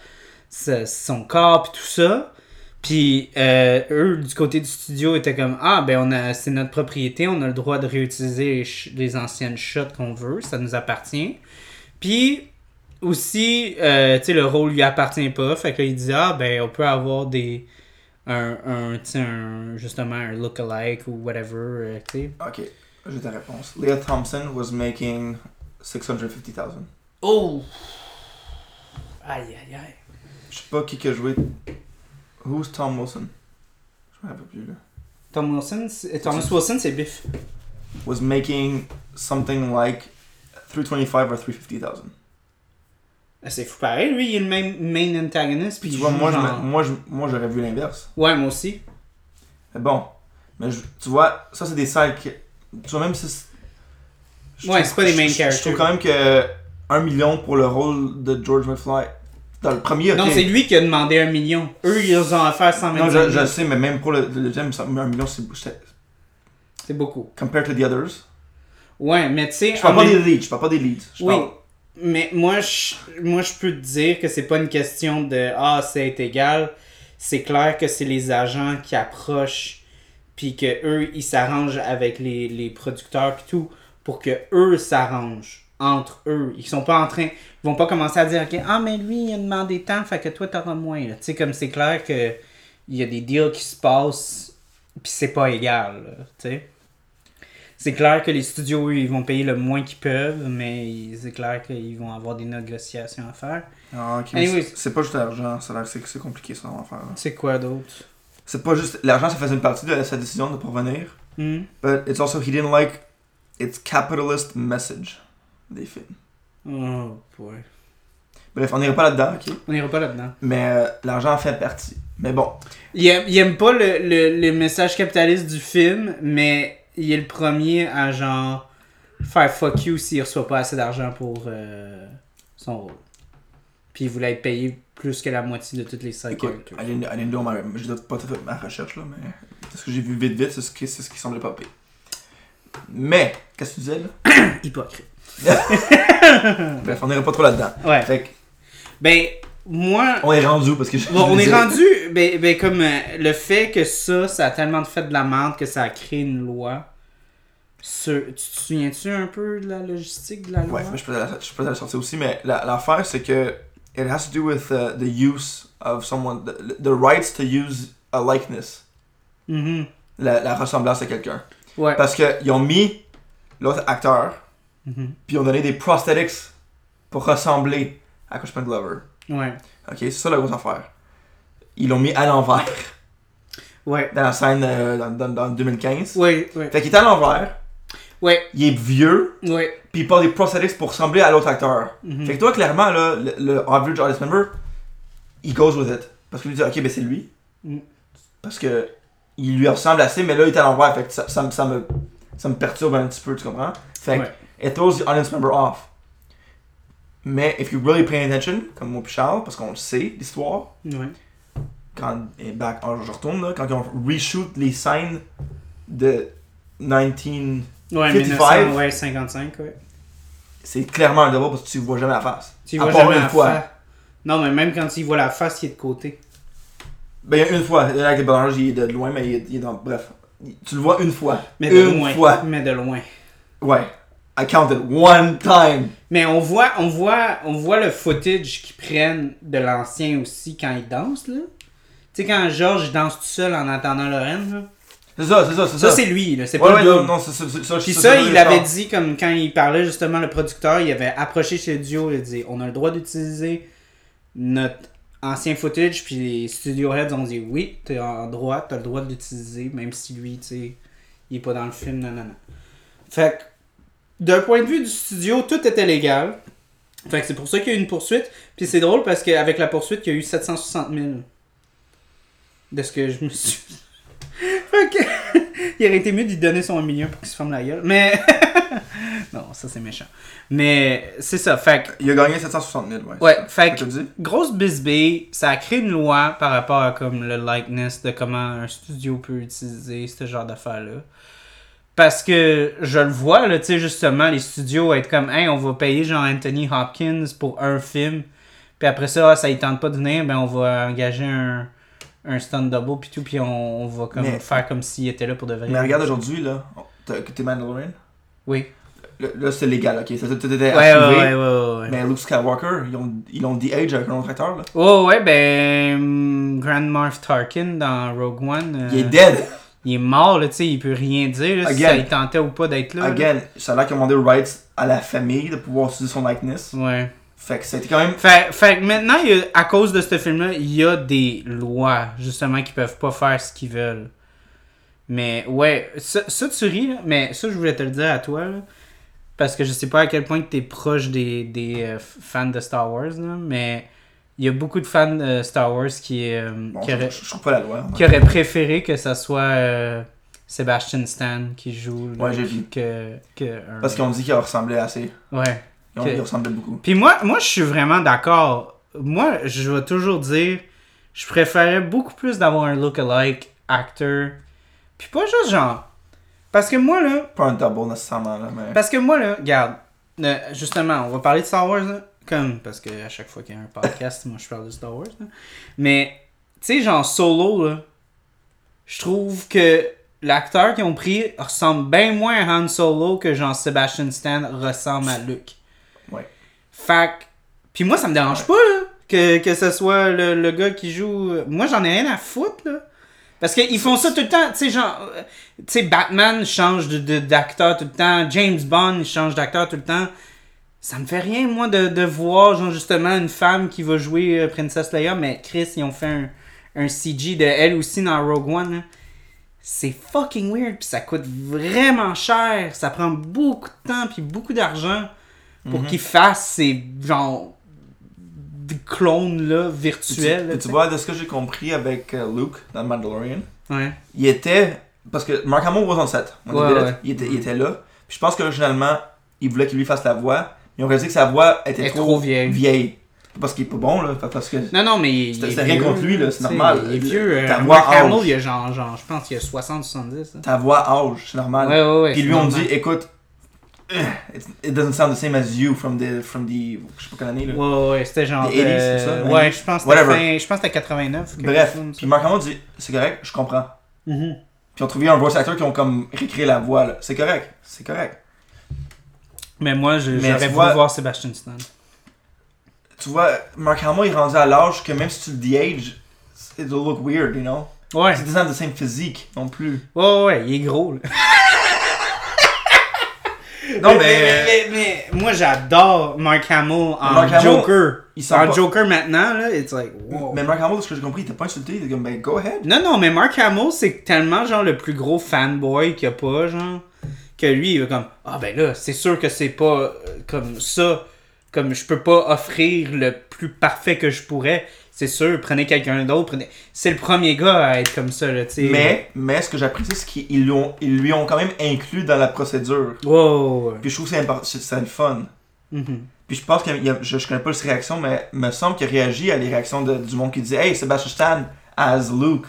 Speaker 1: sa- son corps, puis tout ça. Puis euh, eux, du côté du studio, étaient comme Ah, ben, on a, c'est notre propriété, on a le droit de réutiliser les, ch- les anciennes shots qu'on veut, ça nous appartient. Puis aussi, euh, tu sais, le rôle lui appartient pas. Fait que là, il dit, ah, ben, on peut avoir des. Un, un, tu sais, un, justement, un look-alike ou whatever, euh, tu sais.
Speaker 2: Ok, j'ai ta réponse. Leah Thompson was making 650,000.
Speaker 1: Oh! Aïe, aïe, aïe.
Speaker 2: Je sais pas qui qui a joué. Who's Tom Wilson? Je me rappelle plus là.
Speaker 1: Tom Wilson, c'est- euh, Thomas Wilson, c'est Biff.
Speaker 2: Was making something like 325 or 350,000.
Speaker 1: Ah, C'est fou pareil, lui, il est le main, main antagonist. Puis
Speaker 2: Tu
Speaker 1: il
Speaker 2: vois,
Speaker 1: joue
Speaker 2: moi, je me-
Speaker 1: genre-
Speaker 2: moi, je- moi j'aurais vu l'inverse.
Speaker 1: Ouais, moi aussi.
Speaker 2: Mais bon. Mais je- tu vois, ça c'est des salles que. Tu vois, même si. c'est- je
Speaker 1: Ouais,
Speaker 2: trouve-
Speaker 1: c'est pas des
Speaker 2: je-
Speaker 1: main
Speaker 2: je- Je
Speaker 1: characters.
Speaker 2: trouve quand même que 1 million pour le rôle de George McFly. Dans le premier, ok.
Speaker 1: Non, c'est lui qui a demandé un million. Eux, ils ont affaire 100
Speaker 2: Non,
Speaker 1: 000
Speaker 2: je, je sais, mais même pour le le deuxième, ça- 1 million, c'est. c'est-
Speaker 1: C'est beaucoup.
Speaker 2: Compared to the others.
Speaker 1: Ouais, Ah, mais tu sais.
Speaker 2: Je
Speaker 1: en
Speaker 2: parle pas
Speaker 1: même-
Speaker 2: des leads, je parle pas des leads. Je
Speaker 1: Oui.
Speaker 2: parle-
Speaker 1: Mais moi, je, moi, je peux te dire que c'est pas une question de Ah, c'est égal. C'est clair que c'est les agents qui approchent, puis que eux, ils s'arrangent avec les, les producteurs, puis tout, pour que eux s'arrangent entre eux. Ils sont pas en train. Ils vont pas commencer à dire Ok, ah, mais lui, il a demandé tant, fait que toi, t'auras moins. là. Tu sais, comme c'est clair que il y a des deals qui se passent, puis c'est pas égal. là, Tu sais. C'est clair que les studios, eux, ils vont payer le moins qu'ils peuvent, mais ils- c'est clair qu'ils vont avoir des négociations à faire.
Speaker 2: Ah, ok, mais
Speaker 1: Anyways.
Speaker 2: c'est- C'est pas juste l'argent, ça a l'air que c'est c'est compliqué ça en affaire. là.
Speaker 1: C'est quoi d'autre?
Speaker 2: C'est pas juste. L'argent, ça faisait une partie de sa décision de parvenir.
Speaker 1: Hmm?
Speaker 2: But it's also, he didn't like its capitalist message des films.
Speaker 1: Oh boy.
Speaker 2: Bref, on n'irait pas là-dedans, ok?
Speaker 1: On n'ira pas là-dedans.
Speaker 2: Mais euh, l'argent fait partie. Mais bon,
Speaker 1: Il aime, il aime pas le, le, le message capitaliste du film, mais il est le premier à genre faire fuck you s'il reçoit pas assez d'argent pour euh, son rôle. Puis il voulait être payé plus que la moitié de toutes les side
Speaker 2: écoute,
Speaker 1: characters.
Speaker 2: I didn't, I didn't do my- je dois pas tout fait ma recherche là, mais ce que j'ai vu vite vite, c'est ce qui, c'est ce qui semblait pas pire. Mais, qu'est-ce que tu disais là?
Speaker 1: Hypocrite.
Speaker 2: Bref, on n'irait pas trop là-dedans.
Speaker 1: Ouais.
Speaker 2: Fait que,
Speaker 1: Ben, moi,
Speaker 2: on est rendu où? parce que je-
Speaker 1: Bon, on
Speaker 2: je
Speaker 1: est
Speaker 2: disais-
Speaker 1: rendu, ben, ben, comme euh, le fait que ça, ça a tellement fait de la merde que ça a créé une loi. Sur- tu te souviens-tu un peu de la logistique de la loi?
Speaker 2: Ouais, mais je peux, la- je peux la sortir aussi, mais la- l'affaire, c'est que it has to do with uh, the use of someone, the, the rights to use a likeness,
Speaker 1: Mhm.
Speaker 2: la, la ressemblance à quelqu'un.
Speaker 1: Ouais.
Speaker 2: Parce qu'ils ont mis l'autre acteur,
Speaker 1: Mhm.
Speaker 2: puis ils ont donné des prosthetics pour ressembler à Cushman Glover.
Speaker 1: ouais.
Speaker 2: Ok, c'est ça la grosse affaire. Ils l'ont mis à l'envers [laughs]
Speaker 1: Ouais.
Speaker 2: dans la scène euh, dans, dans- dans 2015.
Speaker 1: Ouais. Ouais.
Speaker 2: Fait qu'il est à l'envers,
Speaker 1: Ouais.
Speaker 2: il est vieux,
Speaker 1: Ouais.
Speaker 2: puis il porte des prosthetics pour ressembler à l'autre acteur.
Speaker 1: Mhm.
Speaker 2: Fait que toi, clairement, là, le, le average audience member, il goes with it. Parce que lui dit, ok, ben c'est lui.
Speaker 1: Mm.
Speaker 2: Parce que il lui ressemble assez, mais là, il est à l'envers. Fait que ça, ça me- ça me, ça me perturbe un petit peu, tu comprends? Fait que
Speaker 1: Ouais.
Speaker 2: it throws the audience member off. Mais if you really pay attention, comme moi pis Charles, parce qu'on le sait, l'histoire,
Speaker 1: Ouais.
Speaker 2: quand et back, oh, je retourne là, quand ils ont reshoot les scènes de 19.
Speaker 1: Ouais,
Speaker 2: 55.
Speaker 1: 1900, ouais, 55, ouais.
Speaker 2: C'est clairement un devoir parce que tu vois jamais la face.
Speaker 1: Tu y
Speaker 2: À
Speaker 1: vois
Speaker 2: part
Speaker 1: jamais
Speaker 2: une
Speaker 1: la
Speaker 2: fois.
Speaker 1: face. Non, mais même quand il voit la face, il est de côté.
Speaker 2: Ben, il y a une fois, là, avec les Blanche, il est de loin, mais il est, il est dans. Bref. Tu le vois une fois.
Speaker 1: Mais de
Speaker 2: une
Speaker 1: loin.
Speaker 2: fois.
Speaker 1: Mais de loin.
Speaker 2: Ouais. I counted one time.
Speaker 1: Mais on voit, on voit, on voit le footage qu'ils prennent de l'ancien aussi quand ils dansent, là. Tu sais, quand Georges il danse tout seul en entendant Lorraine, là.
Speaker 2: C'est ça, c'est ça, c'est ça.
Speaker 1: Ça, c'est lui, là. C'est
Speaker 2: Ouais,
Speaker 1: pas
Speaker 2: ouais,
Speaker 1: le
Speaker 2: non,
Speaker 1: double.
Speaker 2: non, c'est ça. c'est
Speaker 1: Puis
Speaker 2: c'est
Speaker 1: ça,
Speaker 2: c'est
Speaker 1: il
Speaker 2: ça,
Speaker 1: avait
Speaker 2: ça.
Speaker 1: dit, comme quand il parlait justement, le producteur, il avait approché chez le duo, il dit On a le droit d'utiliser notre ancien footage, puis les studio heads ont dit Oui, t'es en droit, t'as le droit de l'utiliser, même si lui, tu sais, il est pas dans le film, non, non, non. Fait que, d'un point de vue du studio, tout était légal. Fait que c'est pour ça qu'il y a eu une poursuite. Puis c'est drôle parce qu'avec la poursuite, il y a eu 760 000. De ce que je me suis. fait que. [laughs] Il aurait été mieux d'y donner son 1 million pour qu'il se ferme la gueule. Mais. [laughs] non, ça c'est méchant. Mais c'est ça. Fait que.
Speaker 2: Il a gagné 760 000, ouais.
Speaker 1: Ouais,
Speaker 2: c'est ça.
Speaker 1: fait
Speaker 2: Je te dis.
Speaker 1: Grosse bisbille, ça a créé une loi par rapport à comme le likeness de comment un studio peut utiliser ce genre d'affaires-là. Parce que je le vois, là, tu sais, justement, les studios être comme, hey, on va payer genre Anthony Hopkins pour un film, puis après ça, ah, ça y tente pas de venir, ben on va engager un, un stunt double, puis tout, puis on, on va comme
Speaker 2: Mais-
Speaker 1: faire comme s'il était là pour de vrai.
Speaker 2: Mais regarde aujourd'hui, là. T'as écouté Mandalorian?
Speaker 1: Oui.
Speaker 2: le- là, c'est légal, ok? Ça, tout était
Speaker 1: Ouais, ouais,
Speaker 2: approuvé.
Speaker 1: ouais, ouais, ouais, ouais.
Speaker 2: Mais Luke Skywalker, ils ont, ils l'ont de-age avec un autre acteur, là.
Speaker 1: Oh, ouais, ben. hum, Grand Moff Tarkin dans Rogue One. euh,
Speaker 2: Il est dead!
Speaker 1: il est mort, là, tu sais, il peut rien dire, là, si
Speaker 2: Again.
Speaker 1: ça il tentait ou pas d'être là. là.
Speaker 2: Again, ça a commandé rights à la famille de pouvoir utiliser son likeness.
Speaker 1: Ouais.
Speaker 2: Fait que c'était quand même.
Speaker 1: Fait, fait que maintenant, il y a- à cause de ce film-là, il y a des lois, justement, qui peuvent pas faire ce qu'ils veulent. Mais ouais, ça, ça, tu ris, là, mais ça, je voulais te le dire à toi, là, parce que je sais pas à quel point tu es proche des, des euh, f- fans de Star Wars, là, mais il y a beaucoup de fans de Star Wars qui, euh,
Speaker 2: Bon,
Speaker 1: qui,
Speaker 2: je,
Speaker 1: auraient,
Speaker 2: je trouve pas la loi. hein.
Speaker 1: qui auraient préféré que ça soit euh, Sebastian Stan qui joue. là,
Speaker 2: Ouais, j'ai vu.
Speaker 1: que, que un-
Speaker 2: Parce qu'on dit qu'il ressemblait assez.
Speaker 1: Ouais.
Speaker 2: Ils ont
Speaker 1: Ok.
Speaker 2: dit qu'il ressemblait beaucoup.
Speaker 1: Puis moi, moi, je suis vraiment d'accord. Moi, je vais toujours dire, je préférais beaucoup plus d'avoir un look-alike acteur. Puis pas juste genre. Parce que moi, là,
Speaker 2: Pas un double nécessairement, là, mais.
Speaker 1: parce que moi, là, regarde, euh, justement, on va parler de Star Wars, là, comme, parce que à chaque fois qu'il y a un podcast, moi, je parle de Star Wars, là. Mais, tu sais, genre, solo, là, je trouve que l'acteur qu'ils ont pris ressemble bien moins à Han Solo que, genre, Sebastian Stan ressemble à Luke.
Speaker 2: Ouais.
Speaker 1: Fait que- Puis moi, ça me dérange pas, là, que, que ce soit le, le gars qui joue. Moi, j'en ai rien à foutre, là. Parce qu'ils font ça tout le temps, tu sais, genre. euh, Tu sais, Batman change de- de- d'acteur tout le temps, James Bond il change d'acteur tout le temps. Ça me fait rien, moi, de, de voir, genre, justement, une femme qui va jouer euh, Princess Leia, mais Chris, ils ont fait un, un CG de elle aussi dans Rogue One, là. C'est fucking weird, puis ça coûte vraiment cher, ça prend beaucoup de temps, puis beaucoup d'argent
Speaker 2: Mm-hmm.
Speaker 1: pour qu'ils fassent ces, genre, des clones-là virtuels. là,
Speaker 2: Tu,
Speaker 1: tu
Speaker 2: tu
Speaker 1: sais.
Speaker 2: vois, de ce que j'ai compris avec euh, Luke dans Mandalorian,
Speaker 1: Ouais.
Speaker 2: il était. Parce que Mark Hamill was on set. On
Speaker 1: Ouais,
Speaker 2: était là-
Speaker 1: ouais. Mm-hmm.
Speaker 2: Il, était, il était là. Puis je pense que finalement, il voulait qu'il lui fasse la voix. Ils ont réalisé que sa voix était
Speaker 1: Elle est
Speaker 2: trop,
Speaker 1: trop vieille.
Speaker 2: Pas Parce qu'il est pas bon, là. pas Parce que.
Speaker 1: Non, non, mais il,
Speaker 2: C'est-
Speaker 1: il est
Speaker 2: c'est rien
Speaker 1: vieux,
Speaker 2: contre lui, là, c'est
Speaker 1: tu sais,
Speaker 2: normal.
Speaker 1: Il est vieux.
Speaker 2: Ta
Speaker 1: euh,
Speaker 2: voix
Speaker 1: Mark Hamill,
Speaker 2: âge.
Speaker 1: il a genre, genre, je pense qu'il a 60-70. là.
Speaker 2: Ta voix âge, c'est normal.
Speaker 1: Ouais, ouais, ouais.
Speaker 2: Puis
Speaker 1: c'est
Speaker 2: lui, on
Speaker 1: normal.
Speaker 2: dit, écoute, eh, it, it doesn't sound the same as you from the, from the, je sais pas quelle année, là.
Speaker 1: Ouais, ouais, ouais, c'était genre.
Speaker 2: The 80s, euh, c'est ça,
Speaker 1: euh,
Speaker 2: hein?
Speaker 1: ouais, je pense que c'était
Speaker 2: Whatever.
Speaker 1: fin- je pense que c'était 89. quelque
Speaker 2: Bref,
Speaker 1: chose comme ça.
Speaker 2: puis Mark Hamill dit, c'est correct, je comprends.
Speaker 1: Mhm.
Speaker 2: Puis on trouvé un voice actor qui ont comme récréé la voix, là. C'est correct, c'est correct.
Speaker 1: Mais moi, je-
Speaker 2: Mais
Speaker 1: j'aurais
Speaker 2: tu
Speaker 1: voulu
Speaker 2: vois-
Speaker 1: voir Sebastian Stan.
Speaker 2: Tu vois, Mark Hamill est rendu à l'âge que même si tu le de-age, it'll look weird, you know?
Speaker 1: Ouais,
Speaker 2: It doesn't have the same physique non plus.
Speaker 1: ouais, ouais, ouais, il est gros. là.
Speaker 2: Non, mais, euh,
Speaker 1: mais, mais- mais moi, j'adore Mark Hamill en
Speaker 2: Mark Hamill,
Speaker 1: Joker.
Speaker 2: il sent
Speaker 1: En
Speaker 2: pas-
Speaker 1: Joker maintenant, là, it's like, wow.
Speaker 2: mais Mark Hamill, de ce que j'ai compris, il était pas insulté, il était comme, ben, go ahead.
Speaker 1: Non, non, mais Mark Hamill, c'est tellement genre le plus gros fanboy qu'il y a pas, genre, que lui, il va comme, ah ben là, c'est sûr que c'est pas euh, comme ça, comme je peux pas offrir le plus parfait que je pourrais, c'est sûr, prenez quelqu'un d'autre, prenez... C'est le premier gars à être comme ça, là, tu sais.
Speaker 2: Mais, mais ce que j'apprécie, c'est qu'ils lui ont- ils lui ont quand même inclus dans la procédure.
Speaker 1: Wow.
Speaker 2: Puis je trouve que c'est impor- c'est c'est le fun.
Speaker 1: Mhm.
Speaker 2: Puis je pense qu'il y a, je, je connais pas ses réactions, mais me semble qu'il réagit à les réactions de- du monde qui dit Hey, Sebastian Stan as Luke.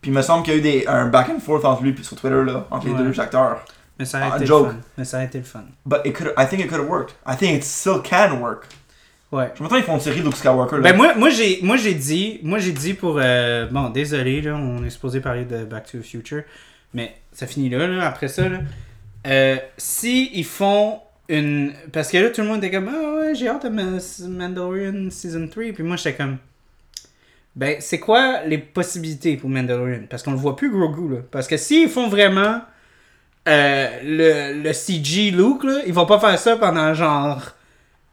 Speaker 2: Puis me semble qu'il y a eu des, un back and forth entre lui puis sur Twitter là, entre
Speaker 1: Ouais.
Speaker 2: les deux acteurs.
Speaker 1: Mais ça a
Speaker 2: Un
Speaker 1: été
Speaker 2: Ah, joke.
Speaker 1: le fun. Mais ça a été le fun.
Speaker 2: But it could, I think it could have worked. I think it still can work.
Speaker 1: Ouais.
Speaker 2: Je m'attends ils font une série de Luke Skywalker là.
Speaker 1: Ben moi, moi j'ai, moi j'ai dit, moi j'ai dit pour, euh, bon, désolé là, on est supposé parler de Back to the Future, mais ça finit là, là après ça là. Euh, si ils font une, parce que là tout le monde était comme, ah ouais, j'ai hâte de Ma- Mandalorian season 3, puis moi j'étais comme, ben c'est quoi les possibilités pour Mandalorian, parce qu'on le voit plus Grogu là, parce que s'ils font vraiment euh, le, le CG Luke, là, ils vont pas faire ça pendant genre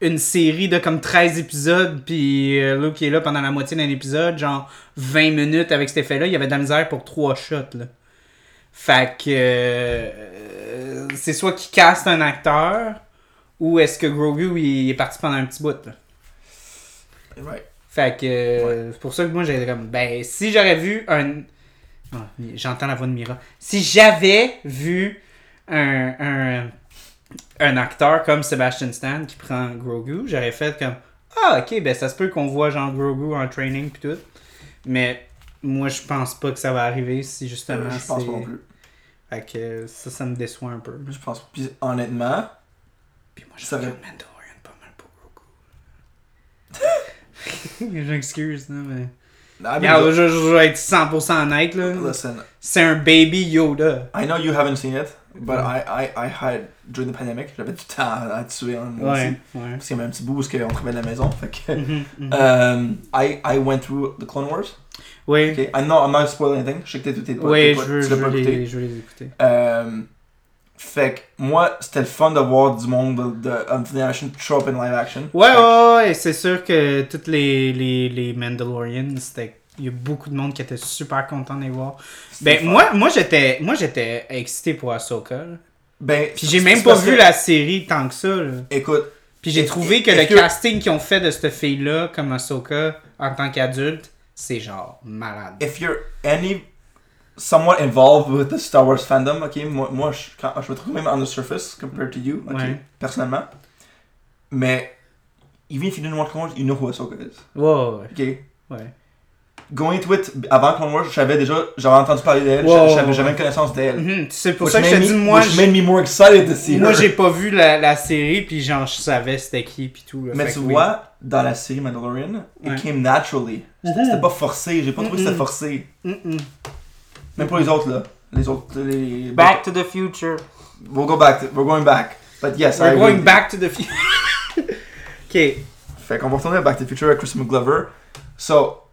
Speaker 1: une série de comme 13 épisodes, puis euh, Luke il est là pendant la moitié d'un épisode, genre 20 minutes avec cet effet-là, il y avait de la misère pour 3 shots. Là. Fait que. euh, euh, c'est soit qu'il caste un acteur, ou est-ce que Grogu il est parti pendant un petit bout. Là.
Speaker 2: Right.
Speaker 1: Fait que. euh, C'est pour ça que moi j'étais comme. Ben, si j'aurais vu un. Ah, J'entends la voix de Mira. Si j'avais vu un, un, un acteur comme Sebastian Stan qui prend Grogu, j'aurais fait comme Ah, ok, ben ça se peut qu'on voit genre Grogu en training pis tout. Mais moi je pense pas que ça va arriver si justement.
Speaker 2: je pense
Speaker 1: c'est-
Speaker 2: pas non plus.
Speaker 1: Fait que ça, ça me déçoit un peu.
Speaker 2: Je pense. Puis honnêtement,
Speaker 1: Puis moi je
Speaker 2: Ça
Speaker 1: regarde
Speaker 2: aurait-
Speaker 1: Mandalorian pas mal pour Grogu. [laughs] J'excuse, non mais.
Speaker 2: I mean,
Speaker 1: Regarde,
Speaker 2: Ah,
Speaker 1: je, je vais être 100% honnête là.
Speaker 2: listen,
Speaker 1: C'est un baby Yoda.
Speaker 2: I know you haven't seen it. But
Speaker 1: Mm.
Speaker 2: I, I, I had, during the pandemic, j'avais du temps à, à tuer en moi
Speaker 1: Ouais,
Speaker 2: aussi.
Speaker 1: ouais.
Speaker 2: Parce qu'il y avait un petit bout où on travaillait à la maison. Fait
Speaker 1: [laughs]
Speaker 2: que,
Speaker 1: Mhm, mhm.
Speaker 2: um, I, I went through the Clone Wars.
Speaker 1: Oui,
Speaker 2: Okay. I'm not, I'm not spoiling anything. Je sais que t'es tout tes
Speaker 1: oui,
Speaker 2: tes-
Speaker 1: je veux,
Speaker 2: tu
Speaker 1: je
Speaker 2: l'as
Speaker 1: veux
Speaker 2: pas écouté.
Speaker 1: les, je veux les écouter.
Speaker 2: Euh, fait que moi, c'était le fun de voir du monde de, de Anthony Ashton show up in live action.
Speaker 1: Ouais, ouais,
Speaker 2: Fait que
Speaker 1: ouais, et c'est sûr que toutes les, les, les Mandalorians, c'était. Il y a beaucoup de monde qui était super content de les voir.
Speaker 2: c'était
Speaker 1: Ben,
Speaker 2: fun.
Speaker 1: moi, moi j'étais moi j'étais excité pour Ahsoka. là.
Speaker 2: ben,
Speaker 1: Puis
Speaker 2: c'est-
Speaker 1: j'ai
Speaker 2: c'est
Speaker 1: même pas
Speaker 2: parce
Speaker 1: vu
Speaker 2: que-
Speaker 1: la série tant que ça. là.
Speaker 2: Écoute,
Speaker 1: Puis j'ai
Speaker 2: Est-
Speaker 1: trouvé que
Speaker 2: est-ce
Speaker 1: le
Speaker 2: que-
Speaker 1: casting qu'ils ont fait de cette fille-là, comme Ahsoka, en tant qu'adulte, c'est genre malade.
Speaker 2: if you're any somewhat involved with the Star Wars fandom, ok, moi, moi je, quand- je me trouve même on the surface compared to you, ok,
Speaker 1: Ouais.
Speaker 2: personnellement. Mais even if you didn't watch Clone Wars, you know who Ahsoka is.
Speaker 1: Ouais, ouais,
Speaker 2: Ok.
Speaker 1: ouais, ouais.
Speaker 2: Going to it, avant Clone Wars, je savais déjà, j'avais entendu parler d'elle,
Speaker 1: Wow.
Speaker 2: je- j'avais jamais connaissance d'elle.
Speaker 1: Mhm, C'est pour
Speaker 2: Which
Speaker 1: ça que je
Speaker 2: made
Speaker 1: te dis,
Speaker 2: me-
Speaker 1: moi,
Speaker 2: which
Speaker 1: je-
Speaker 2: made me more excited to see
Speaker 1: moi
Speaker 2: her.
Speaker 1: j'ai pas vu la, la série, puis genre je savais c'était qui, puis tout. là.
Speaker 2: Mais
Speaker 1: Fait
Speaker 2: tu
Speaker 1: que oui.
Speaker 2: vois, dans la série Mandalorian,
Speaker 1: Ouais.
Speaker 2: it came naturally. C'était c'était pas forcé, j'ai pas trouvé que c'était
Speaker 1: Mhm.
Speaker 2: forcé.
Speaker 1: Mm-mm.
Speaker 2: Même pour les autres là. Les autres. Les...
Speaker 1: Back to the future.
Speaker 2: We'll go back. to- we're going back. But yes, I
Speaker 1: We're
Speaker 2: agree.
Speaker 1: going back to the future. [laughs] ok.
Speaker 2: Fait qu'on va retourner à Back to the Future avec Chris McGlover. So,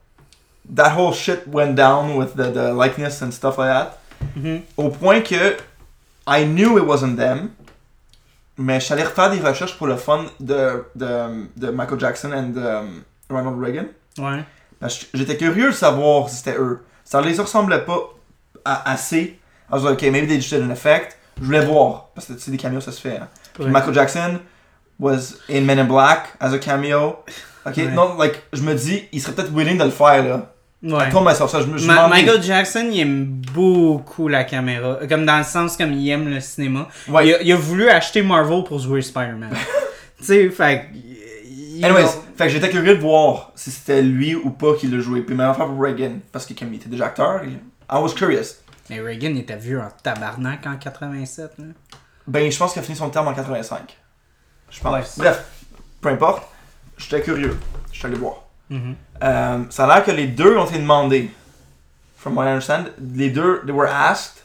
Speaker 2: that whole shit went down with the, the likeness and stuff like that.
Speaker 1: Mhm.
Speaker 2: Au point que I knew it wasn't them. Mais je suis allé refaire des recherches pour le fun de, de, de Michael Jackson and um, Ronald Reagan.
Speaker 1: Ouais.
Speaker 2: Parce que J'étais curieux de savoir si c'était eux. Ça les ressemblait pas à- assez. I was like, ok, maybe they just did an effect. Je voulais voir. Parce que tu sais, des cameos, ça se fait. hein. Puis
Speaker 1: Ouais.
Speaker 2: Michael Jackson was in Men in Black as a cameo. Ok,
Speaker 1: Ouais.
Speaker 2: non, like, je me dis, il serait peut-être willing de le faire, là.
Speaker 1: Ouais.
Speaker 2: I told myself ça, je me je
Speaker 1: Ma-
Speaker 2: m'en dis-
Speaker 1: Michael Jackson, il aime beaucoup la caméra. Comme dans le sens, comme il aime le cinéma.
Speaker 2: Ouais.
Speaker 1: Il, a, il a voulu acheter Marvel pour jouer [laughs] Spider-Man. tu sais, fait. que, il- il-
Speaker 2: Anyways, fait que j'étais curieux de voir si c'était lui ou pas qui le jouait. Puis même affaire pour Reagan, parce que comme il était déjà acteur, il- I was curious.
Speaker 1: Mais Reagan était vieux en tabarnak en 87. Là.
Speaker 2: Ben, je pense qu'il a fini son terme en 85. Je pense.
Speaker 1: Ouais.
Speaker 2: Bref, peu importe. J'étais curieux. J'étais allé voir.
Speaker 1: Mhm.
Speaker 2: Euh, ça a l'air que les deux ont été demandés. From what I understand, les deux they were asked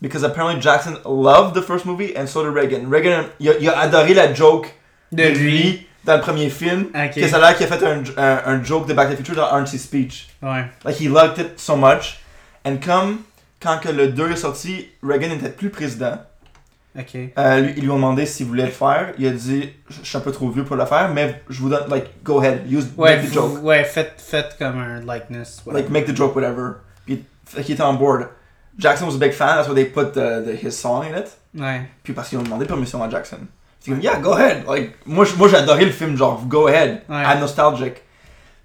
Speaker 2: because apparently Jackson loved the first movie and so did Reagan. Reagan, il a, il a adoré la joke
Speaker 1: De lui.
Speaker 2: dans le premier film.
Speaker 1: Ok.
Speaker 2: Que ça a l'air qu'il a fait un, un, un joke de Back to the Future dans un de ses speeches.
Speaker 1: Ouais.
Speaker 2: Like he loved it so much. And comme quand que le 2 est sorti, Reagan n'était plus président.
Speaker 1: Ok.
Speaker 2: Euh, lui, ils lui ont demandé s'il voulait le faire. Il a dit, je je suis un peu trop vieux pour le faire, mais je vous donne, like, go ahead, use
Speaker 1: Ouais,
Speaker 2: make the
Speaker 1: vous-
Speaker 2: joke.
Speaker 1: ouais faites, faites comme un likeness. whatever.
Speaker 2: like make the joke whatever. Puis fait qu'il était on board. Jackson was a big fan, that's why they put the, the, his song in it.
Speaker 1: Ouais.
Speaker 2: Puis parce qu'ils ont demandé permission à Jackson. C'est comme yeah, go ahead. Like moi j- moi j'ai adoré le film genre go ahead.
Speaker 1: Ouais.
Speaker 2: I'm nostalgic.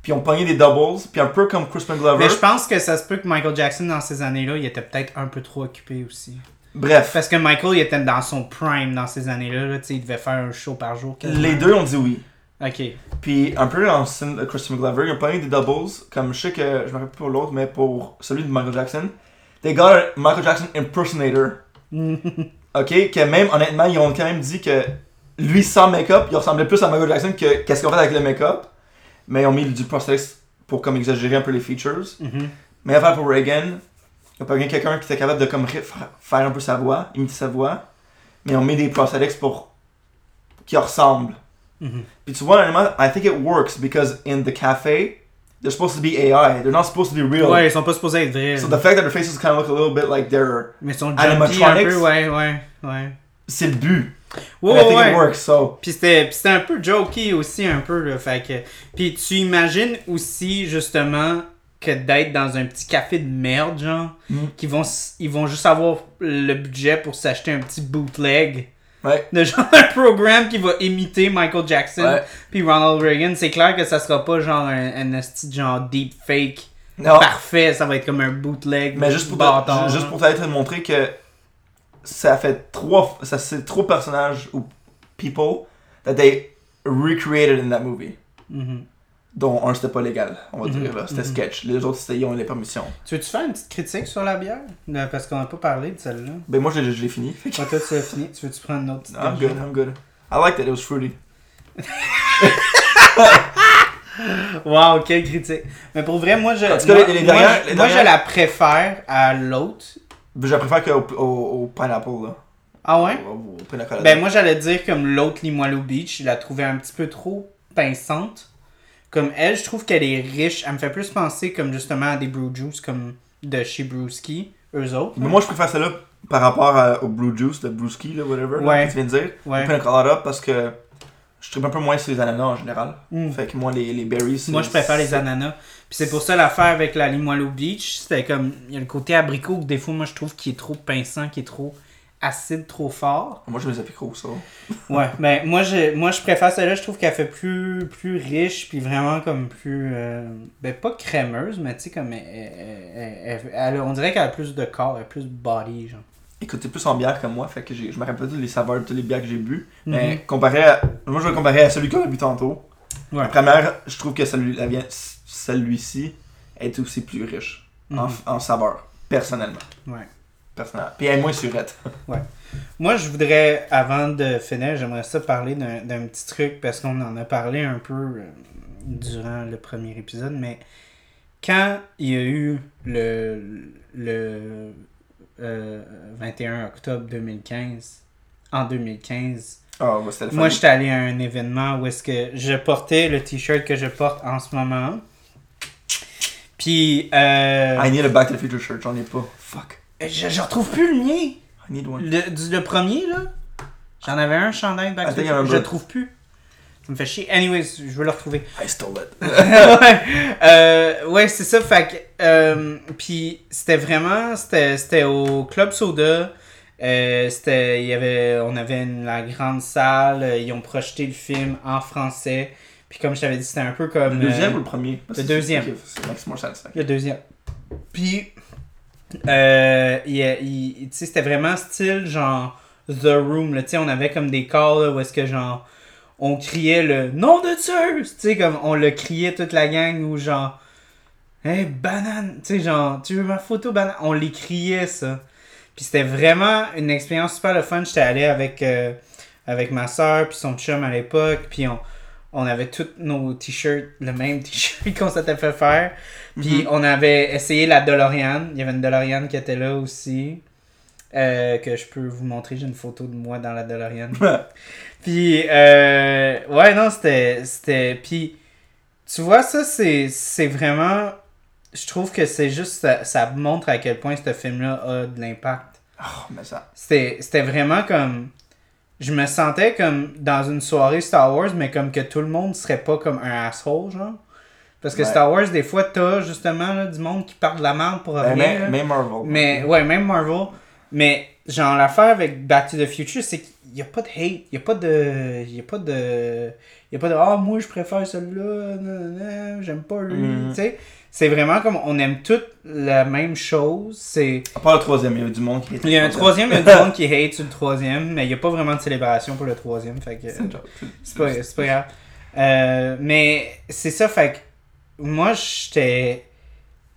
Speaker 2: Puis on pogné des doubles, puis un peu comme Crispin Glover.
Speaker 1: Mais je pense que ça se peut que Michael Jackson, dans ces années-là, il était peut-être un peu trop occupé aussi.
Speaker 2: Bref,
Speaker 1: Parce que Michael, il était dans son prime dans ces années-là. là, tu sais, il devait faire un show par jour. quasiment.
Speaker 2: les deux ont dit oui.
Speaker 1: Ok. [laughs]
Speaker 2: Puis un peu dans le style de Crispin Glover, ils ont pogné des doubles comme je sais que je me rappelle pas pour l'autre, mais pour celui de Michael Jackson, they got a Michael Jackson impersonator.
Speaker 1: Mhm.
Speaker 2: Ok, que même honnêtement, ils ont quand même dit que lui sans make-up, il ressemblait plus à Michael Jackson que qu'est-ce qu'on fait avec le make-up. Mais ils ont mis du prosthetics pour comme exagérer un peu les features.
Speaker 1: Mhm.
Speaker 2: Mais affaire pour Reagan, il n'y a pas eu quelqu'un qui était capable de comme ré- fa- faire un peu sa voix, imiter sa voix. Mais on met des prosthetics pour qu'il ressemble.
Speaker 1: Mhm.
Speaker 2: Puis tu vois, honnêtement, I think it works because in the cafe, they're supposed to be AI, they're not supposed to be real.
Speaker 1: Ouais, ils sont pas supposés être vrais.
Speaker 2: So
Speaker 1: là.
Speaker 2: the fact that their faces kind of look a little bit like they're.
Speaker 1: Mais ils sont jumpy un
Speaker 2: Animatronics.
Speaker 1: peu, ouais, ouais, ouais.
Speaker 2: C'est le but.
Speaker 1: Ouais,
Speaker 2: And I
Speaker 1: ouais,
Speaker 2: think
Speaker 1: ouais.
Speaker 2: it works, so.
Speaker 1: Puis c'était puis c'était un peu jokey aussi, un peu, là, fait que... Puis tu imagines aussi, justement, que d'être dans un petit café de merde, genre,
Speaker 2: Mm.
Speaker 1: qu'ils vont, s- ils vont juste avoir le budget pour s'acheter un petit bootleg.
Speaker 2: Ouais.
Speaker 1: De genre [laughs] un programme qui va imiter Michael Jackson
Speaker 2: Ouais.
Speaker 1: puis Ronald Reagan. C'est clair que ça sera pas genre un, un esti de genre deep fake
Speaker 2: Non.
Speaker 1: parfait, ça va être comme un bootleg.
Speaker 2: Mais juste pour, te-
Speaker 1: bâtard,
Speaker 2: ju- juste
Speaker 1: hein.
Speaker 2: pour t'aller te montrer que ça fait trois, ça c'est trois personnages ou people that they recreated in that movie.
Speaker 1: Mhm.
Speaker 2: Dont un c'était pas légal, on va
Speaker 1: Mhm,
Speaker 2: dire là, c'était
Speaker 1: mhm.
Speaker 2: sketch. Les autres c'était ils ont eu les permissions.
Speaker 1: Tu veux-tu faire une petite critique sur la bière? Non, parce qu'on n'a pas parlé de celle-là.
Speaker 2: Ben moi je l'ai je l'ai fini. Fait que-
Speaker 1: Toi, Bah, toi, tu as fini. Tu veux-tu prendre une autre petite
Speaker 2: Ah, I'm
Speaker 1: gorgée?
Speaker 2: good, I'm good. I liked it, it was fruity.
Speaker 1: Wow, quelle critique. Mais pour vrai, moi, je,
Speaker 2: En tout cas,
Speaker 1: moi,
Speaker 2: les- les
Speaker 1: moi,
Speaker 2: dernières-
Speaker 1: je-
Speaker 2: les
Speaker 1: moi,
Speaker 2: dernières-
Speaker 1: je la préfère à l'autre.
Speaker 2: Je la préfère qu'au au, au pineapple là.
Speaker 1: Ah ouais?
Speaker 2: On va vous prendre la collade.
Speaker 1: Ben moi j'allais dire comme l'autre Limoilou Beach, je la trouvais un petit peu trop pinçante. Comme elle, je trouve qu'elle est riche. Elle me fait plus penser comme justement à des Brew Juice comme de chez Brewski, eux autres.
Speaker 2: Mais moi, je préfère celle-là par rapport à- au Blue Juice, le Brewski, là, whatever, là,
Speaker 1: Ouais.
Speaker 2: que tu viens de dire.
Speaker 1: Ouais.
Speaker 2: On prend la Colorado parce que je tripe un peu moins sur les ananas en général.
Speaker 1: Mm.
Speaker 2: Fait que moi, les, les berries. c'est-
Speaker 1: Moi je préfère les ananas. Puis c'est pour ça l'affaire avec la Limoilou Beach, c'était comme il y a le côté abricot que des fois moi je trouve qui est trop pinçant, qui est trop acide, trop fort.
Speaker 2: Moi, je les applique au ça.
Speaker 1: Ouais, ben moi je moi je préfère celle-là, je trouve qu'elle fait plus plus riche puis vraiment comme plus euh, ben pas crémeuse, mais tu sais comme elle- elle- elle- elle- elle- on dirait qu'elle a plus de corps, elle a plus de body genre.
Speaker 2: Écoute, t'es plus en bière que moi, fait que j'ai- je me rappelle toutes les saveurs de toutes les bières que j'ai bu.
Speaker 1: Hmm.
Speaker 2: Mais comparé à. Moi, je vais comparer à celui qu'on a bu tantôt.
Speaker 1: Ouais.
Speaker 2: La première, je trouve que celui- la vi- celui-ci est aussi plus riche en,
Speaker 1: Mhm.
Speaker 2: en saveur, personnellement.
Speaker 1: Ouais.
Speaker 2: Personnellement. Puis elle est moins surette.
Speaker 1: Moi je voudrais avant de finir, j'aimerais ça parler d'un d'un petit truc parce qu'on en a parlé un peu euh, durant le premier épisode, mais quand il y a eu le le euh, 21 octobre 2015 en 2015
Speaker 2: Ah, moi, c'était le fun.
Speaker 1: Moi, j'étais allé à un événement où est-ce que je portais le t-shirt que je porte en ce moment. Puis, euh,
Speaker 2: I need a Back to the Future shirt, j'en ai pas. Fuck.
Speaker 1: je, je retrouve plus le mien.
Speaker 2: I need one.
Speaker 1: Le, du- le premier, là, j'en avais un chandail de Back
Speaker 2: I
Speaker 1: to the
Speaker 2: think I
Speaker 1: Future.
Speaker 2: remember.
Speaker 1: Je le trouve plus. Ça me fait chier. Anyways, je veux le retrouver.
Speaker 2: I stole it.
Speaker 1: ouais, Euh, ouais, c'est ça. Fait que, euh, puis c'était vraiment, c'était c'était au Club Soda. Euh, c'était, il y avait, on avait une- la grande salle. euh, Ils ont projeté le film en français. Puis comme je t'avais dit, c'était un peu comme
Speaker 2: Le deuxième
Speaker 1: euh,
Speaker 2: ou le premier Parce
Speaker 1: le
Speaker 2: que
Speaker 1: deuxième.
Speaker 2: c'est- C'est makes more sense.
Speaker 1: le deuxième. Puis, euh, il y a- il- tu sais, c'était vraiment style genre The Room. Là, Tu sais, on avait comme des calls là, où est-ce que genre on criait le nom de Zeus. Tu sais, comme on le criait toute la gang ou genre Hey banane, tu sais, genre tu veux ma photo banane. On les criait ça. Puis c'était vraiment une expérience super le fun. J'étais allé avec, euh, avec ma soeur puis son chum à l'époque. Puis on, on avait tous nos t-shirts, le même [laughs] t-shirt qu'on s'était fait faire. Puis on avait essayé la DeLorean. Il y avait une DeLorean qui était là aussi. euh, que je peux vous montrer. J'ai une photo de moi dans la DeLorean. Puis, euh, ouais, non, c'était. c'était Puis, tu vois, ça, c'est c'est vraiment. Je trouve que c'est juste. Ça, ça montre à quel point ce film-là a de l'impact.
Speaker 2: [laughs] Oh, mais ça.
Speaker 1: C'était c'était vraiment comme. Je me sentais comme dans une soirée Star Wars, mais comme que tout le monde serait pas comme un asshole, genre. Parce que
Speaker 2: Ouais.
Speaker 1: Star Wars, des fois, t'as justement là, du monde qui parle de la merde pour rien.
Speaker 2: Ben, mais,
Speaker 1: là.
Speaker 2: mais Marvel.
Speaker 1: Mais ouais, même Marvel. Mais genre l'affaire avec Back to the Future, c'est qu'il n'y a pas de hate, il n'y a pas de. Il n'y a pas de. Il n'y a pas de Ah, moi je préfère celui-là, nanana, j'aime pas lui.
Speaker 2: Mm.
Speaker 1: Tu sais, c'est vraiment comme on aime toutes la même chose. C'est...
Speaker 2: À part le troisième, il y a du monde qui
Speaker 1: Il y a un troisième, il y a du monde qui hate sur le troisième, mais il n'y a pas vraiment de célébration pour le troisième. Fait que...
Speaker 2: C'est une joke.
Speaker 1: C'est pas, c'est pas grave. Euh, mais c'est ça, fait que moi, j'étais.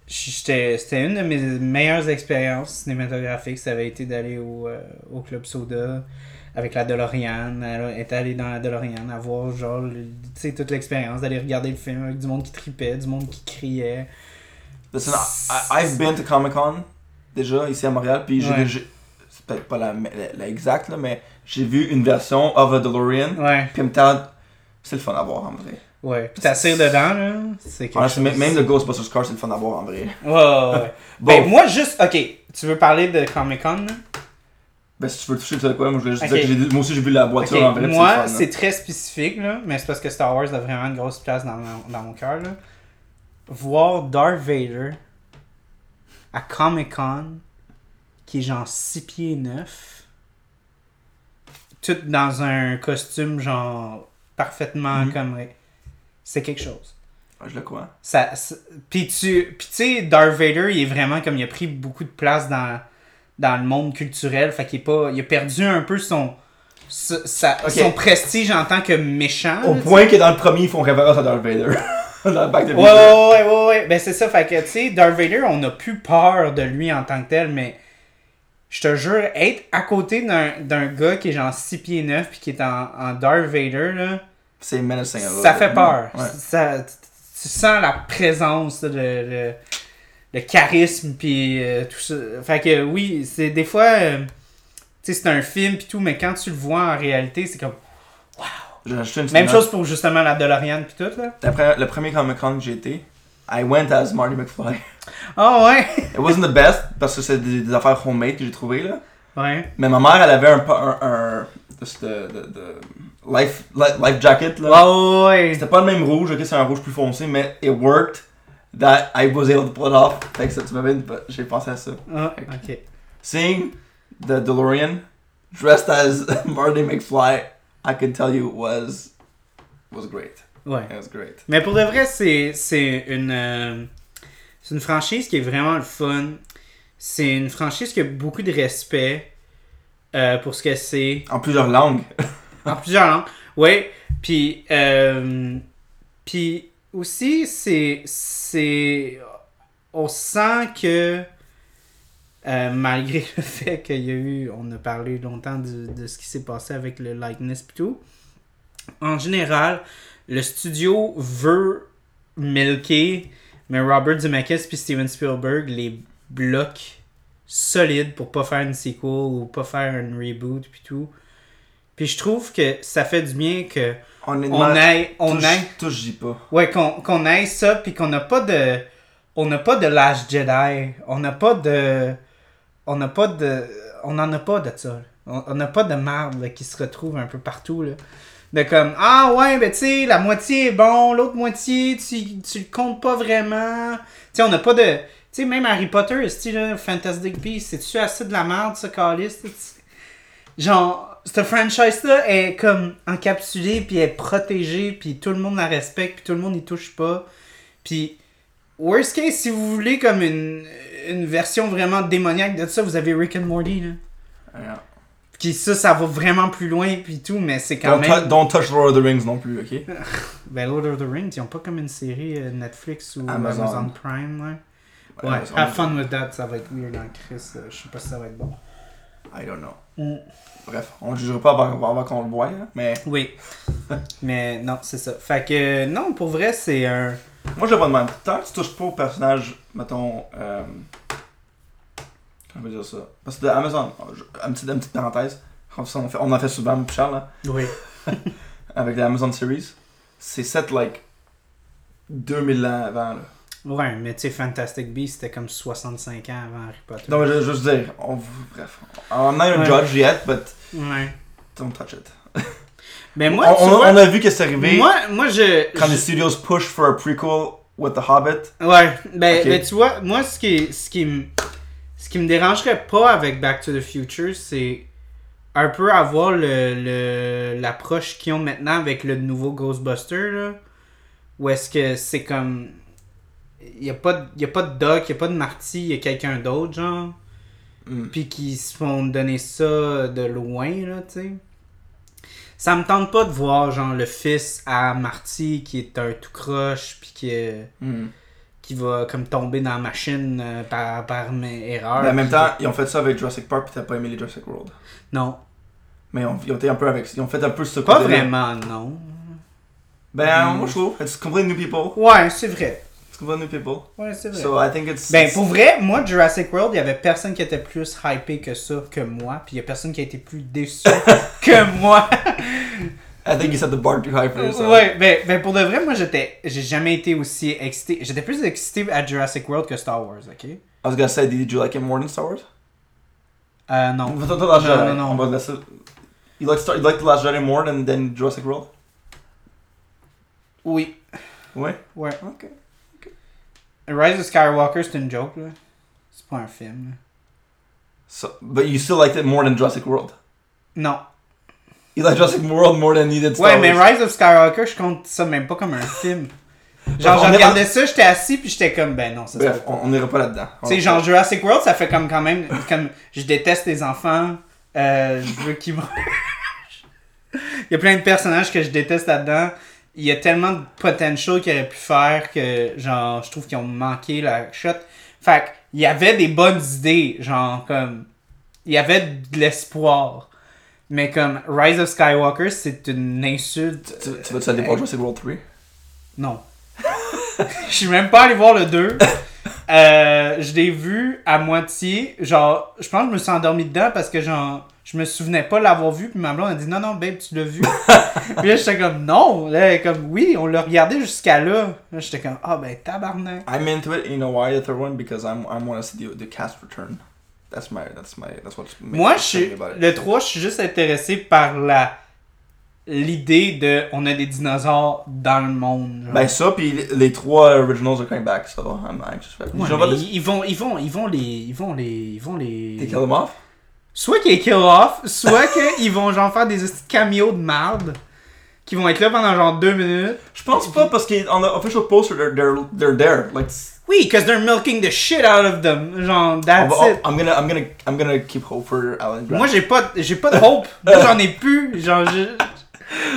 Speaker 1: j'étais- C'était une de mes meilleures expériences cinématographiques. Ça avait été d'aller au, euh, au Club Soda avec la DeLorean, elle est allée dans la DeLorean, à voir genre, le- tu sais, toute l'expérience, d'aller regarder le film avec du monde qui tripait, du monde qui criait.
Speaker 2: Listen, I, I- I've been to Comic Con déjà ici à Montréal, puis j'ai
Speaker 1: Ouais.
Speaker 2: j'ai- c'est peut-être pas la, la- la exacte, là, mais j'ai vu une version of a DeLorean,
Speaker 1: Ouais,
Speaker 2: puis en même temps, c'est le fun à voir en vrai.
Speaker 1: ouais. Puis t'assires dedans, là. C'est quelque
Speaker 2: Honnêtement,
Speaker 1: chose.
Speaker 2: même le Ghostbusters Car, c'est le fun à voir en vrai.
Speaker 1: Ouais, ouais, ouais.
Speaker 2: [laughs] Bon,
Speaker 1: Ben, moi, juste, ok, tu veux parler de Comic Con, là?
Speaker 2: ben, si tu veux toucher, tu sais quoi, moi je voulais juste
Speaker 1: Ok.
Speaker 2: dire que j'ai- moi aussi j'ai vu la voiture
Speaker 1: Ok,
Speaker 2: en vrai, puis
Speaker 1: moi,
Speaker 2: le fun, là.
Speaker 1: c'est très spécifique, là, mais c'est parce que Star Wars a vraiment une grosse place dans mon, dans mon cœur. là. Voir Darth Vader à Comic Con, qui est genre 6 pieds 9, tout dans un costume genre parfaitement
Speaker 2: Mhm.
Speaker 1: comme. C'est quelque chose.
Speaker 2: Ouais, Ah, Je le crois.
Speaker 1: Ça, c'est- puis tu puis tu sais, Darth Vader, il est vraiment comme il a pris beaucoup de place dans, dans le monde culturel, fait qu'il est pas, il a perdu un peu son ce- sa-
Speaker 2: Ok.
Speaker 1: son prestige en tant que méchant.
Speaker 2: Au
Speaker 1: là,
Speaker 2: point que dans le premier, ils font référence à Darth Vader. [laughs] dans le Back de
Speaker 1: Ah, Ouais, ouais, ouais, ouais, ouais. Ben, c'est ça. Fait que, tu sais, Darth Vader, on n'a plus peur de lui en tant que tel, mais je te jure, être à côté d'un d'un gars qui est genre 6 pieds 9 puis qui est en, en Darth Vader, là,
Speaker 2: C'est menacing. là.
Speaker 1: ça fait peur.
Speaker 2: Ouais.
Speaker 1: Ça, tu- tu sens la présence, là, le, le, le charisme, puis euh, tout ça. Fait que, oui, c'est des fois, euh, Tu sais, c'est un film pis tout, mais quand tu le vois en réalité, c'est comme.
Speaker 2: J'ai acheté une petite
Speaker 1: Même
Speaker 2: note.
Speaker 1: chose pour justement la DeLorean pis tout, là.
Speaker 2: La pre- le premier Comic Con que j'ai été, I went as Marty McFly.
Speaker 1: Ah ouais! [laughs]
Speaker 2: It wasn't the best parce que c'est des, des affaires homemade que j'ai trouvées là.
Speaker 1: Ouais.
Speaker 2: Mais ma mère, elle avait un, pa- un, un juste de, de- de- life, li- life jacket là.
Speaker 1: Ah ouais!
Speaker 2: C'était pas le même rouge, ok, c'est un rouge plus foncé, mais it worked. That I was able to pull it off. Fait que ça, tu m'avais, j'ai pensé à ça.
Speaker 1: Ah, ok.
Speaker 2: Seeing the DeLorean dressed as [laughs] Marty McFly, I can tell you was was great.
Speaker 1: Ouais.
Speaker 2: It was great.
Speaker 1: Mais pour de vrai, c'est c'est une, euh, c'est une franchise qui est vraiment le fun. C'est une franchise qui a beaucoup de respect euh, pour ce que c'est.
Speaker 2: En plusieurs langues.
Speaker 1: En plusieurs langues. Oui. Puis, euh, puis aussi, c'est, c'est. On sent que. euh, malgré [laughs] le fait qu'il y a eu, on a parlé longtemps du- de ce qui s'est passé avec le likeness et tout, en général, le studio veut milquer, mais Robert Zemeckis puis Steven Spielberg les bloquent solides pour pas faire une sequel ou pas faire un reboot puis tout. Puis je trouve que ça fait du bien que
Speaker 2: Honnêtement,
Speaker 1: on aille, on
Speaker 2: touche-
Speaker 1: aille,
Speaker 2: touche, j'y pas.
Speaker 1: ouais, qu'on qu'on aille ça puis qu'on n'a pas de, on n'a pas de Last Jedi, on n'a pas de, on n'a pas de, on n'en a pas de ça. là. On on n'a pas de marde là, qui se retrouve un peu partout là. De comme ah ouais ben tu sais la moitié est bon l'autre moitié tu tu le comptes pas vraiment tu sais on n'a pas de tu sais même Harry Potter tu là Fantastic Beasts c'est tu assez de la merde ce calice là, tu- genre cette franchise là est comme encapsulée puis est protégée puis tout le monde la respecte puis tout le monde y touche pas puis worst case si vous voulez comme une une version vraiment démoniaque de ça vous avez Rick and Morty là
Speaker 2: Yeah.
Speaker 1: qui ça ça va vraiment plus loin puis tout mais c'est quand
Speaker 2: Don't,
Speaker 1: même
Speaker 2: tou- don't touch Lord of the Rings non plus, ok?
Speaker 1: ben Lord of the Rings, ils ont pas comme une série euh, Netflix ou
Speaker 2: Amazon.
Speaker 1: Amazon, Prime, ouais. Ouais,
Speaker 2: Amazon.
Speaker 1: Have Fun With That, ça va être weird en Chris. euh, Je sais pas si ça va être bon.
Speaker 2: I don't know.
Speaker 1: Mm.
Speaker 2: Bref, on le jugera pas avant, avant qu'on le voie, là, mais
Speaker 1: [laughs] Oui. Mais non, c'est ça. Fait que, euh, non, pour vrai, c'est un...
Speaker 2: moi je le vois de même. Tant que tu touches pas au personnage, mettons. Euh... Comment on peut dire ça? Parce que de Amazon, je- une petite, une petite parenthèse, comme ça, on, fait, on en fait souvent, mon petit Charles, hein. là,
Speaker 1: Oui.
Speaker 2: avec la Amazon Series, c'est set like 2000 ans avant. Là.
Speaker 1: Ouais, mais tu sais, Fantastic Beasts, c'était comme 65 ans avant Harry Potter.
Speaker 2: Donc je veux juste dire, on, bref, I'm not a
Speaker 1: Ouais.
Speaker 2: judge yet, but
Speaker 1: Ouais.
Speaker 2: don't touch it.
Speaker 1: Mais moi,
Speaker 2: on,
Speaker 1: tu
Speaker 2: on-
Speaker 1: vois,
Speaker 2: on a vu que c'est arrivé.
Speaker 1: moi, moi, je...
Speaker 2: quand
Speaker 1: je-
Speaker 2: les studios push for a prequel with The Hobbit,
Speaker 1: Ouais, ben,
Speaker 2: Ok.
Speaker 1: ben, tu vois, moi ce qui ce qui me ce qui me dérangerait pas avec Back to the Future, c'est un peu avoir le le- l'approche qu'ils ont maintenant avec le nouveau Ghostbuster là, où est-ce que c'est comme il y a pas de- y a pas de Doc, il y a pas de Marty, il y a quelqu'un d'autre genre
Speaker 2: Hmm.
Speaker 1: puis qui se font donner ça de loin, là, tu sais. Ça me tente pas de voir, genre, le fils à Marty qui est un tout croche, puis qui, euh, qui va comme tomber dans la machine euh, par, par mes erreurs.
Speaker 2: Mais en même
Speaker 1: puis-
Speaker 2: temps, ils ont fait ça avec Jurassic Park puis t'as pas aimé les Jurassic World.
Speaker 1: Non,
Speaker 2: Mais on- ils ont été un peu avec, ils ont fait un peu ce
Speaker 1: pas
Speaker 2: côté-là.
Speaker 1: vraiment, non.
Speaker 2: Ben
Speaker 1: Mm.
Speaker 2: moi je trouve, it's completely new people,
Speaker 1: Ouais, c'est vrai.
Speaker 2: it's completely new people.
Speaker 1: Ouais, c'est vrai.
Speaker 2: So I think it's.
Speaker 1: Ben, pour vrai, moi, Jurassic World, il y avait personne qui était plus hypé que ça que moi, puis il y a personne qui a été plus déçu [laughs] que moi.
Speaker 2: I think you set the bar too high for yourself.
Speaker 1: Ouais, ben, ben pour de vrai, moi j'étais, j'ai jamais été aussi excité. J'étais plus excité à Jurassic World que Star Wars, ok?
Speaker 2: I was gonna say, did you like it more than Star Wars?
Speaker 1: Euh, non.
Speaker 2: Attends, attends, Last
Speaker 1: Non,
Speaker 2: Jedi.
Speaker 1: non, non.
Speaker 2: On va laisser. You like Star, you like the Last Jedi more than, than Jurassic World?
Speaker 1: Oui.
Speaker 2: Ouais.
Speaker 1: Ouais.
Speaker 2: Ok.
Speaker 1: Rise of Skywalker, c'est une joke, là. C'est pas un film.
Speaker 2: So, but you still liked it more than Jurassic World.
Speaker 1: là. Non.
Speaker 2: You like Jurassic World more than you did Star
Speaker 1: ouais,
Speaker 2: Wars.
Speaker 1: mais Rise of Skywalker, je compte ça même pas comme un
Speaker 2: [laughs]
Speaker 1: film.
Speaker 2: Bref,
Speaker 1: Genre,
Speaker 2: on
Speaker 1: je
Speaker 2: est-
Speaker 1: regardais ça, j'étais assis, puis j'étais comme, ben non, ça se
Speaker 2: Bref,
Speaker 1: fait pas.
Speaker 2: on on ira pas là-dedans.
Speaker 1: Tu sais, genre Jurassic World, ça fait comme quand même, comme je déteste les enfants, euh, je veux qu'ils meurent. Il y a plein de personnages que je déteste là-dedans. Il y a tellement de potential qu'ils auraient pu faire que, genre, je trouve qu'ils ont manqué la shot. Fait que, il y avait des bonnes idées, genre, comme, il y avait de l'espoir. Mais comme, Rise of Skywalker, c'est une insulte.
Speaker 2: Tu, tu vas-tu aller voir Jurassic World 3?
Speaker 1: Non. [laughs] Je suis même pas allé voir le 2. Euh, je l'ai vu à moitié. Genre, je pense que je me suis endormi dedans parce que genre, je Je me souvenais pas l'avoir vu, puis ma blonde a dit non, non, babe, tu l'as
Speaker 2: [laughs]
Speaker 1: vu. puis là, j'étais comme non, là, elle est comme oui, on l'a regardé jusqu'à là. Là, j'étais comme ah, ben tabarnak.
Speaker 2: I'm into it. You know why the third one? Because I'm I want to see the, the cast return. That's my that's my that's what's
Speaker 1: Moi, je suis, le 3, je suis juste intéressé par la l'idée de on a des dinosaures dans le monde. genre.
Speaker 2: Ben ça, puis les- les trois originals are coming back, so I'm anxious. Fait que
Speaker 1: Ouais,
Speaker 2: je
Speaker 1: mais
Speaker 2: vais
Speaker 1: ils, ils vont ils vont ils vont les ils vont les ils vont les
Speaker 2: They kill them off.
Speaker 1: soit qu'ils les kill off, soit [laughs] qu'ils vont genre faire des petits cameos de marde qui vont être là pendant genre deux minutes.
Speaker 2: Je pense pas parce qu'on a official poster, they're they're, they're there. Like
Speaker 1: Oui, because they're milking the shit out of them. Genre,
Speaker 2: on
Speaker 1: that's
Speaker 2: va-
Speaker 1: it.
Speaker 2: I'm gonna I'm gonna I'm gonna keep hope for Alan Grant.
Speaker 1: Moi, j'ai pas, j'ai pas de hope. Moi, J'en ai plus. Genre, je-
Speaker 2: [laughs]
Speaker 1: j'ai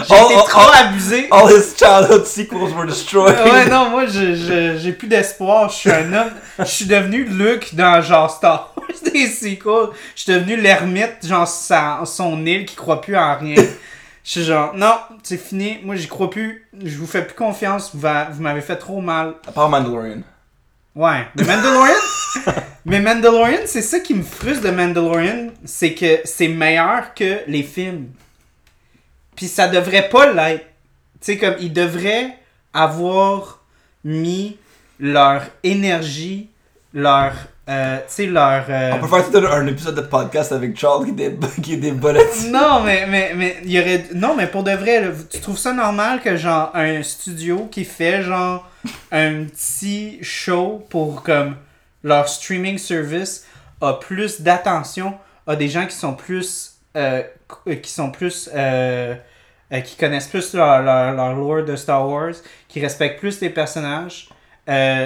Speaker 2: Oh,
Speaker 1: été
Speaker 2: oh,
Speaker 1: trop
Speaker 2: oh.
Speaker 1: abusé.
Speaker 2: [laughs] All his childhood sequels were destroyed.
Speaker 1: Ouais, non, moi, je- je- j'ai plus d'espoir. Je suis un homme. Je suis devenu Luke dans genre Star Wars [laughs] des sequels. Je suis devenu l'ermite, genre sa- son île qui croit plus en rien. Je suis genre, non, c'est fini. Moi, j'y crois plus. Je vous fais plus confiance. Vous, va- vous m'avez fait trop mal.
Speaker 2: [laughs] À part Mandalorian.
Speaker 1: Ouais. Mais Mandalorian,
Speaker 2: [laughs]
Speaker 1: mais Mandalorian, c'est ça qui me frustre de Mandalorian, c'est que c'est meilleur que les films. Puis ça devrait pas l'être. Tu sais, comme, ils devraient avoir mis leur énergie, leur. euh, tu sais, leur. euh,
Speaker 2: On peut faire tout un, un épisode de podcast avec Charles [laughs] qui dé qui débat là-dessus.
Speaker 1: Non, mais, mais, mais, il y aurait. Non, mais pour de vrai, là, tu trouves ça normal que, genre, un studio qui fait, genre, un petit show pour, comme, leur streaming service a plus d'attention à des gens qui sont plus. euh, euh, qui sont plus. euh, euh, qui connaissent plus leur, leur, leur lore de Star Wars, qui respectent plus les personnages, euh,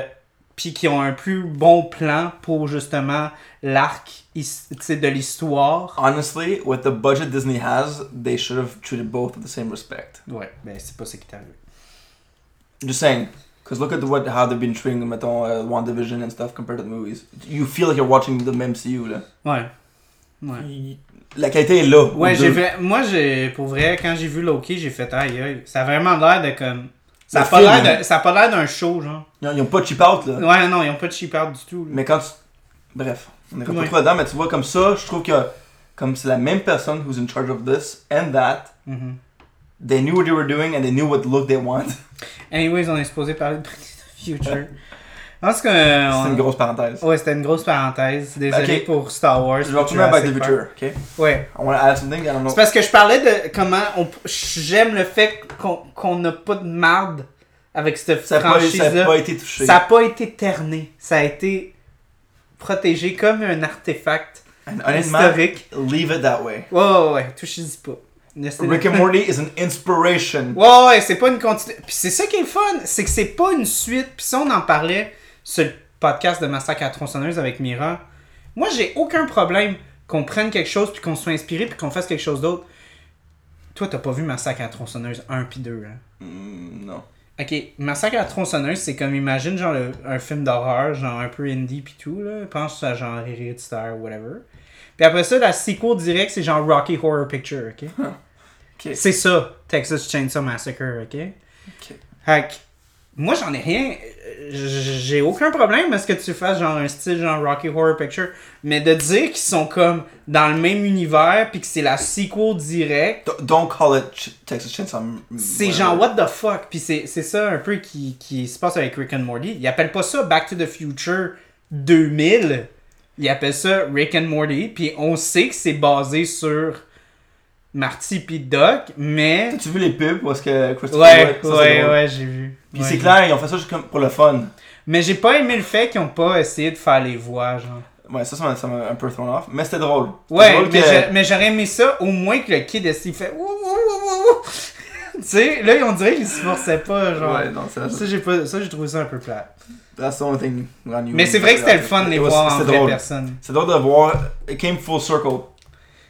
Speaker 1: puis qui ont un plus bon plan pour justement l'arc his- tu sais, de l'histoire.
Speaker 2: Honestly, with the budget Disney has, they should have treated both with the same respect.
Speaker 1: Ouais, ben c'est pas ça qui t'est arrivé.
Speaker 2: Just saying. Because look at what how they've been treating, mettons, uh, WandaVision and stuff compared to the movies. You feel like you're watching the même MCU, là.
Speaker 1: Ouais. Ouais.
Speaker 2: La qualité est là.
Speaker 1: Ouais,
Speaker 2: Ou
Speaker 1: j'ai
Speaker 2: deux.
Speaker 1: fait. Moi, j'ai. Pour vrai, quand j'ai vu Loki, j'ai fait aïe aïe. Ça a vraiment l'air de comme. Ça a
Speaker 2: Le
Speaker 1: pas
Speaker 2: film,
Speaker 1: l'air
Speaker 2: hein.
Speaker 1: de- ça a pas l'air d'un show, genre.
Speaker 2: Ils ont- ils ont pas cheap out, là.
Speaker 1: Ouais, non, ils ont pas de cheaper du tout. là.
Speaker 2: Mais quand tu... Bref, on est pas
Speaker 1: Ouais.
Speaker 2: trop dedans, mais tu vois, comme ça, je trouve que comme c'est la même personne who's in charge of this and that,
Speaker 1: Mhm.
Speaker 2: they knew what they were doing and they knew what look they want.
Speaker 1: Ah Anyways, on est supposé parler de Back to the
Speaker 2: [laughs]
Speaker 1: Future. Je pense que. euh,
Speaker 2: C'est
Speaker 1: on-
Speaker 2: une grosse parenthèse.
Speaker 1: Ouais, c'était une grosse parenthèse. Désolé
Speaker 2: Ok.
Speaker 1: pour Star Wars.
Speaker 2: Je vais retourner à Back to the Future, ok?
Speaker 1: Ouais.
Speaker 2: I want to add something, I don't know.
Speaker 1: C'est parce que je parlais de comment on- j'aime le fait qu'on qu'on n'a pas de marde avec cette
Speaker 2: Ça a pas, ça a
Speaker 1: franchise-là.
Speaker 2: pas été touché.
Speaker 1: Ça n'a pas été terné. Ça a été protégé comme un artefact
Speaker 2: And honnêtement,
Speaker 1: historique.
Speaker 2: leave it that way.
Speaker 1: Ouais, ouais, ouais. Touchez-y pas. Laissez-le.
Speaker 2: Rick and Morty is an inspiration.
Speaker 1: Ouais, ouais, c'est pas une continuité. Puis c'est ça qui est le fun. C'est que c'est pas une suite. Puis ça, on en parlait sur le podcast de Massacre à la tronçonneuse avec Mira. Moi, j'ai aucun problème qu'on prenne quelque chose, puis qu'on soit inspiré, puis qu'on fasse quelque chose d'autre. Toi, t'as pas vu Massacre à la tronçonneuse 1 puis 2, hein?
Speaker 2: Mm, non.
Speaker 1: Ok, Massacre à la tronçonneuse, c'est comme, imagine, genre, le- un film d'horreur, genre, un peu indie pis tout, là. Pense à, genre, Hereditary ou whatever. Puis après ça, la sequel direct, c'est genre Rocky Horror Picture, ok?
Speaker 2: Ok.
Speaker 1: C'est ça, Texas Chainsaw Massacre, ok?
Speaker 2: Ok.
Speaker 1: Fait que, moi, j'en ai rien. euh, J'ai aucun problème à ce que tu fasses, genre, un style, genre, Rocky Horror Picture. Mais de dire qu'ils sont comme dans le même univers pis que c'est la sequel direct.
Speaker 2: D- don't call it Ch- Texas Chainsaw. M-
Speaker 1: C'est
Speaker 2: whatever.
Speaker 1: genre what the fuck. Puis c'est c'est ça un peu qui, qui se passe avec Rick and Morty. Ils appellent pas ça Back to the Future 2000. Ils appellent ça Rick and Morty. Puis on sait que c'est basé sur Marty puis Doc, mais...
Speaker 2: T'as-tu vu les pubs parce que Christopher
Speaker 1: Ouais,
Speaker 2: Lloyd- ça, c'est
Speaker 1: ouais,
Speaker 2: drôle.
Speaker 1: ouais, j'ai vu.
Speaker 2: Puis
Speaker 1: Ouais,
Speaker 2: c'est
Speaker 1: j'ai-
Speaker 2: clair, ils ont fait ça juste comme pour le fun.
Speaker 1: Mais j'ai pas aimé le fait qu'ils ont pas essayé de faire les voix, genre.
Speaker 2: Ouais, ça, ça m'a- ça m'a un peu thrown off. Mais c'était drôle. C'était
Speaker 1: Ouais,
Speaker 2: drôle
Speaker 1: mais
Speaker 2: que-
Speaker 1: j'ai- mais j'aurais aimé ça au moins que le kid essaye fait... Ouh, ouh, ouh, [laughs] ouh, ouh. tu sais, là, on dirait qu'ils se forçaient pas, genre.
Speaker 2: Ouais, non, ça,
Speaker 1: Ça, j'ai pas... ça, j'ai trouvé ça un peu plat.
Speaker 2: that's the only thing on you.
Speaker 1: Mais c'est vrai que c'était le fun de les
Speaker 2: It was-
Speaker 1: voir en
Speaker 2: c'était
Speaker 1: vraie
Speaker 2: drôle.
Speaker 1: personne.
Speaker 2: C'est drôle de voir. It came full circle.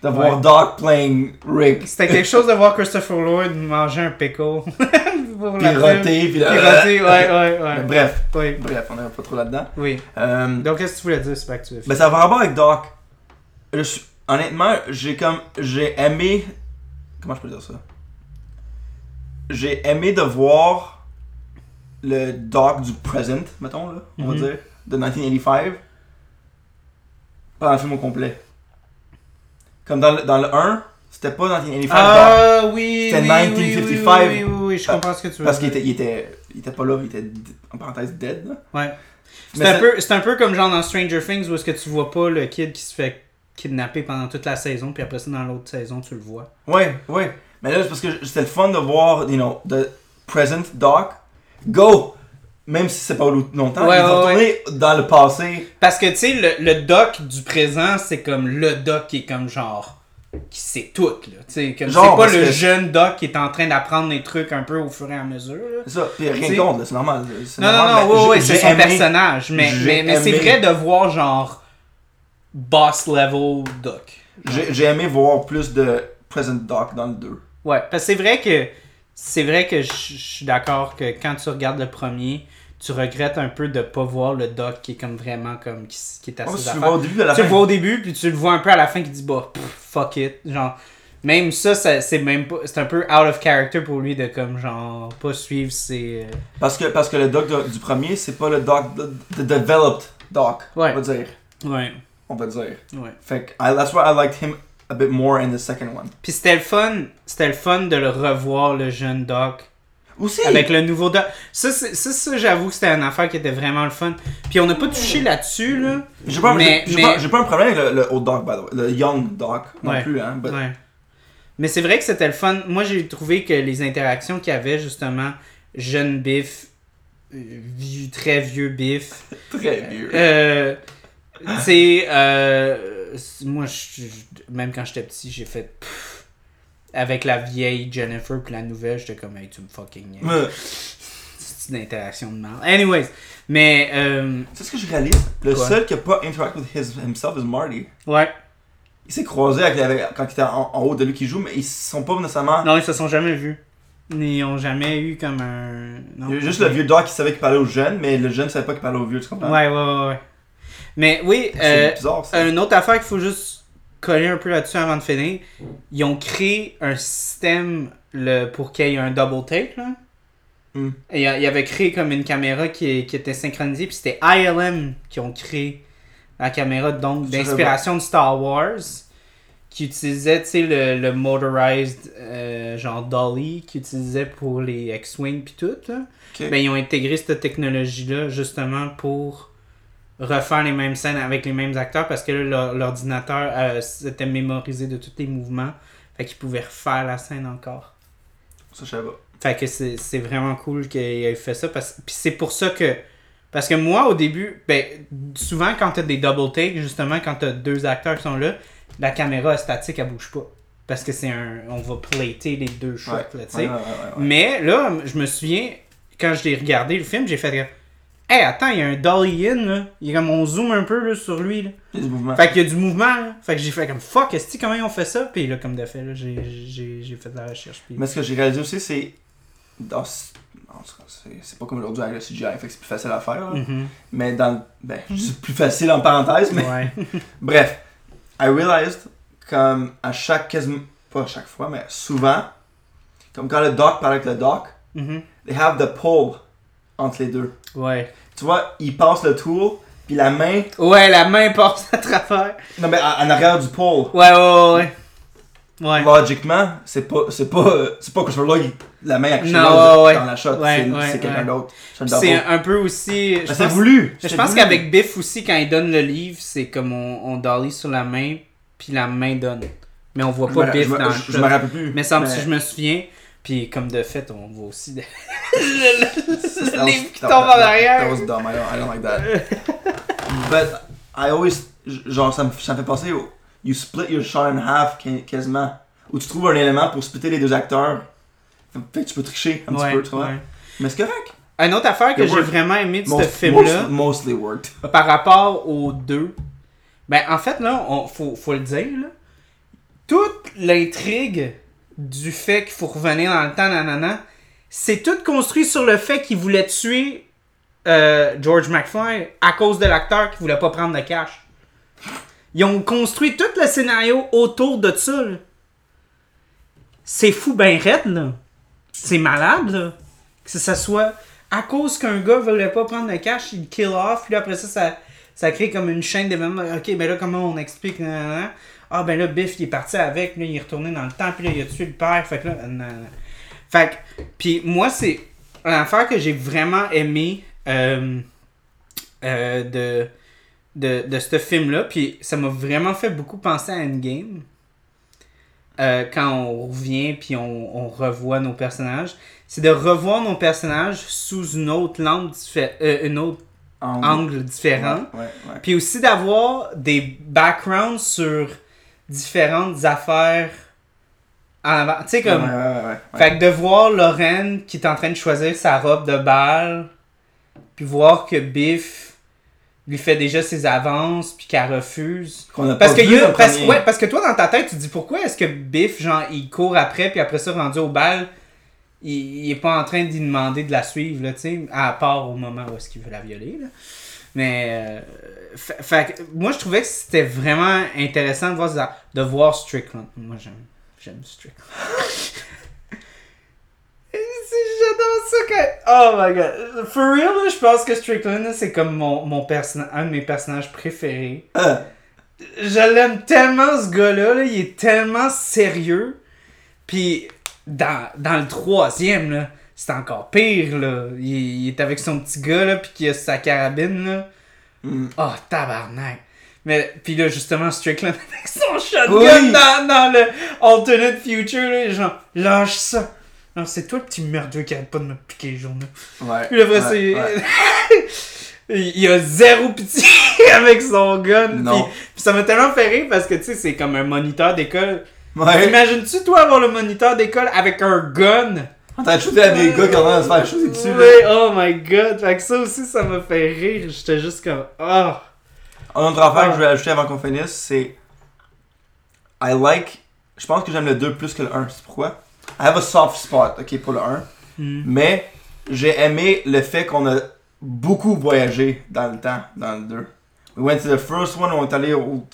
Speaker 2: De
Speaker 1: Ouais.
Speaker 2: voir Doc playing Rick.
Speaker 1: C'était quelque chose de voir Christopher Lloyd manger un pickle. [laughs] pour la pub.
Speaker 2: Piroté, puis là-
Speaker 1: Piroté, ouais, ouais,
Speaker 2: Mais
Speaker 1: ouais.
Speaker 2: Bref,
Speaker 1: Oui.
Speaker 2: bref, on n'ira pas trop là-dedans.
Speaker 1: oui.
Speaker 2: Euh,
Speaker 1: Donc, qu'est-ce que tu voulais dire, c'est Back to the Future?
Speaker 2: Ben ça va rapport avec Doc. Je suis- Honnêtement, j'ai comme. J'ai aimé. Comment je peux dire ça? J'ai aimé de voir le Doc du present, mettons, là, on va
Speaker 1: Mhm.
Speaker 2: dire, de 1985, pendant le film au complet. Comme dans le, dans le 1, c'était pas 1985. genre,
Speaker 1: Ah oui,
Speaker 2: C'était
Speaker 1: oui,
Speaker 2: 1955.
Speaker 1: Oui, oui, oui, oui, oui, je
Speaker 2: Ah,
Speaker 1: comprends ce que tu veux
Speaker 2: parce qu'il
Speaker 1: dire.
Speaker 2: était, il était, il était pas là, il était en parenthèse dead. Là.
Speaker 1: Ouais. C'est
Speaker 2: Mais
Speaker 1: un,
Speaker 2: ça-
Speaker 1: peu- c'est un peu comme genre dans Stranger Things où est-ce que tu vois pas le kid qui se fait kidnapper pendant toute la saison, puis après ça, dans l'autre saison, tu le vois.
Speaker 2: Ouais, ouais. Mais là, c'est parce que j- c'était le fun de voir, you know, the present Doc go! Même si c'est pas lo- longtemps,
Speaker 1: Ouais,
Speaker 2: ils ont
Speaker 1: ouais,
Speaker 2: tourné dans le passé.
Speaker 1: Parce que, tu sais, le, le doc du présent, c'est comme le doc qui est comme genre. qui sait tout, là. Tu sais, comme c'est
Speaker 2: Genre,
Speaker 1: pas
Speaker 2: parce
Speaker 1: le
Speaker 2: que-
Speaker 1: jeune doc qui est en train d'apprendre des trucs un peu au fur et à mesure, là.
Speaker 2: C'est ça, pis
Speaker 1: T'sais-
Speaker 2: rien contre, là, c'est normal. là, c'est
Speaker 1: Non,
Speaker 2: normal,
Speaker 1: non,
Speaker 2: mais
Speaker 1: non,
Speaker 2: j'ai-
Speaker 1: ouais, ouais, c'est
Speaker 2: j'ai
Speaker 1: son
Speaker 2: aimé-
Speaker 1: personnage. Mais,
Speaker 2: j'ai
Speaker 1: mais, mais c'est
Speaker 2: aimé-
Speaker 1: vrai de voir genre. boss level doc.
Speaker 2: J'ai j'ai aimé voir plus de present Doc dans le 2.
Speaker 1: Ouais, parce que c'est vrai que c'est vrai que je je suis d'accord que quand tu regardes le premier, tu regrettes un peu de pas voir le doc qui est comme vraiment comme qui, s- qui est à
Speaker 2: Oh,
Speaker 1: ses
Speaker 2: tu le
Speaker 1: affaires.
Speaker 2: vois au début de la
Speaker 1: tu
Speaker 2: fin.
Speaker 1: le vois au début puis tu le vois un peu à la fin qui dit bah pff, fuck it, genre même ça, ça- c'est même pas c'est un peu out of character pour lui de comme genre pas suivre ses euh,
Speaker 2: Parce que, parce que le Doc de- du premier, c'est pas le Doc, de the developed Doc,
Speaker 1: Ouais.
Speaker 2: on va dire.
Speaker 1: ouais,
Speaker 2: On va dire.
Speaker 1: ouais.
Speaker 2: Fait que, I- that's why I liked him a bit more in the second one.
Speaker 1: Puis c'était le fun, c'était le fun de le revoir le jeune doc
Speaker 2: Aussi!
Speaker 1: Avec le nouveau doc. Ça, c'est- ça, ça, j'avoue que c'était une affaire qui était vraiment le fun. Puis on n'a pas touché là-dessus, là.
Speaker 2: J'ai pas,
Speaker 1: Mais-
Speaker 2: j'ai- j'ai
Speaker 1: mais-
Speaker 2: pas- j'ai pas un problème avec le, le old Doc, by the way. Le young Doc, non
Speaker 1: Ouais.
Speaker 2: plus, hein. but-
Speaker 1: Ouais. Mais c'est vrai que c'était le fun. Moi, j'ai trouvé que les interactions qu'il y avait, justement, jeune Biff, euh, vieux- très vieux Biff,
Speaker 2: Très vieux.
Speaker 1: euh, tu sais, euh, c- moi, je- je- même quand j'étais petit, j'ai fait... pff, avec la vieille Jennifer puis la nouvelle, j'étais comme, hey, tu me fucking...
Speaker 2: Mais,
Speaker 1: C'est une interaction de merde. Anyways, mais... euh,
Speaker 2: tu sais ce que je réalise? Le
Speaker 1: Quoi?
Speaker 2: seul qui a pas interact with his, himself is Marty.
Speaker 1: ouais.
Speaker 2: Il s'est croisé avec, avec- quand il était en, en haut de lui qui joue, mais ils sont pas nécessairement.
Speaker 1: Non, ils se sont jamais vus. Ils ont jamais eu comme un. Non.
Speaker 2: Il y a juste le vieux Doc qui savait qu'il parlait aux jeunes, mais le jeune savait pas qu'il parlait aux vieux, tu comprends?
Speaker 1: Ouais, ouais, ouais. ouais. Mais oui, euh,
Speaker 2: C'est bizarre ça.
Speaker 1: une autre affaire qu'il faut juste coller un peu là-dessus avant de finir. Ils ont créé un système le, pour qu'il y ait un double take. Là.
Speaker 2: Hmm.
Speaker 1: Et euh, ils avaient créé comme une caméra qui, qui était synchronisée, puis c'était ILM qui ont créé la caméra donc
Speaker 2: Je
Speaker 1: d'inspiration de Star Wars qui utilisait tu sais le, le motorized euh, genre dolly qu'ils utilisaient pour les X-wing puis tout là.
Speaker 2: Ok.
Speaker 1: Ben, ils ont intégré cette technologie là justement pour refaire les mêmes scènes avec les mêmes acteurs parce que là, l'or- l'ordinateur euh, s'était mémorisé de tous les mouvements fait qu'ils pouvaient refaire la scène encore
Speaker 2: Ça, je savais pas.
Speaker 1: fait que c'est c'est vraiment cool qu'il ait fait ça. Parce, puis c'est pour ça que. Parce que moi, au début, ben, souvent quand t'as des double takes, justement, quand t'as deux acteurs qui sont là, la caméra statique, elle bouge pas. Parce que c'est un. On va plater les deux shots,
Speaker 2: Ouais.
Speaker 1: là, tu sais. Mm.
Speaker 2: Ouais, ouais, ouais, ouais.
Speaker 1: Mais là, je me souviens, quand j'ai regardé le film, j'ai fait. comme, Hey, attends, il y a un dolly in, là. Il est comme, on zoome un peu, là, sur lui, là.
Speaker 2: Il y a du mouvement.
Speaker 1: Fait qu'il y a du mouvement, là. Fait que j'ai fait comme, fuck, est-ce que comment ils ont fait ça? Puis là, comme de fait, là, j'ai- j'ai j'ai fait de la recherche. puis-
Speaker 2: Mais ce que j'ai réalisé aussi, c'est. dans ce- en tout cas, c'est- C'est pas comme aujourd'hui avec le CGI, fait que c'est plus facile à faire. là.
Speaker 1: Mhm.
Speaker 2: Mais dans. le- Ben, je dis plus facile en parenthèse, mais.
Speaker 1: Ouais. [laughs]
Speaker 2: Bref, I realized, comme à chaque, quasiment, pas à chaque fois, mais souvent, comme quand le doc parle avec le doc,
Speaker 1: Mhm.
Speaker 2: they have the pole entre les deux.
Speaker 1: Ouais.
Speaker 2: Tu vois, il passe le tour, puis la main,
Speaker 1: Ouais, la main passe à travers.
Speaker 2: non mais en en arrière du pole.
Speaker 1: Ouais, ouais, ouais. Ouais. Ouais.
Speaker 2: Logiquement, c'est pas, c'est pas, euh, c'est pas Christopher Lloyd, la main à Christopher
Speaker 1: Non,
Speaker 2: Lloyd
Speaker 1: ouais, ouais.
Speaker 2: dans la shot,
Speaker 1: Ouais,
Speaker 2: c'est,
Speaker 1: ouais,
Speaker 2: c'est quelqu'un
Speaker 1: ouais.
Speaker 2: d'autre. C'est, un
Speaker 1: Puis C'est
Speaker 2: double.
Speaker 1: un peu aussi.
Speaker 2: Mais
Speaker 1: Je
Speaker 2: c'est
Speaker 1: pense,
Speaker 2: voulu.
Speaker 1: je
Speaker 2: c'est
Speaker 1: pense
Speaker 2: voulu.
Speaker 1: qu'avec Biff aussi, quand il donne le livre, c'est comme on, on dolly sur la main, puis la main donne. Mais on voit
Speaker 2: Je
Speaker 1: pas
Speaker 2: me-
Speaker 1: Biff
Speaker 2: je me-
Speaker 1: dans le
Speaker 2: je, je
Speaker 1: shot.
Speaker 2: me rappelle plus.
Speaker 1: Mais semble
Speaker 2: Mais
Speaker 1: si je me souviens. Puis comme de fait, on voit aussi [laughs] le, le- le
Speaker 2: That was-
Speaker 1: livre qui
Speaker 2: that-
Speaker 1: tombe en
Speaker 2: that- That
Speaker 1: arrière.
Speaker 2: was dumb. I don't, I don't like that.
Speaker 1: [laughs]
Speaker 2: But I always. Genre, ça me, ça me fait penser au. You split your shot in half qui- quasiment. Où tu trouves un élément pour splitter les deux acteurs. Fait que tu peux tricher un
Speaker 1: Ouais,
Speaker 2: petit peu, tu vois.
Speaker 1: ouais.
Speaker 2: Mais c'est correct.
Speaker 1: Une autre affaire que
Speaker 2: It
Speaker 1: j'ai
Speaker 2: worked.
Speaker 1: vraiment aimé de ce
Speaker 2: Most-
Speaker 1: film-là.
Speaker 2: most- mostly worked.
Speaker 1: par rapport aux deux, ben en fait là, on, faut, faut le dire, là, toute l'intrigue du fait qu'il faut revenir dans le temps, nanana, c'est tout construit sur le fait qu'il voulait tuer euh, George McFly à cause de l'acteur qui voulait pas prendre de cash. Ils ont construit tout le scénario autour de ça. là. C'est fou ben raide, là. C'est malade, là. Que ça soit à cause qu'un gars voulait pas prendre le cash, il kill off, puis là, après ça, ça, ça crée comme une chaîne d'événements. Ok, ben là, comment on explique nan, nan, nan. Ah, ben là, Biff, il est parti avec, là, il est retourné dans le temps, puis là, il a tué le père. Fait que là, nan, nan, nan. Fait que, puis moi, c'est une affaire que j'ai vraiment aimé euh, euh, de, de, de ce film-là, puis ça m'a vraiment fait beaucoup penser à Endgame. Euh, quand on revient puis on, on revoit nos personnages, c'est de revoir nos personnages sous une autre lampe, diffé- euh, une autre
Speaker 2: En-
Speaker 1: angle différent.
Speaker 2: Ouais, ouais, ouais.
Speaker 1: Puis aussi d'avoir des backgrounds sur différentes affaires en avant. Tu sais, comme.
Speaker 2: Ouais, ouais, ouais, ouais, ouais.
Speaker 1: Fait que de voir Lorraine qui est en train de choisir sa robe de bal, puis voir que Biff lui fait déjà ses avances, puis qu'elle refuse.
Speaker 2: Qu'on a
Speaker 1: Parce
Speaker 2: pas
Speaker 1: que,
Speaker 2: vu
Speaker 1: y a-
Speaker 2: dans le
Speaker 1: parce,
Speaker 2: premier.
Speaker 1: ouais, parce que toi, dans ta tête, tu te dis pourquoi est-ce que Biff, genre, il court après, puis après ça, rendu au bal, il, il est pas en train d'y demander de la suivre, là, tu sais, à part au moment où est-ce qu'il veut la violer, là. Mais, euh, fa- fait que moi, je trouvais que c'était vraiment intéressant de voir, ça- de voir Strickland. Moi, j'aime, j'aime Strickland. [laughs] Et c'est- J'adore ça quand... Oh my god. For real, là, je pense que Strickland, là, c'est comme mon, mon personnage, un de mes personnages préférés.
Speaker 2: Ah,
Speaker 1: Je l'aime tellement ce gars-là, là, il est tellement sérieux. Puis dans, dans le troisième, là, c'est encore pire. Là. Il, il est avec son petit gars, là, puis qu'il a sa carabine. Là.
Speaker 2: mm.
Speaker 1: Oh, tabarnak. Mais, puis là, justement, Strickland [laughs] avec son shotgun
Speaker 2: Oui.
Speaker 1: dans, dans le Alternate Future, là, genre, lâche ça. Non, c'est toi le petit merdeux qui arrête pas de me piquer les journaux.
Speaker 2: Ouais,
Speaker 1: Puis là, après,
Speaker 2: ouais,
Speaker 1: c'est-
Speaker 2: ouais.
Speaker 1: [laughs] il il a zéro pitié [laughs] avec son gun.
Speaker 2: Non.
Speaker 1: Puis, puis ça m'a tellement fait rire parce que, tu sais, c'est comme un moniteur d'école.
Speaker 2: Ouais.
Speaker 1: Imagines-tu, toi, avoir le moniteur d'école avec un gun?
Speaker 2: On t'a shooté à des gars qui ont l'air de se faire shooter dessus. là.
Speaker 1: Oui, oh my god. Fait que ça aussi, ça m'a fait rire. J'étais juste comme, oh.
Speaker 2: Un autre affaire que je voulais ajouter avant qu'on finisse, c'est. I like. Je pense que j'aime le 2 plus que le 1. C'est pourquoi? I have a soft spot, ok, pour le 1. Mais j'ai aimé le fait qu'on a beaucoup voyagé dans le temps, dans le 2. We went to the first one, on est allé au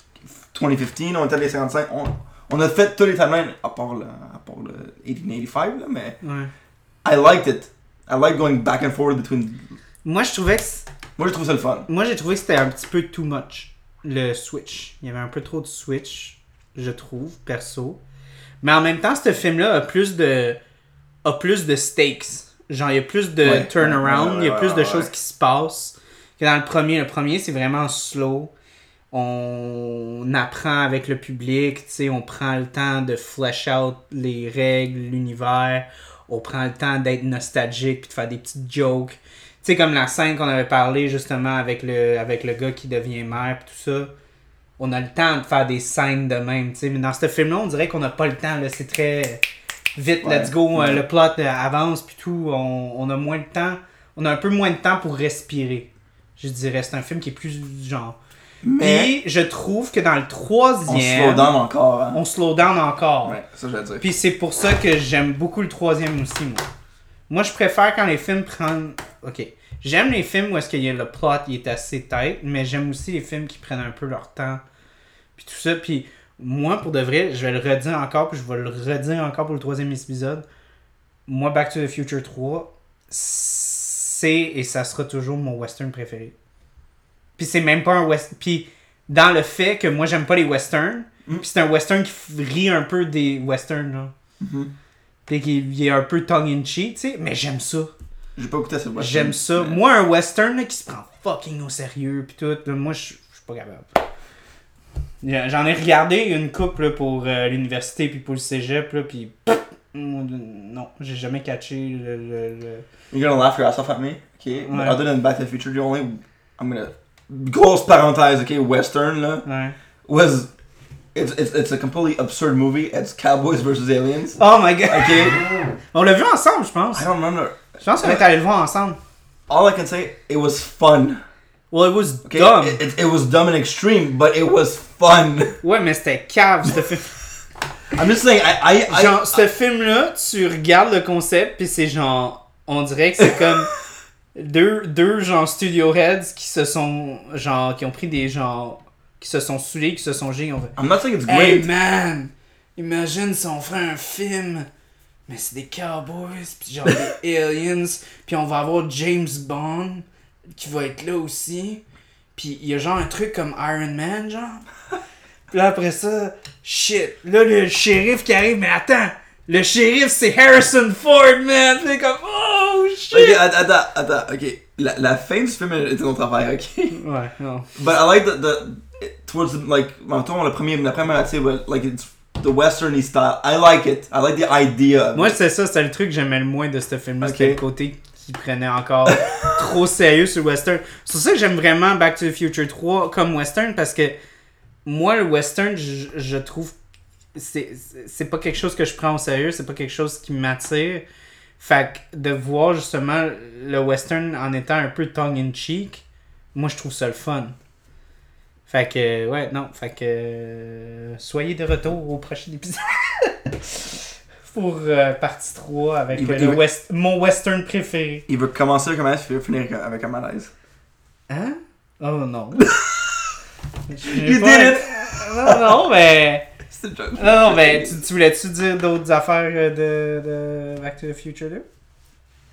Speaker 2: 2015, on est allé au 55. On, on a fait tous les timelines, à part le, à part le 1885, là, mais.
Speaker 1: Ouais.
Speaker 2: I liked it. I like going back and forth between.
Speaker 1: Moi, je trouvais que c-
Speaker 2: Moi, je trouve ça le fun.
Speaker 1: moi, j'ai trouvé que c'était un petit peu too much. Le switch. Il y avait un peu trop de switch, je trouve, perso. Mais en même temps, ce film-là a plus de. a plus de stakes. Genre, il y a plus de
Speaker 2: Ouais.
Speaker 1: turnaround,
Speaker 2: Ouais, ouais,
Speaker 1: il y a
Speaker 2: ouais,
Speaker 1: plus de
Speaker 2: ouais,
Speaker 1: choses
Speaker 2: ouais.
Speaker 1: qui se passent que dans le premier. Le premier, c'est vraiment slow. On apprend avec le public, tu sais, on prend le temps de flesh out les règles, l'univers. On prend le temps d'être nostalgique puis de faire des petites jokes. Tu sais, comme la scène qu'on avait parlé justement avec le, avec le gars qui devient maire puis tout ça. On a le temps de faire des scènes de même, tu sais. Mais dans ce film-là, on dirait qu'on n'a pas le temps, là. C'est très vite,
Speaker 2: Ouais.
Speaker 1: let's go, euh,
Speaker 2: Ouais.
Speaker 1: le plot euh, avance puis tout, on, on a moins de temps, on a un peu moins de temps pour respirer. Je dirais, c'est un film qui est plus genre.
Speaker 2: Mais.
Speaker 1: Puis je trouve que dans le
Speaker 2: On se
Speaker 1: troisième,
Speaker 2: slow down encore, hein.
Speaker 1: on slow down encore.
Speaker 2: Ouais, ça, je veux dire.
Speaker 1: Puis c'est pour ça que j'aime beaucoup le troisième aussi, moi. Moi, je préfère quand les films prennent. Ok. J'aime les films où est-ce qu'il y a le plot, il est assez tight, mais j'aime aussi les films qui prennent un peu leur temps. Puis tout ça. Puis moi, pour de vrai, je vais le redire encore, puis je vais le redire encore pour le troisième épisode. Moi, Back to the Future 3, c'est et ça sera toujours mon western préféré. Puis c'est même pas un western. Puis dans le fait que moi, j'aime pas les westerns,
Speaker 2: Mm.
Speaker 1: puis c'est un western qui f- rit un peu des westerns, là.
Speaker 2: Mhm.
Speaker 1: Puis qu'il il est un peu tongue-in-cheek, tu sais, mais j'aime ça.
Speaker 2: J'ai pas écouté cette voix.
Speaker 1: J'aime ça. Moi, un western là, qui se prend fucking au sérieux, pis tout, là, moi, je je suis pas capable. J'en j'en ai regardé une coupe là, pour euh, l'université, puis pour le cégep, là, puis. pff, Non, j'ai jamais catché le. le- le-
Speaker 2: You're gonna laugh your ass off at me, okay? But
Speaker 1: Ouais.
Speaker 2: other than Back to the Future, the only I'm gonna gross parenthèse, okay? Western là
Speaker 1: Ouais.
Speaker 2: was it's it's it's a completely absurd movie. It's Cowboys versus Aliens,
Speaker 1: Oh my god!
Speaker 2: okay?
Speaker 1: [laughs] On l'a vu ensemble, je pense.
Speaker 2: I don't remember.
Speaker 1: Je pense qu'on est allé le voir ensemble.
Speaker 2: All I can say, it was fun.
Speaker 1: Well, it was
Speaker 2: Okay,
Speaker 1: dumb.
Speaker 2: It, it, it was dumb and extreme, but it was fun. [laughs]
Speaker 1: Ouais, mais c'était cave, ce film.
Speaker 2: I'm just saying, I I, I
Speaker 1: Genre, ce film-là, tu regardes le concept, puis c'est genre. On dirait que c'est comme. deux, deux, genre, studio heads qui se sont. Genre, qui ont pris des genre. qui se sont saoulés, qui se sont gênés. on fait,
Speaker 2: I'm not saying it's
Speaker 1: Hey
Speaker 2: great.
Speaker 1: man! Imagine si on ferait un film. Mais c'est des cowboys, puis genre des aliens, puis on va avoir James Bond qui va être là aussi. Puis il y a genre un truc comme Iron Man, genre. Puis là, après ça, shit. Là, le shérif qui arrive, mais attends, le shérif, c'est Harrison Ford, man. Puis il est comme, oh
Speaker 2: Ok,
Speaker 1: shit.
Speaker 2: attends, attends, attends, ok. La, la fin du film était notre affaire, ok? [laughs]
Speaker 1: Ouais, non.
Speaker 2: But I like the, the it- towards the, like mettons le premier la première tu sais ouais, like it's the westerny style. I like it. I like the idea. of
Speaker 1: Moi,
Speaker 2: it.
Speaker 1: c'est ça, c'était le truc que j'aimais le moins de ce film-là.
Speaker 2: Ok.
Speaker 1: C'était le côté qui prenait encore trop sérieux sur le western. C'est pour ça que j'aime vraiment Back to the Future 3 comme western parce que moi, le western, je, je trouve. C'est c'est pas quelque chose que je prends au sérieux, c'est pas quelque chose qui m'attire. Fait que de voir justement le western en étant un peu tongue in cheek, moi je trouve ça le fun. Fait que, ouais, non, fait que. euh, soyez de retour au prochain épisode. [laughs] Pour euh, partie 3 avec
Speaker 2: Il va-
Speaker 1: euh,
Speaker 2: il
Speaker 1: le
Speaker 2: va-
Speaker 1: west, mon western préféré.
Speaker 2: il veut commencer comme malaise, puis il veut finir avec un malaise.
Speaker 1: Hein? Oh
Speaker 2: [laughs]
Speaker 1: non.
Speaker 2: You did it!
Speaker 1: Non, non, mais.
Speaker 2: C'est une joke.
Speaker 1: Non, non, mais tu, tu voulais-tu dire d'autres affaires euh, de, de Back to the Future là?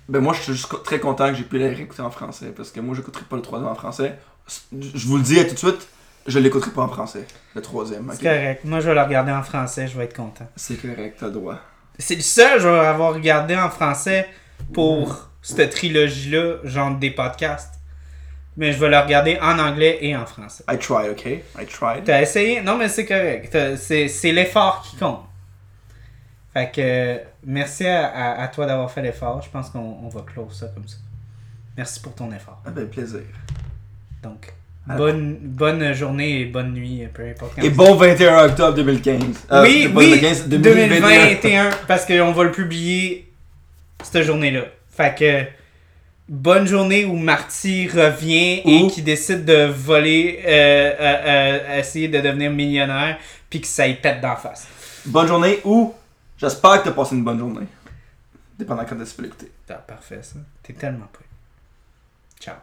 Speaker 2: Ben moi, je suis juste co- très content que j'ai pu le réécouter en français parce que moi, j'écouterai pas le troisième en français. S- Je vous le dis tout de suite, je l'écouterai pas en français. Le troisième,
Speaker 1: C'est
Speaker 2: ok?
Speaker 1: correct. Moi, je vais le regarder en français, je vais être content.
Speaker 2: C'est correct, t'as le droit.
Speaker 1: C'est le seul que je vais avoir regardé en français pour cette trilogie-là, genre des podcasts. Mais je vais le regarder en anglais et en français.
Speaker 2: I tried, ok? I tried.
Speaker 1: T'as essayé? Non, mais c'est correct. T'as- C'est c'est l'effort qui compte. Fait que euh, merci à, à- à toi d'avoir fait l'effort. Je pense qu'on on va clore ça comme ça. Merci pour ton effort.
Speaker 2: Ah ben, plaisir.
Speaker 1: Donc,
Speaker 2: Alors.
Speaker 1: bonne, bonne journée et bonne nuit, peu importe. quand
Speaker 2: Et
Speaker 1: vous-
Speaker 2: bon 21 octobre 2015. Euh,
Speaker 1: oui,
Speaker 2: pas
Speaker 1: oui,
Speaker 2: 2015,
Speaker 1: 2021. parce qu'on va le publier cette journée-là. Fait que bonne journée où Marty revient et
Speaker 2: Ou-
Speaker 1: qui décide de voler, euh, euh, euh, essayer de devenir millionnaire, puis que ça y pète d'en face.
Speaker 2: bonne journée ou j'espère que t'as passé une bonne journée. Dépendant quand est-ce que tu peux l'écouter.
Speaker 1: Ah, parfait, ça. T'es tellement prêt. Ciao.